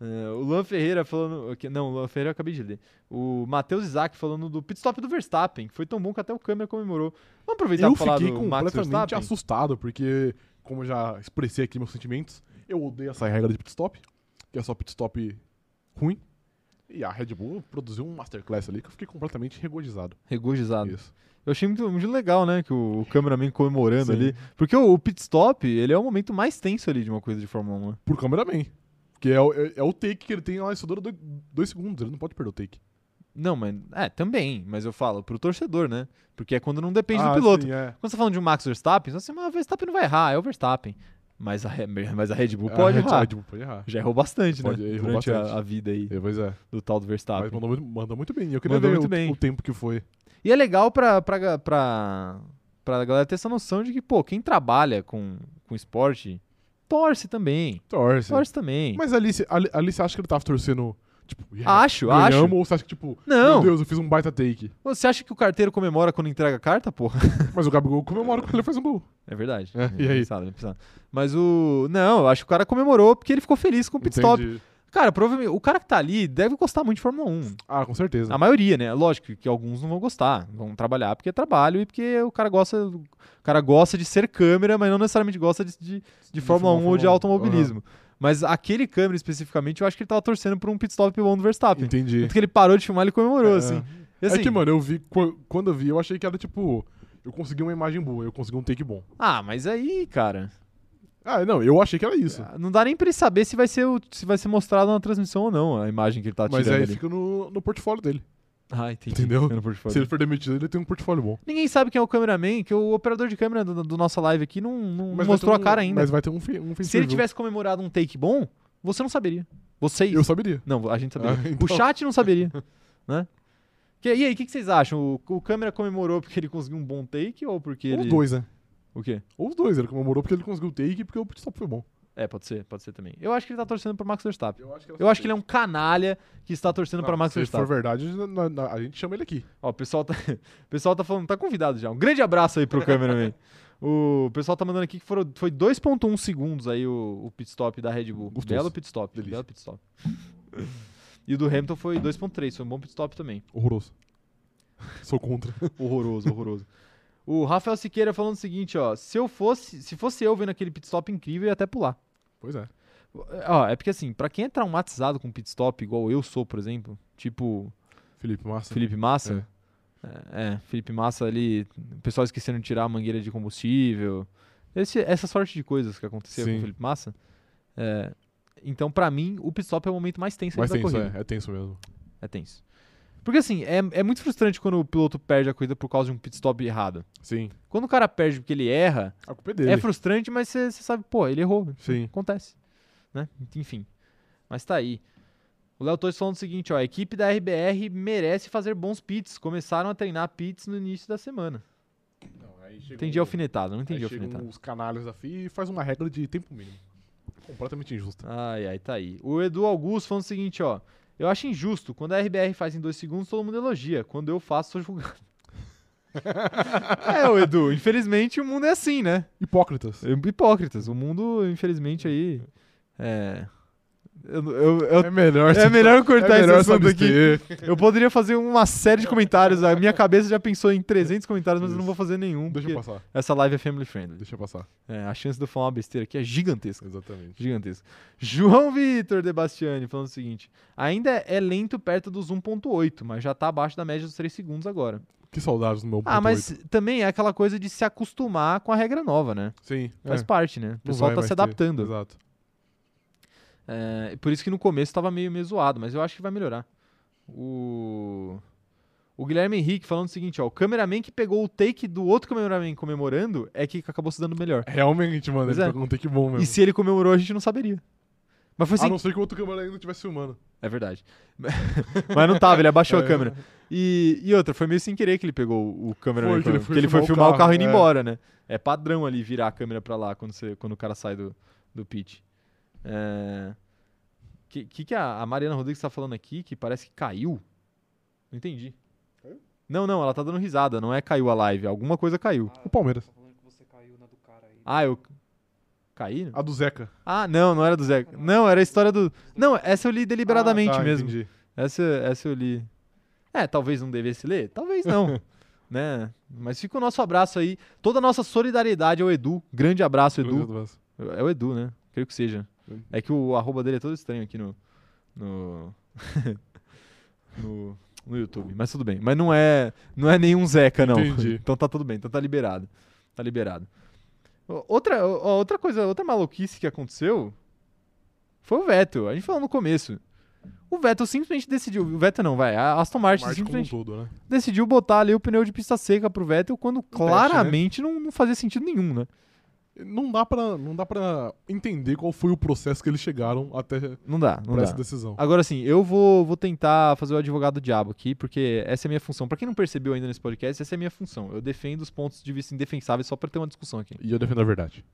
É, o Luan Ferreira falando. aqui- Não, o Luan Ferreira eu acabei de ler. O Matheus Isaac falando do pit stop do Verstappen, que foi tão bom que até o câmera comemorou. Vamos aproveitar
Eu
pra falar
fiquei
do Max
completamente
Verstappen.
assustado, porque, como eu já expressei aqui meus sentimentos, eu odeio essa regra de pit stop, que é só pit stop ruim. E a Red Bull produziu um masterclass ali que eu fiquei completamente regodizado.
Regozijado.
Isso.
Eu achei muito, muito legal, né? Que o, o cameraman comemorando
Sim.
ali. Porque o, o pit stop, ele é o momento mais tenso ali de uma coisa de Fórmula 1. né?
Por cameraman. Porque é, o- é- é o take que ele tem lá, isso dura dois, dois segundos, ele não pode perder o take.
Não, mas. É, também. Mas eu falo pro torcedor, né? Porque é quando não depende
Ah,
do piloto.
sim, é.
Quando você tá falando de um Max Verstappen, você fala assim, mas o Verstappen não vai errar, é o Verstappen. Mas a, Re- mas a Red Bull pode
a Ah, Red,
errar.
a Red Bull pode errar.
Já errou bastante,
Pode,
né?
errou
Durante
bastante.
a, a vida aí
É, Pois é.
do tal do
Mas
Verstappen.
mandou muito, mandou muito bem. Eu queria
Mandou
ver
muito
o,
bem.
o tempo que foi.
E é legal pra, pra, ga- pra, pra galera ter essa noção de que, pô, quem trabalha com, com esporte torce também.
Torce.
Torce também.
Mas ali, você- ali, ali você acha que ele tava torcendo, tipo, yeah,
acho, acho.
ganhamos, ou você acha que, tipo,
Não.
meu Deus, eu fiz um baita take.
Você acha que o carteiro comemora quando entrega a carta, porra?
Mas o Gabigol comemora quando ele faz um gol.
É verdade.
É, e
bem
aí?
pensado, bem pensado. Mas o. Não, eu acho que o cara comemorou porque ele ficou feliz
um
com o pit stop.
Entendi.
Cara, provavelmente. O cara que tá ali deve gostar muito de Fórmula 1.
Ah, com certeza.
A maioria, né? Lógico que alguns não vão gostar. Vão trabalhar porque é trabalho e porque o cara gosta, o cara gosta de ser câmera, mas não necessariamente gosta de, de, de Fórmula 1 ou
um,
um.
de automobilismo. Mas aquele câmera especificamente, eu acho que ele tava torcendo por um pit stop pelo do Verstappen.
Entendi.
Tanto que ele parou de filmar e ele comemorou,
É.
assim. E
É
assim,
que, mano, eu vi, qu- quando eu vi, eu achei que era, tipo, eu consegui uma imagem boa, eu consegui um take bom.
Ah, mas aí, cara, ah,
Ah, não, eu achei que era isso.
não dá nem pra ele saber se vai ser, o- se vai ser mostrado na transmissão ou não a imagem que ele tá tirando
Mas aí
ali.
fica no, no portfólio dele.
Ah, entendi.
Entendeu?
Eu não pude falar.
Se ele for demitido, ele tem um portfólio bom.
Ninguém sabe quem é o cameraman, que o operador de câmera do, do nossa live aqui não, não
Mas vai
mostrou
ter
a
um-
cara ainda.
Mas vai ter um, fi- um
Se ele tivesse comemorado um take bom, você não saberia. Vocês.
Eu saberia.
Não, a gente saberia.
Ah, então.
O chat não saberia. né? Que- e aí, o que, que vocês acham? O, o câmera comemorou porque ele conseguiu um bom take ou porque
Ou
ele.
os dois, né?
O quê?
Ou os dois, ele comemorou porque ele conseguiu o take e porque o pit stop foi bom.
É, pode ser, pode ser também. Eu acho que ele tá torcendo pro Max Verstappen.
Eu acho que,
Eu acho que ele é um canalha que está torcendo para Max
Se for
Verstappen.
verdade, na- na- a gente chama ele aqui.
Ó, o pessoal tá, o pessoal tá falando, tá convidado já. Um grande abraço aí pro cameraman. O pessoal tá mandando aqui que foram, foi 2.1 segundos aí o, o pit stop da Red Bull.
Gostoso.
Belo pit stop,
Delícia.
belo pit stop. E o do Hamilton foi 2.3, foi um bom pit stop também.
Horroroso. Sou contra.
Horroroso, horroroso. O Rafael Siqueira falando o seguinte, ó, se eu fosse, se fosse eu vendo aquele pit stop incrível, eu ia até pular.
Pois é.
Ó, é porque assim, pra quem é traumatizado com pit stop igual eu sou, por exemplo, tipo
Felipe Massa.
Felipe Massa, é, é, Felipe Massa ali, o pessoal esquecendo de tirar a mangueira de combustível, esse- essa sorte de coisas que acontecia com
Sim.
o Felipe Massa. é, então, pra mim, o pit stop é o momento mais tenso aí
Mas
da
tenso,
corrida.
é. É tenso mesmo.
É tenso. Porque assim, é, é muito frustrante quando o piloto perde a corrida por causa de um pit stop errado.
Sim.
Quando o cara perde porque ele erra,
A culpa é dele.
é frustrante, mas você sabe, pô, ele errou.
Sim.
Acontece. Né? Enfim. Mas tá aí. O Léo Torres falando o seguinte, ó, a equipe da RBR merece fazer bons pits. Começaram a treinar pits no início da semana.
Não, aí chega
Entendi a
um-
alfinetada, não entendi tá. a
aí chegam
alfinetada.
os canalhas da FIA e faz uma regra de tempo mínimo. Completamente injusta.
Ai, ai, tá aí. O Edu Augusto falando o seguinte, ó. Eu acho injusto. Quando a RBR faz em dois segundos, todo mundo elogia. Quando eu faço, sou julgado. é, o Edu, infelizmente o mundo é assim, né?
Hipócritas.
Hipócritas. O mundo, infelizmente, aí. É. Eu, eu- eu
É melhor
É melhor eu cortar
é melhor
esse
se
assunto aqui.
abster.
Eu poderia fazer uma série de comentários. A minha cabeça já pensou em 300 comentários, mas eu não vou fazer nenhum,
É. Deixa
porque
eu passar.
essa live é family friendly.
Deixa eu passar.
É, a chance de eu falar uma besteira aqui é gigantesca.
Exatamente.
Gigantesca. João Vitor de Bastiani falando o seguinte. Ainda é lento perto dos 1.8, mas já tá abaixo da média dos 3 segundos agora.
Que saudades do meu
Ah,
um ponto
mas também é aquela coisa de se acostumar com a regra nova, né?
oito. Sim.
Faz
é.
parte, né? O
Não
pessoal
vai
tá
mais
se
ter.
adaptando.
Exato.
É, por isso que no começo tava meio, meio zoado, mas eu acho que vai melhorar. O... o Guilherme Henrique falando o seguinte, ó. O cameraman que pegou o take do outro cameraman comemorando é que acabou se dando melhor.
Realmente, mano,
Pois
ele
é.
pegou um take bom mesmo.
E se ele comemorou, a gente não saberia. Mas foi
A
assim.
não ser que o outro câmera ainda estivesse filmando.
é verdade. mas não tava, ele abaixou
É.
a câmera. E, e outra, foi meio sem querer que ele pegou o câmera.
Foi, que ele foi
porque ele foi
filmar
filmar
o
o carro indo
carro, é.
embora, né? É padrão ali virar a câmera pra lá quando, você, quando o cara sai do, do pitch. É... Que, que que a, a Mariana Rodrigues tá falando aqui que parece que caiu? Não entendi.
Caiu?
Não, não, ela tá dando risada, não é caiu a live, alguma coisa caiu.
O Palmeiras.
Tá falando que você caiu na do cara aí.
Ah, eu. Caí?
A do Zeca.
Ah, não, não era do Zé. Não, era a história do. Não, essa eu li deliberadamente
Ah, tá,
mesmo.
entendi.
Essa, essa eu li. É, talvez não devesse ler, talvez não. né? Mas fica o nosso abraço aí. Toda a nossa solidariedade ao Edu. Grande abraço, Edu. É o Edu, né? Creio que seja. É que o arroba dele é todo estranho aqui no. No. no, no YouTube. Mas tudo bem. Mas não é, não é nenhum Zeca, não.
Entendi.
Então tá tudo bem, então tá liberado. Tá liberado. Ó, Outra, ó, outra coisa, outra maluquice que aconteceu foi o Vettel. A gente falou no começo. O Vettel simplesmente decidiu. O Vettel não, vai. A Aston Martin
Marte como um
simplesmente
todo, né?
decidiu botar ali o pneu de pista seca pro Vettel quando
né?
claramente não, não fazia sentido nenhum, né?
Não dá, pra, não dá pra entender qual foi o processo que eles chegaram até
Não dá, não
pra
dá.
essa decisão.
Agora sim, eu vou, vou tentar fazer o advogado do diabo aqui, porque essa é a minha função. Pra quem não percebeu ainda nesse podcast, essa é a minha função. Eu defendo os pontos de vista indefensáveis só pra ter uma discussão aqui.
E eu defendo a verdade.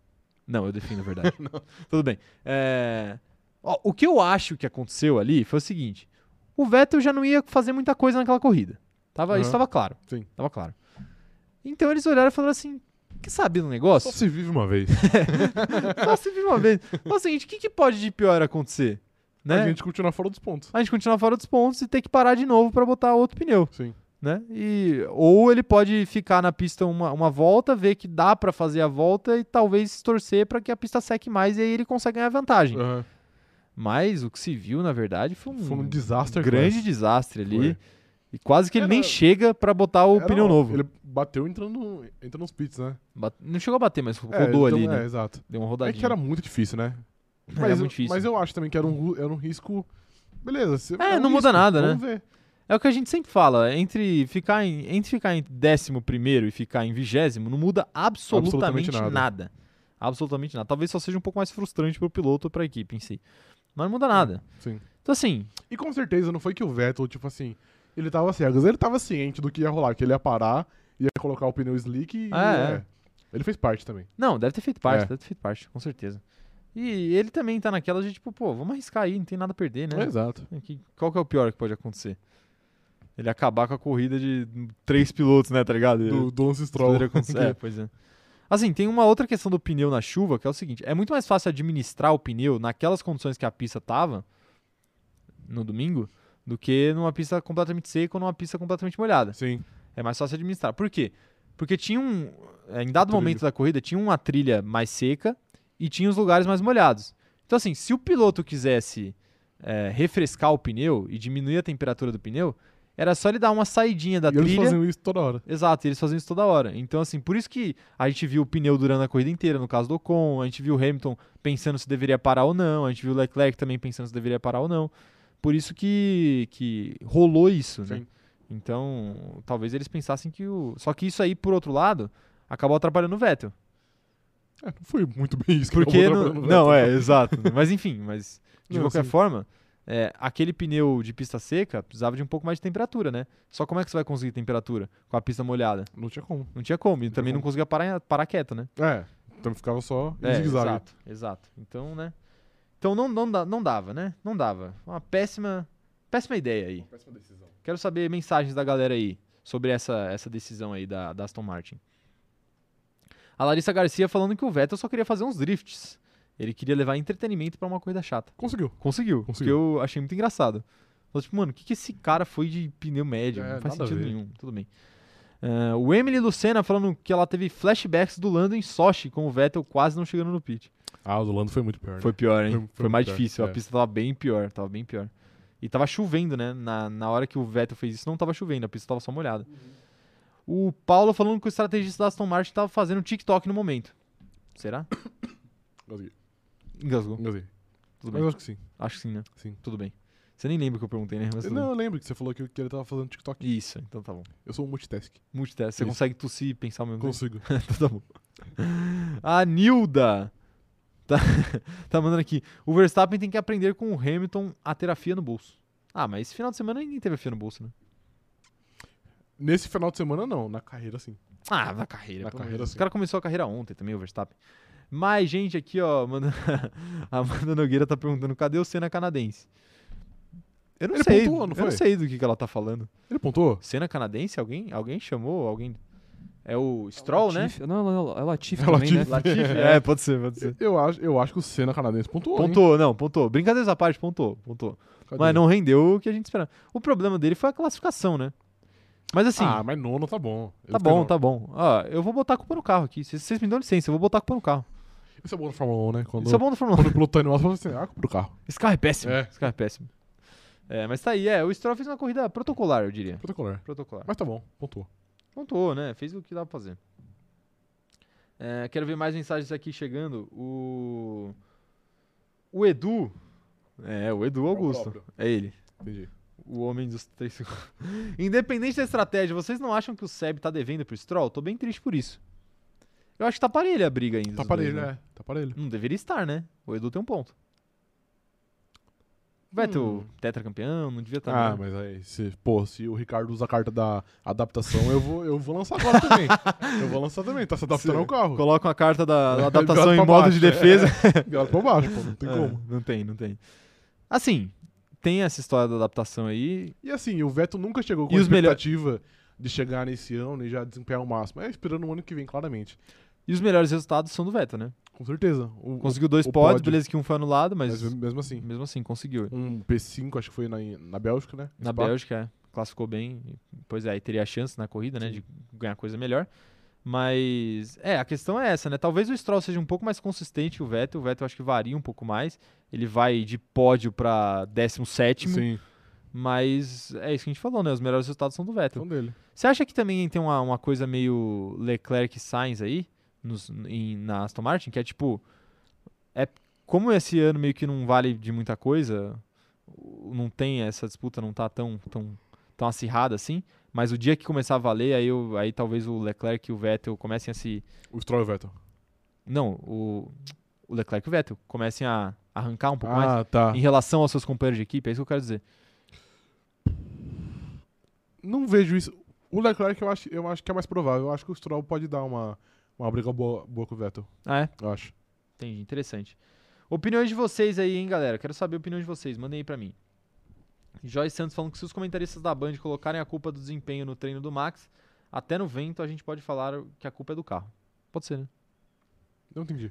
Não, eu defino a verdade. Tudo bem. É, ó, o que eu acho que aconteceu ali foi o seguinte: o Vettel já não ia fazer muita coisa naquela corrida. Tava, Isso
Aham.
estava claro.
Sim.
Tava claro. Então eles olharam e falaram assim: quer saber do negócio?
Só se vive uma vez.
Só se vive uma vez. Fala o seguinte: o que, que pode de pior acontecer? Né?
A gente continua fora dos pontos.
a gente continuar fora dos pontos e ter que parar de novo pra botar outro pneu,
Sim.
né? E, ou ele pode ficar na pista uma, uma volta, ver que dá pra fazer a volta e talvez torcer pra que a pista seque mais e aí ele consegue ganhar vantagem.
Aham.
Mas o que se viu, na verdade, foi um,
É. Foi um desastre.
grande
class.
desastre ali.
Foi.
E quase que ele nem
Era-
chega pra botar o
Era
pneu
um-
novo.
Ele bateu entrando, entrando nos pits, né?
Bat- Não chegou a bater, mas
É,
rodou
então-
ali,
É,
né?
exato.
Deu uma
É
rodadinha.
que era muito difícil, né? Mas,
Era
eu-
muito difícil.
mas eu acho também que era um, ru- era um risco. Beleza. se-
É,
era um
não muda
risco,
nada, né?
vamos Ver.
É o que a gente sempre fala, entre ficar em, entre ficar em décimo primeiro e ficar em vigésimo, não muda absolutamente,
Absolutamente nada.
nada. Absolutamente nada. Talvez só seja um pouco mais frustrante pro piloto ou pra equipe em si. Mas não muda nada.
Sim.
Então assim,
E com certeza não foi que o Vettel, tipo assim, ele tava cegas. Ele tava ciente do que ia rolar, que ele ia parar, ia colocar o pneu slick e.
Ah, é.
Ele fez parte também.
não, deve ter feito parte,
É.
deve ter feito parte, com certeza. E ele também tá naquela de tipo, pô, vamos arriscar aí, não tem nada a perder, né?
Exato.
Que- Qual que é o pior que pode acontecer? Ele acabar com a corrida de três pilotos, né, tá ligado?
Do, do Lance
Isso
Stroll.
poderia acontecer. É, pois é. Assim, tem uma outra questão do pneu na chuva, que é o seguinte, é muito mais fácil administrar o pneu naquelas condições que a pista tava no domingo, do que numa pista completamente seca ou numa pista completamente molhada.
Sim.
É mais fácil administrar. Por quê? Porque tinha um. eh, Em dado
Trilho.
momento da corrida, tinha uma trilha mais seca e tinha os lugares mais molhados. Então, assim, se o piloto quisesse eh, refrescar o pneu e diminuir a temperatura do pneu, era só ele dar uma saidinha da
e eles
trilha.
faziam isso toda hora.
Exato, e eles faziam isso toda hora. Então, assim, por isso que a gente viu o pneu durando a corrida inteira, no caso do Ocon, a gente viu o Hamilton pensando se deveria parar ou não, a gente viu o Leclerc também pensando se deveria parar ou não. Por isso que, que rolou isso, né?
Sim.
Então, talvez eles pensassem que o. Só que isso aí, por outro lado, acabou atrapalhando o Vettel.
É, não foi muito bem isso. que
Porque.
acabou
Não,
atrapalhando o
não, é,
Vettel.
exato. Mas enfim, mas de
Não,
qualquer
sim.
forma, é, aquele pneu de pista seca precisava de um pouco mais de temperatura, né? Só como é que você vai conseguir temperatura com a pista molhada?
Não tinha como.
Não tinha como. E também não
como.
conseguia parar, parar quieto, né?
É. Então ficava só em
É,
zigue-zague.
exato, exato. Então, né? Então não, não, da- não dava, né? Não dava. Uma péssima, péssima ideia aí.
Péssima decisão.
Quero saber mensagens da galera aí sobre essa, essa decisão aí da, da Aston Martin. A Larissa Garcia falando que o Vettel só queria fazer uns drifts. Ele queria levar entretenimento pra uma corrida chata.
Conseguiu.
Conseguiu, porque
Conseguiu.
eu achei muito engraçado. Falei, tipo, mano, o que, que esse cara foi de pneu médio?
É,
não faz
nada a
sentido
ver.
nenhum. Tudo bem. Ah, o Emily Lucena falando que ela teve flashbacks do Lando em Sochi com o Vettel quase não chegando no pit.
Ah, o do Lando foi muito pior. né?
Foi pior, hein? Foi,
Foi- foi
mais
pior,
difícil. A
é.
pista tava bem pior, tava bem pior. E tava chovendo, né? Na, na hora que o Vettel fez isso, não tava chovendo, a pista tava só molhada. O Paulo falando que o estrategista da Aston Martin tava fazendo TikTok no momento. Será?
Engasguei.
Engasgou.
Engasguei.
Tudo
Mas
bem.
eu acho que sim.
Acho que sim, né?
Sim.
Tudo bem. Você nem lembra o que eu perguntei, né? Mas tudo
não, eu lembro que você falou que, que ele tava fazendo TikTok.
Isso, então tá bom.
Eu sou um multitask.
Multitask. Você
Isso.
consegue tossir e pensar ao mesmo tempo?
Consigo.
Então tá bom. A Nilda tá, tá mandando aqui. O Verstappen tem que aprender com o Hamilton a ter a FIA no bolso. Ah, mas esse final de semana ninguém teve a FIA no bolso, né?
Nesse final de semana, não. Na carreira, sim.
Ah, na carreira. pelo amor
Na
de
carreira,
Deus.
sim.
O cara começou a carreira ontem também, o Verstappen. Mas, gente, aqui, ó, manda... a Amanda Nogueira tá perguntando cadê o Senna canadense? Eu não
Ele
sei.
pontuou, não
Eu não
foi?
sei do que, que ela tá falando.
Ele pontuou?
Cena canadense? Alguém? Alguém chamou? Alguém? É o Stroll, né?
Latif- Não, não, não, é Latif
É
também, né?
Latifi.
Latifi? É, pode ser, pode ser.
Eu acho, eu acho que o Senna canadense pontuou. hein?
Pontou, não, pontou. Brincadeiras à parte, pontou, pontou.
Cadê?
Mas não rendeu o que a gente esperava. O problema dele foi a classificação, né? Mas assim,
Ah, mas nono tá bom. Ele
tá
foi
bom,
nono.
tá bom. Ó, eu vou botar a culpa no carro aqui. Se vocês me dão licença, eu vou botar a culpa no carro.
Isso é bom na Fórmula 1, né? Quando,
tá- Isso é bom do Fórmula 1.
quando o piloto tá indo mal, você fala assim, ah, compra o carro.
Esse carro é péssimo.
É.
Esse carro é péssimo. É, mas tá aí, é. O Stroll fez uma corrida protocolar, eu diria.
Espetacular.
Protocolar.
Mas tá bom, pontuou.
Pontuou, né? Fez o que dava pra fazer. É, quero ver mais mensagens aqui chegando. O. O Edu. É, o Edu Augusto.
próprio.
É ele.
Entendi.
O homem dos três segundos. Independente da estratégia, vocês não acham que o Seb tá devendo pro Stroll? Tô bem triste por isso. Eu acho que tá parelha a briga ainda.
Tá
dos dois,
parelho,
né?
é. Tá parelho.
Não deveria estar, né? O Edu tem um ponto. Vai ter o
Hum.
tetracampeão, não devia tá estar.
ah, mas aí, se, pô, se o Ricardo usa a carta da adaptação, eu vou, eu vou lançar agora também. Eu vou lançar também, tá se adaptando ao carro.
Coloca uma carta da, da
Bota
adaptação em
pra
modo de
baixo,
defesa.
Galera pra baixo, pô, não tem
É,
como.
Não tem, não tem. Assim, tem essa história da adaptação aí.
E assim, o Vettel nunca chegou com
E
a
os melhor-
expectativa de chegar nesse ano e já desempenhar o máximo. É esperando o ano que vem, claramente.
E os melhores resultados são do Vettel, né?
Com certeza. O,
Conseguiu dois
o
pódios,
pódio.
beleza que um foi anulado, mas,
mas mesmo assim.
mesmo assim conseguiu.
Um P5, acho que foi na, na Bélgica, né?
Na
Spa.
Bélgica, é. classificou bem. Pois é, aí teria a chance na corrida, né? De ganhar coisa melhor. Mas, é, a questão é essa, né? Talvez o Stroll seja um pouco mais consistente que o Vettel. O Vettel acho que varia um pouco mais. Ele vai de pódio pra 17,
Sim,
mas é isso que a gente falou, né? Os melhores resultados são do Vettel.
então dele.
Você acha que também tem uma, uma coisa meio Leclerc e Sainz aí nos- em- na Aston Martin? Que é tipo. É, como esse ano meio que não vale de muita coisa, o- não tem essa disputa, não tá tão, tão, tão acirrada assim. Mas o dia que começar a valer, aí, eu- aí talvez o Leclerc e o Vettel comecem a se.
O Stroll e o Vettel.
Não, o, o Leclerc e o Vettel comecem a arrancar um pouco mais
ah, tá.
em relação aos seus companheiros de equipe, é isso que eu quero dizer.
Não vejo isso. O Leclerc eu acho, eu acho que é mais provável. Eu acho que o Stroll pode dar uma, uma briga boa, boa com o Vettel.
Ah, é?
Eu acho.
Entendi, interessante. Opiniões de vocês aí, hein, galera? Quero saber a opinião de vocês. Mandem aí pra mim. Joyce Santos falando que se os comentaristas da Band colocarem a culpa do desempenho no treino do Max, até no vento a gente pode falar que a culpa é do carro. Pode ser, né?
Não entendi.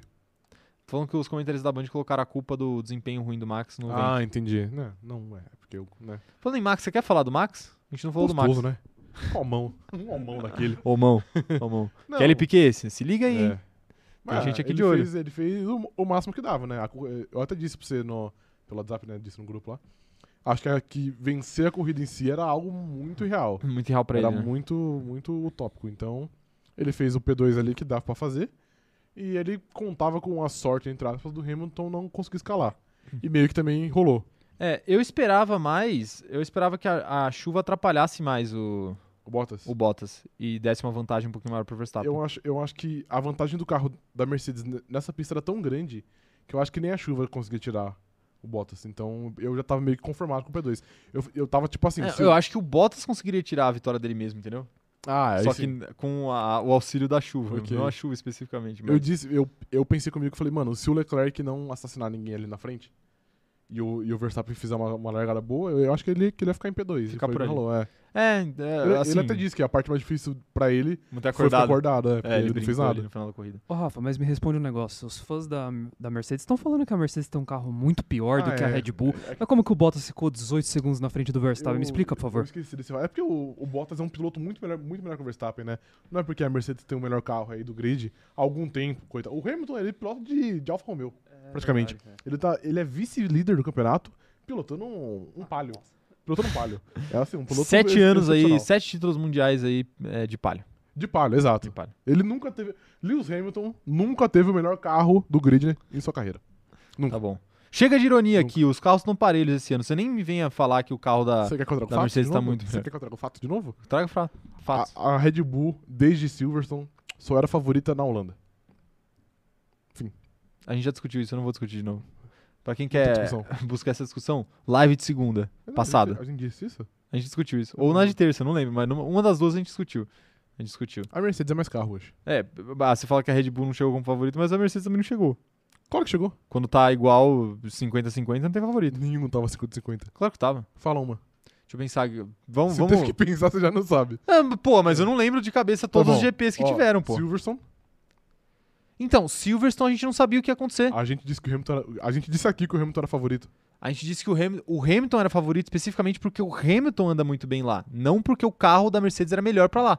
Falando que os comentaristas da Band colocaram a culpa do desempenho ruim do Max no vento.
ah, entendi. Não, não é. Porque eu. Né?
Falando em Max, você quer falar do Max? A gente não falou do
Gostoso,
Max.
né? Um almão. Um almão daquele.
Ô, mão. Ô, mão.
Não,
Kelly Piquet, se se liga aí, hein?
É. Mas
gente aqui
ele
de olho.
Fez, ele fez o, o máximo que dava, né? A co- eu até disse pra você no, pelo WhatsApp, né? Disse no grupo lá. Acho que, a- que vencer a corrida em si era algo muito real.
Muito real pra
era
ele. né?
muito, muito utópico. Então, ele fez o P2 ali que dava pra fazer. E ele contava com a sorte, entre aspas, do Hamilton não conseguir escalar. E meio que também rolou.
É, eu esperava mais. Eu esperava que a, a chuva atrapalhasse mais o,
O Bottas.
o Bottas e desse uma vantagem um pouquinho maior pro Verstappen.
Eu acho, eu acho que a vantagem do carro da Mercedes ne- nessa pista era tão grande que eu acho que nem a chuva conseguia tirar o Bottas. Então eu já tava meio que conformado com o P2. Eu, eu tava tipo assim.
É,
se
eu
o-
acho que o Bottas conseguiria tirar a vitória dele mesmo, entendeu?
Ah, aí
Só
sim.
que com a- o auxílio da chuva,
Ok.
não a chuva especificamente.
Eu
Mas...
disse, eu, eu pensei comigo, falei, mano, se o Leclerc não assassinar ninguém ali na frente e o, e o Verstappen fizer uma, uma largada boa, eu, eu acho que ele, que ele ia ficar em P2.
Ficar
e foi
por
o que
ali.
rolou, é.
É,
Ele-
é
ele,
assim,
até disse que a parte mais difícil pra ele
muito
foi
acordado.
ficar acordado, é, porque
É,
ele, não
brincou
fez
ali
nada.
no final da corrida.
Ô, Rafa, mas me responde um negócio. Os fãs da, da Mercedes estão falando que a Mercedes tem um carro muito pior do
Ah,
que a
é.
Red Bull. Mas como que o Bottas ficou 18 segundos na frente do Verstappen?
Eu-
Me explica, por
Eu
favor.
esqueci desse É porque o, o Bottas é um piloto muito melhor, muito melhor que o Verstappen, né? Não é porque a Mercedes tem o melhor carro aí do grid há algum tempo, coitado. O Hamilton, ele é piloto de, de Alfa Romeo, praticamente. Ele, tá, ele é vice-líder do campeonato, pilotando um, um palio. Pilotando um palio. É assim, um piloto
sete
ex-
anos aí,
excepcional.
sete títulos mundiais aí é, de palha.
De palio,
De
exato.
palha.
Ele nunca teve... Lewis Hamilton nunca teve o melhor carro do grid né, em sua carreira.
Tá bom. Chega de ironia aqui, os carros estão parelhos esse ano. Você nem me venha falar que o carro da.
Você quer contra o
da
fato?
Mercedes
de
tá
novo?
muito
Você
melhor.
quer contra o fato de novo?
Traga fra...
Ah.
fatos.
A, a Red Bull, desde Silverstone, só era favorita na Holanda.
A gente já discutiu isso, eu não vou discutir de novo. Pra quem
Muita
quer
discussão.
buscar essa discussão, live de segunda, passada.
A gente disse isso?
A gente discutiu isso. Ou na de terça, eu não lembro, mas numa- uma das duas a gente discutiu. A gente discutiu.
A Mercedes é mais carro hoje.
É, b- ah, você fala que a Red Bull não chegou como favorito, mas a Mercedes também não chegou.
Claro que chegou.
Quando tá igual 50-50, não tem favorito.
Nenhum tava 50-50.
Claro que tava.
Fala uma.
Deixa eu pensar. aqui. Vamos,
Se
vamos.
teve que pensar, você já não sabe. Tá
Ah, mas, pô, mas eu não lembro de cabeça todos
bom.
os GPs que
Ó,
tiveram, pô.
Silverstone,
Então, Silverstone a gente não sabia o que ia acontecer.
a gente disse que o Hamilton era, A gente disse aqui que o Hamilton era favorito.
A gente disse que o, Ham- o Hamilton era favorito especificamente porque o Hamilton anda muito bem lá, não porque o carro da Mercedes era melhor pra lá.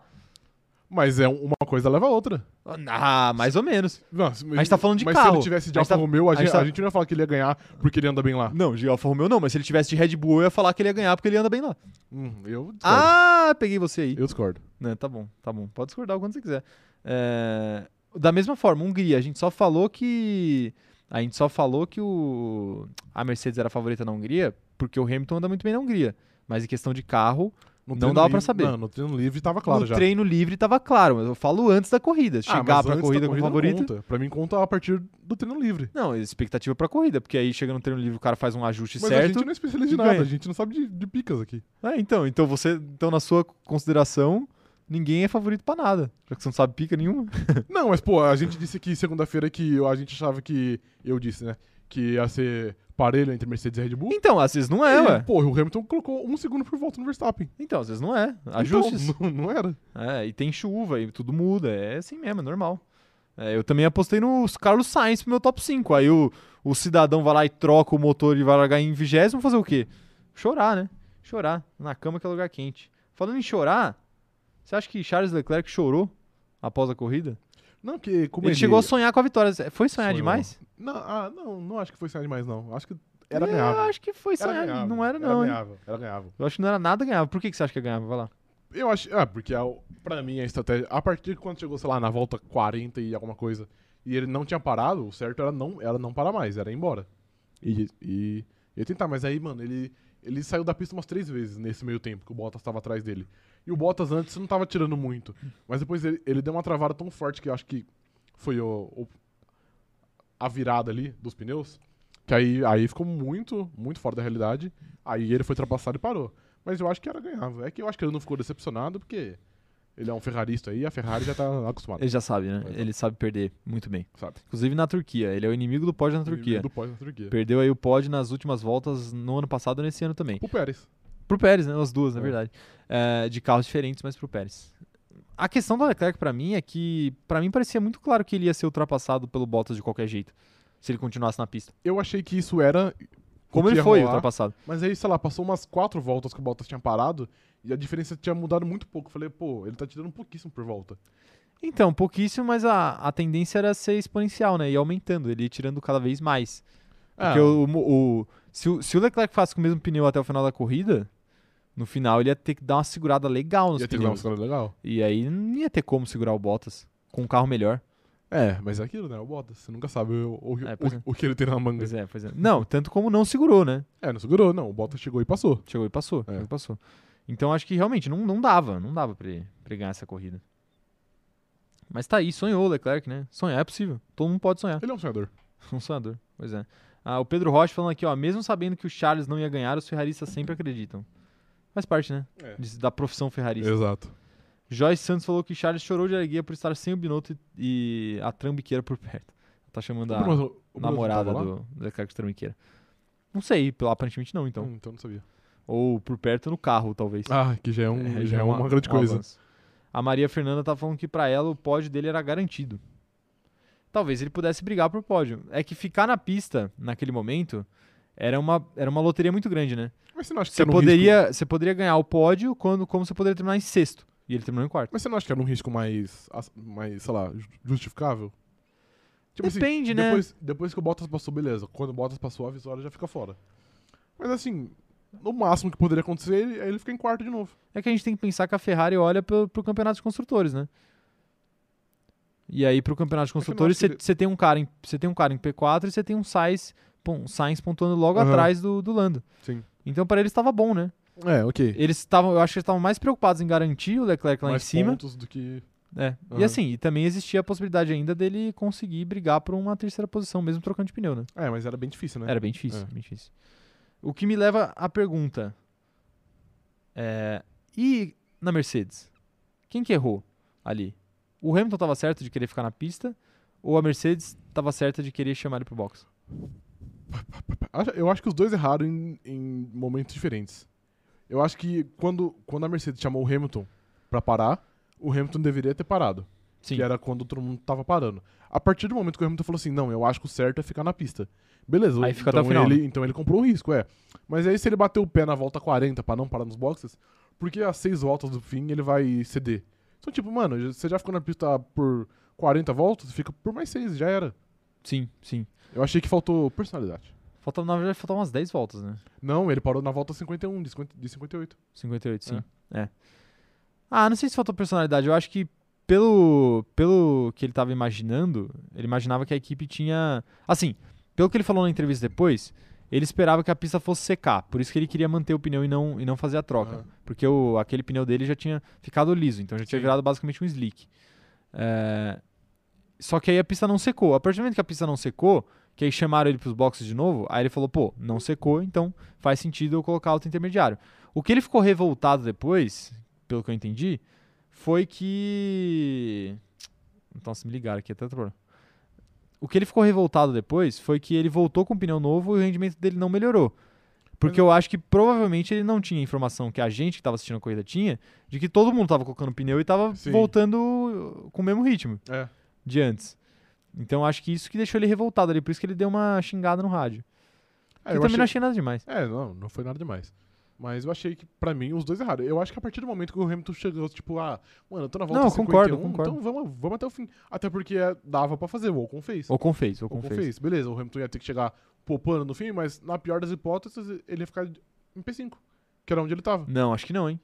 Mas é um- uma coisa leva a outra.
Ah, mais ou menos.
Não,
A gente tá falando de
mas
carro.
se ele tivesse de
A gente
Alfa
tá-
Romeo, a,
a gente
gente,
tá-
a gente não ia falar que ele ia ganhar porque ele anda bem lá.
Não, de Alfa Romeo não, mas se ele tivesse de Red Bull, eu ia falar que ele ia ganhar porque ele anda bem lá.
Hum, eu discordo.
Ah, peguei você aí.
Eu discordo.
Né, tá bom, tá bom. Pode discordar o quanto você quiser. É, Da mesma forma, Hungria, a gente só falou que. A gente só falou que o... a Mercedes era a favorita na Hungria porque o Hamilton anda muito bem na Hungria. Mas em questão de carro,
No
Não
treino
dava pra
livre-
saber.
Não, no treino livre tava claro
no
já.
treino livre tava claro. mas Eu falo antes da corrida.
Ah,
Chegar
mas
pra
antes da
corrida, com o
corrida não
favorito.
conta. Pra mim conta a partir do treino livre.
Não, expectativa pra corrida, porque aí chega no treino livre, o cara faz um ajuste
Mas a
certo.
gente não é especialista
e
de nada,
ganha.
a gente não sabe de, de picas aqui.
É, então, então você, então na sua consideração, ninguém é favorito pra nada, já que você não sabe pica nenhuma.
Uh. Não, mas pô, a gente disse que segunda-feira que eu- a gente achava que. Eu disse, né? Que ia ser parelho entre Mercedes e Red Bull.
Então, às vezes não é,
E,
ué.
Pô, o Hamilton colocou um segundo por volta no Verstappen.
Então, às vezes não é. Ajustes.
Então, não, não era.
É, e tem chuva e tudo muda, é assim mesmo, é normal. É, eu também apostei no Carlos Sainz pro meu top 5. Aí o, o cidadão vai lá e troca o motor e vai largar em vigésimo, fazer o quê? Chorar, né? Chorar. Na cama que é lugar quente. Falando em chorar, você acha que Charles Leclerc chorou após a corrida?
Não, porque como
ele,
ele.
chegou a sonhar com a vitória. Foi sonhar
Sonhou.
demais?
Não, ah, não, não acho que foi sonhar demais, não. Acho que era
eu
ganhável.
É, acho que foi
Era
sonhar.
ganhável,
não era, não. hein?
Era ganhável, era ganhável.
Eu acho que não era nada ganhável. Por que, que você acha que ganhava? Vai lá.
Eu acho. Ah, porque a, pra mim a estratégia. A partir de quando chegou, sei lá, na volta 40 e alguma coisa, e ele não tinha parado, o certo era não, era não parar mais, era ir embora. E, e ia tentar, mas aí, mano, ele, ele saiu da pista umas três vezes nesse meio tempo que o Bottas tava atrás dele. E o Bottas antes não tava tirando muito. Mas depois ele, ele deu uma travada tão forte que eu acho que foi o, o- a virada ali dos pneus. Que aí, aí ficou muito, muito fora da realidade. Aí ele foi ultrapassado e parou. Mas eu acho que era ganhável. É que eu acho que ele não ficou decepcionado, porque Ele é um ferrarista aí, a Ferrari já tá acostumada.
Ele já sabe, né?
Pois é.
Ele sabe perder muito bem.
Sabe?
Inclusive na Turquia. Ele é o inimigo do pódio tá na Turquia.
Do pós na Turquia.
Perdeu aí o pódio nas últimas voltas no ano passado e nesse ano também.
Pro Pérez.
Pro Pérez, né? As duas, na
É.
verdade. É, de carros diferentes, mas pro Pérez. A questão do Leclerc pra mim é que pra mim parecia muito claro que ele ia ser ultrapassado pelo Bottas de qualquer jeito, se ele continuasse na pista.
Eu achei que isso era. o
Como
que
ele
ia
foi
rolar,
ultrapassado.
Mas aí, sei lá, passou umas quatro voltas que o Bottas tinha parado e a diferença tinha mudado muito pouco. Eu Falei, pô, ele tá tirando pouquíssimo por volta.
Então, pouquíssimo, mas a, a tendência era ser exponencial, né? E aumentando, ele ia tirando cada vez mais.
É, Ah.
Porque o, o- o- se, o, se o Leclerc faz com o mesmo pneu até o final da corrida, no final ele ia ter que dar uma segurada legal nos
ia ter que dar um uma
pneus.
segurada legal.
E aí não ia ter como segurar o Bottas com um carro melhor.
É, mas é aquilo, né? O Bottas. Você nunca sabe o, o,
É,
o-
pois é.
o que ele tem na manga.
Pois é, pois é. Não, tanto como não segurou, né?
É, não segurou, não. O Bottas chegou e passou.
Chegou e passou.
É.
chegou e passou. Então acho que realmente não, não dava, não dava pra ele, pra ele ganhar essa corrida. Mas tá aí, sonhou o Leclerc, né? Sonhar é possível. Todo mundo pode sonhar.
Ele é um sonhador.
Um sonhador, pois é. Ah, o Pedro Rocha falando aqui, ó. Mesmo sabendo que o Charles não ia ganhar, os ferraristas sempre acreditam. Faz parte, né?
É.
De- Da profissão ferrarista.
Exato.
Joyce Santos falou que o Charles chorou de alegria por estar sem o Binotto e, e a trambiqueira por perto. Tá chamando
O
a
Bruno- o Bruno
namorada
tava lá?
do do Leclerc de trambiqueira. Não sei, pelo- aparentemente não, então.
Hum, então não sabia.
Ou por perto no carro, talvez.
Ah, que já é, um, já é uma,
uma-
grande
um
coisa.
avanço. A Maria Fernanda tá falando que pra ela o pódio dele era garantido. Talvez ele pudesse brigar pro pódio. É que ficar na pista naquele momento era uma, era uma loteria muito grande, né?
Mas você não acha que
Você
era um risco-
poderia, você poderia ganhar o pódio quando, como você poderia terminar em sexto. E ele terminou em quarto.
Mas você não acha que era um risco mais, ass- mais sei lá, ju- justificável? Tipo assim,
Depende, né?
depois, depois que o Bottas passou, beleza. Quando o Bottas passou, a vitória já fica fora. Mas assim, no máximo que poderia acontecer, é ele, ele fica em quarto de novo.
É que a gente tem que pensar que a Ferrari olha pro, pro campeonato de construtores, né? E aí, pro campeonato de
não acho
construtores,
É que ele-
você tem um cara em você tem um cara em P4 e você tem um Sainz, pon- um Sainz pontuando logo
Aham.
atrás do, do Lando.
Sim.
Então, para eles estava bom, né?
É, ok.
Eles estavam, eu acho que eles estavam mais preocupados em garantir o Leclerc lá
Mais
em cima.
pontos do que.
É. E
Aham.
assim, e também existia a possibilidade ainda dele conseguir brigar por uma terceira posição, mesmo trocando de pneu, né?
É, mas era bem difícil, né?
Era bem difícil,
É.
bem difícil. O que me leva à pergunta. É, e na Mercedes? Quem que errou ali? O Hamilton estava certo de querer ficar na pista ou a Mercedes estava certa de querer chamar ele pro box?
Acho- Eu acho que os dois erraram em, em momentos diferentes. Eu acho que quando, quando a Mercedes chamou o Hamilton pra parar, o Hamilton deveria ter parado.
Sim.
Que era quando todo mundo tava parando. A partir do momento que o Hamilton falou assim, não, eu acho que o certo é ficar na pista. Beleza,
Aí fica até
então,
o final, né?
ele, então ele comprou o risco, é. Mas aí se ele bater o pé na volta 40 pra não parar nos boxes, porque às seis voltas do fim ele vai ceder. Então, tipo, mano, já- você já ficou na pista por 40 voltas, fica por mais seis, já era.
Sim, sim.
Eu achei que faltou personalidade.
Faltava, na verdade, faltavam umas 10 voltas, né?
Não, ele parou na volta 51, de, 50, de 58.
58, sim. É. Ah, não sei se faltou personalidade. Eu acho que pelo, pelo que ele tava imaginando, ele imaginava que a equipe tinha. Assim, pelo que ele falou na entrevista depois, ele esperava que a pista fosse secar. Por isso que ele queria manter o pneu e não, e não fazer a troca.
Aham.
Porque o, aquele pneu dele já tinha ficado liso, então já tinha
Sim.
virado basicamente um slick. É, Só que aí a pista não secou. A partir do momento que a pista não secou, que aí chamaram ele pros boxes de novo, aí ele falou, pô, não secou, então faz sentido eu colocar outro intermediário. O que ele ficou revoltado depois, pelo que eu entendi, foi que. Então, se me ligaram aqui, até outro problema. O que ele ficou revoltado depois foi que ele voltou com o pneu novo e o rendimento dele não melhorou. Porque eu acho que provavelmente ele não tinha a informação que a gente que estava assistindo a corrida tinha, de que todo mundo estava colocando pneu e estava
Sim.
voltando uh, com o mesmo ritmo
É.
de antes. Então acho que isso que deixou ele revoltado ali, por isso que ele deu uma xingada no rádio.
Ah,
eu
eu
também não
achei-
achei nada demais.
É, não, não foi nada demais. Mas eu achei que, pra mim, os dois erraram. Eu acho que a partir do momento que o Hamilton chegou, tipo, ah, mano, eu tô na volta
Não, eu
51,
concordo, concordo.
então vamos, vamos até o fim. Até porque é, dava pra fazer, o Ocon fez.
Ou confez, ou
Ocon
confez.
Beleza, o Hamilton ia ter que chegar poupando no fim, mas na pior das hipóteses, ele ia ficar em P5, que era onde ele tava.
Não, acho que não, hein?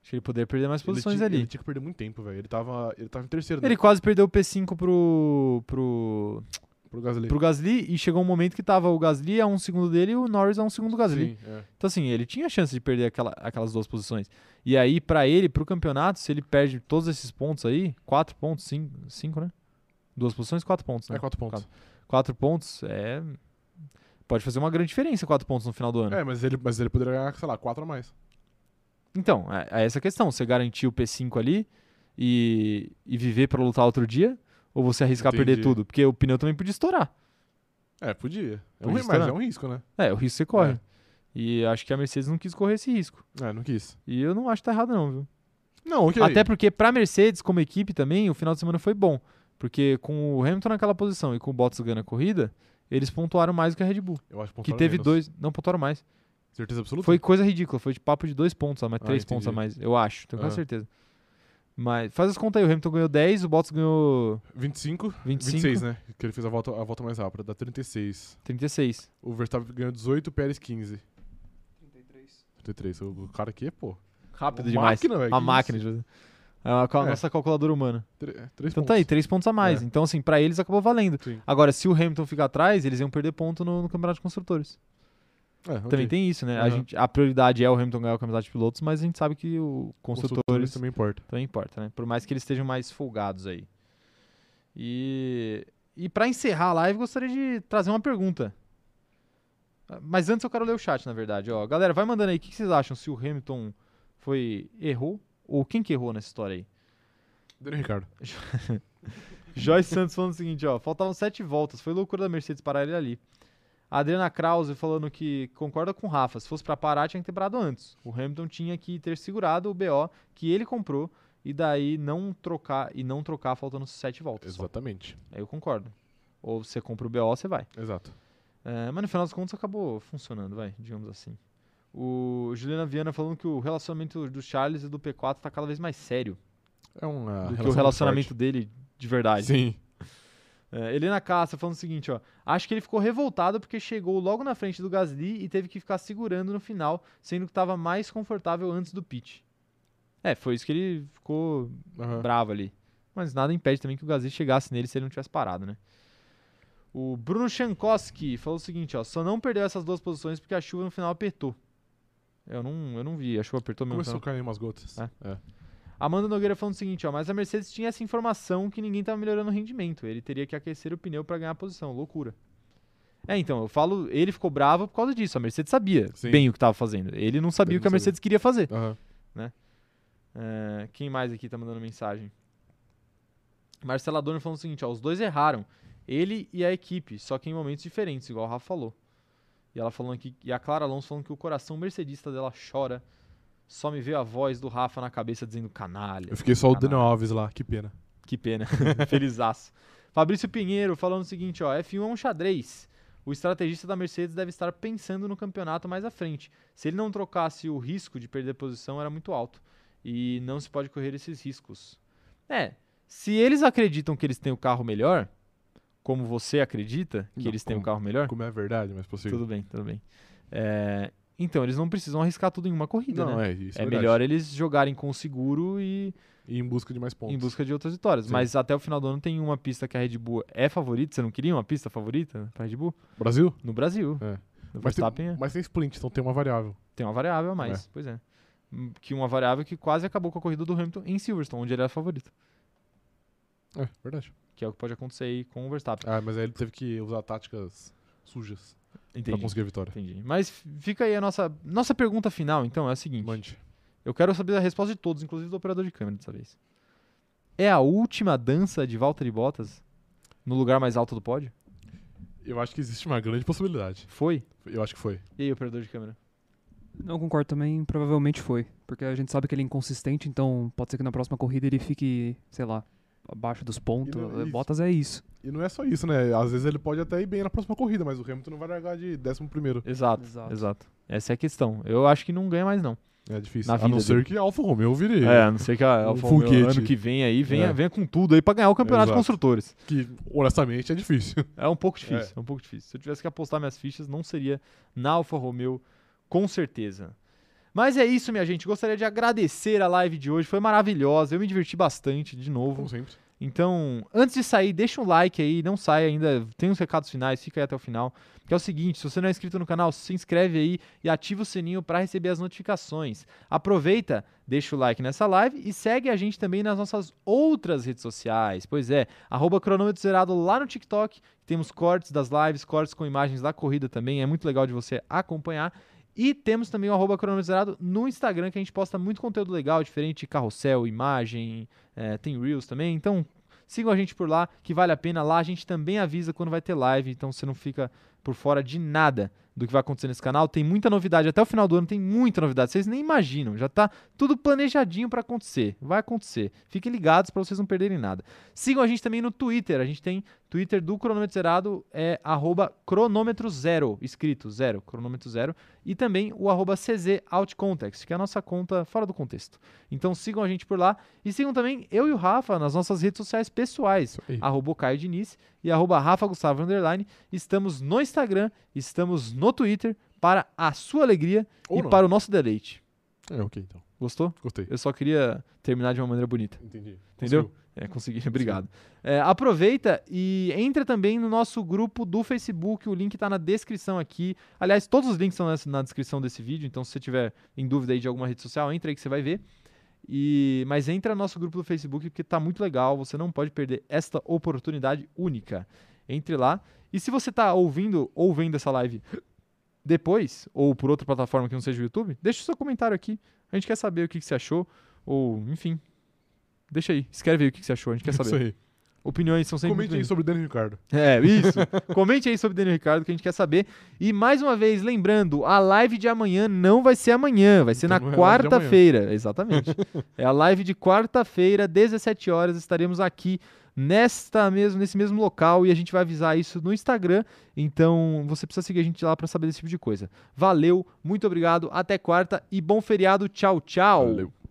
Acho que ele poderia perder mais posições
ele, ti-
ali.
Ele tinha que perder muito tempo, velho. Ele tava, ele tava em terceiro, né?
Ele quase perdeu o P5 pro, pro,
Pro Gasly.
pro Gasly e chegou um momento que tava o Gasly a um segundo dele e o Norris a um segundo do Gasly.
Sim, é.
Então, assim, ele tinha chance de perder aquela- aquelas duas posições. E aí, pra ele, pro campeonato, se ele perde todos esses pontos aí, quatro pontos, cinco, cinco né? Duas posições, quatro pontos, né?
É quatro pontos.
Quatro pontos é. Pode fazer uma grande diferença quatro pontos no final do ano.
É, mas ele, mas ele poderia ganhar, sei lá, quatro a mais.
Então, é, é essa a questão. Você garantir o P5 ali e, e viver pra lutar outro dia? Ou você arriscar perder
Entendi.
tudo? Porque o ppneu também podia estourar.
É, podia. É
Podia
um, ri- mas
estourar.
é um risco, né?
É, o risco você corre.
É.
E acho que a Mercedes não quis correr esse risco.
É, não quis.
E eu não acho que tá errado, não, viu?
Não, ok.
Até porque pra Mercedes, como equipe também, o final de semana foi bom. Porque com o Hamilton naquela posição e com o Bottas ganhando a corrida, eles pontuaram mais do que a Red Bull.
Eu acho
que
pontuaram
teve
menos.
dois. Não pontuaram mais.
Certeza absoluta?
Foi coisa ridícula. Foi de papo de dois pontos a mais,
Ah,
três pontos a
entendi.
mais, eu acho. Tenho quase
Ah.
certeza. Mas faz as contas aí. O Hamilton ganhou 10, o Bottas ganhou
25,
25,
26, né? Que ele fez a volta, a volta mais rápida, dá 36.
36.
O Verstappen ganhou 18, o Pérez 15. 33. O cara aqui é, pô.
Rápido
Uma
demais.
máquina, velho,
a
que
máquina, de fazer. Ah, Com a
É.
nossa calculadora humana.
3 é pontos.
Então tá aí, três pontos a mais.
É.
Então, assim, pra eles acabou valendo.
Sim.
Agora, se o Hamilton ficar atrás, eles iam perder ponto no, no Campeonato de Construtores.
É, ok.
Também tem isso, né? A,
Aham.
gente, a prioridade é o Hamilton ganhar o campeonato de pilotos, mas a gente sabe que o construtores,
Construtores
também.
também importa.
importa, né? Por mais que eles estejam mais folgados aí. E, e para encerrar a live, gostaria de trazer uma pergunta. Mas antes eu quero ler o chat, na verdade. Ó, galera, vai mandando aí o que que vocês acham se o Hamilton foi errou ou quem que errou nessa história aí.
Daniel Ricardo.
Joyce Santos falando o seguinte, ó, faltavam sete voltas, foi loucura da Mercedes parar ele ali. A Adriana Krause falando que concorda com o Rafa, se fosse pra parar tinha que ter parado antes. O Hamilton tinha que ter segurado o BO que ele comprou e daí não trocar e não trocar faltando sete voltas. só.
Exatamente.
Aí eu concordo. Ou você compra o BO, você vai.
Exato.
É, mas no final das contas acabou funcionando, vai, digamos assim. O Juliana Viana falando que o relacionamento do Charles e do P4 tá cada vez mais sério
É um ah,
do que o relacionamento dele de verdade.
Sim.
É, Helena Cassa falando o seguinte, ó. Acho que ele ficou revoltado porque chegou logo na frente do Gasly e teve que ficar segurando no final, sendo que estava mais confortável antes do pit. É, foi isso que ele ficou
Aham.
bravo ali. Mas nada impede também que o Gasly chegasse nele se ele não tivesse parado, né? O Bruno Shankowski falou o seguinte, ó. Só não perdeu essas duas posições porque a chuva no final apertou. Eu não, eu não vi, a chuva apertou mesmo. no
Começou
final.
a cair umas gotas.
É.
É.
Amanda Nogueira falando o seguinte, ó, mas a Mercedes tinha essa informação que ninguém tava melhorando o rendimento. Ele teria que aquecer o pneu para ganhar a posição. Loucura. É, então, eu falo, ele ficou bravo por causa disso. A Mercedes sabia
Sim.
bem o que tava fazendo. Ele não sabia
Ele
o que a
não
Mercedes queria fazer.
Aham.
É, quem mais aqui tá mandando mensagem? Marcela Adorno falando o seguinte, ó, os dois erraram. Ele e a equipe, só que em momentos diferentes, igual o Rafa falou. E ela falando aqui, e a Clara Alonso falando que o coração mercedista dela chora. Só me veio a voz do Rafa na cabeça dizendo canalha.
Eu fiquei só o
Canal.
Daniel Alves lá, que pena.
Que pena. Felizaço. Fabrício Pinheiro falando o seguinte, ó, F1 é um xadrez. O estrategista da Mercedes deve estar pensando no campeonato mais à frente. Se ele não trocasse, o risco de perder posição era muito alto. E não se pode correr esses riscos. É, se eles acreditam que eles têm o carro melhor, como você acredita que
Não,
eles têm o
como-
carro melhor,
Como é verdade, mas possível.
tudo bem, tudo bem. É, então, eles não precisam arriscar tudo em uma corrida,
Não,
né?
é isso.
É,
verdade.
melhor eles jogarem com o seguro e,
E em busca de mais pontos.
em busca de outras vitórias.
Sim.
Mas até o final do ano tem uma pista que a Red Bull é favorita. Você não queria uma pista favorita pra Red Bull?
Brasil?
No Brasil. No
É. Mas tem,
Verstappen é-
mas tem sprint, então tem uma variável.
tem uma variável a mais. Pois é. Hum, Que uma variável que quase acabou com a corrida do Hamilton em Silverstone, onde ele era favorito.
É, verdade.
Que é o que pode acontecer aí com o Verstappen.
Ah, mas aí ele teve que usar táticas sujas pra
Entendi.
conseguir a vitória.
Entendi. Mas fica aí a nossa, nossa pergunta final, então, é a seguinte.
Mande.
Eu quero saber a resposta de todos, inclusive do operador de câmera dessa vez. É a última dança de Valtteri Bottas no lugar mais alto do pódio?
Eu acho que existe uma grande possibilidade.
Foi?
Eu acho que foi.
E aí, operador de câmera?
Não concordo também, provavelmente foi. Porque a gente sabe que ele é inconsistente, então pode ser que na próxima corrida ele fique, sei lá, abaixo dos pontos.
E não- e-
Bottas é isso.
E não é só isso, né? Às vezes ele pode até ir bem na próxima corrida, mas o Hamilton não vai largar de 11 primeiro.
Exato, exato.
Exato.
Essa é a questão. Eu acho que não ganha mais, não.
É difícil.
Na
a
vida
não ser
dele. É.
que a Alfa Romeo vire.
a não ser que a
Um
Alfa Romeo
foguete.
ano que vem aí venha,
É.
venha com tudo aí pra ganhar o campeonato
Exato.
de construtores.
Que, honestamente, é difícil.
É um pouco difícil, é. um pouco difícil. Se eu tivesse que apostar minhas fichas, não seria na Alfa Romeo, com certeza. Mas é isso, minha gente. Gostaria de agradecer a live de hoje. Foi maravilhosa. Eu me diverti bastante de novo.
Como sempre.
Então, antes de sair, deixa um like aí, não sai ainda, tem uns recados finais, fica aí até o final. Que é o seguinte, se você não é inscrito no canal, se inscreve aí e ativa o sininho para receber as notificações. Aproveita, deixa o like nessa live e segue a gente também nas nossas outras redes sociais. Pois é, arroba cronômetro zerado lá no TikTok, temos cortes das lives, cortes com imagens da corrida também, é muito legal de você acompanhar. E temos também o arroba cronômetro zerado no Instagram, que a gente posta muito conteúdo legal, diferente carrossel, imagem, é, tem Reels também. Então, sigam a gente por lá, que vale a pena. Lá a gente também avisa quando vai ter live, então você não fica por fora de nada do que vai acontecer nesse canal. Tem muita novidade, até o final do ano tem muita novidade, vocês nem imaginam. Já tá tudo planejadinho para acontecer, vai acontecer. Fiquem ligados para vocês não perderem nada. Sigam a gente também no Twitter, a gente tem Twitter do Cronômetro Zerado, é arroba cronômetro zero, escrito zero, cronômetro zero, e também o arroba CZ Outcontext, que é a nossa conta fora do contexto. Então sigam a gente por lá e sigam também eu e o Rafa nas nossas redes sociais pessoais,
aí.
arroba o Caio Diniz e arroba Rafa Gustavo Underline. Estamos no Instagram, estamos no Twitter para a sua alegria
Ou
e
não.
para o nosso deleite.
É, ok, então.
Gostou?
Gostei.
Eu só queria terminar de uma maneira bonita.
Entendi.
Entendeu?
Conseguiu.
É, consegui, obrigado. É, aproveita e entra também no nosso grupo do Facebook, o link tá na descrição aqui. Aliás, todos os links estão nessa- na descrição desse vídeo, então se você tiver em dúvida aí de alguma rede social, entra aí que você vai ver. E, mas entra no nosso grupo do Facebook porque tá muito legal, você não pode perder esta oportunidade única. Entre lá. E se você tá ouvindo ou vendo essa live depois, ou por outra plataforma que não seja o YouTube, deixa o seu comentário aqui. A gente quer saber o que, que você achou, ou enfim. Deixa aí, escreve aí o que, que você achou, a gente quer saber.
Isso aí.
Opiniões são sempre
Comente aí
muito
sobre o Daniel Ricardo.
bem-vindas. É, isso. Comente aí sobre Daniel Ricardo que a gente quer saber. E mais uma vez, lembrando, a live de amanhã não vai ser amanhã, vai ser
Então não
na
é live de
quarta-feira. Exatamente. é a live de quarta-feira, 17 horas, estaremos aqui nesta mesmo nesse mesmo local e a gente vai avisar isso no Instagram. Então, você precisa seguir a gente lá para saber desse tipo de coisa. Valeu, muito obrigado, até quarta e bom feriado. Tchau, tchau.
Valeu.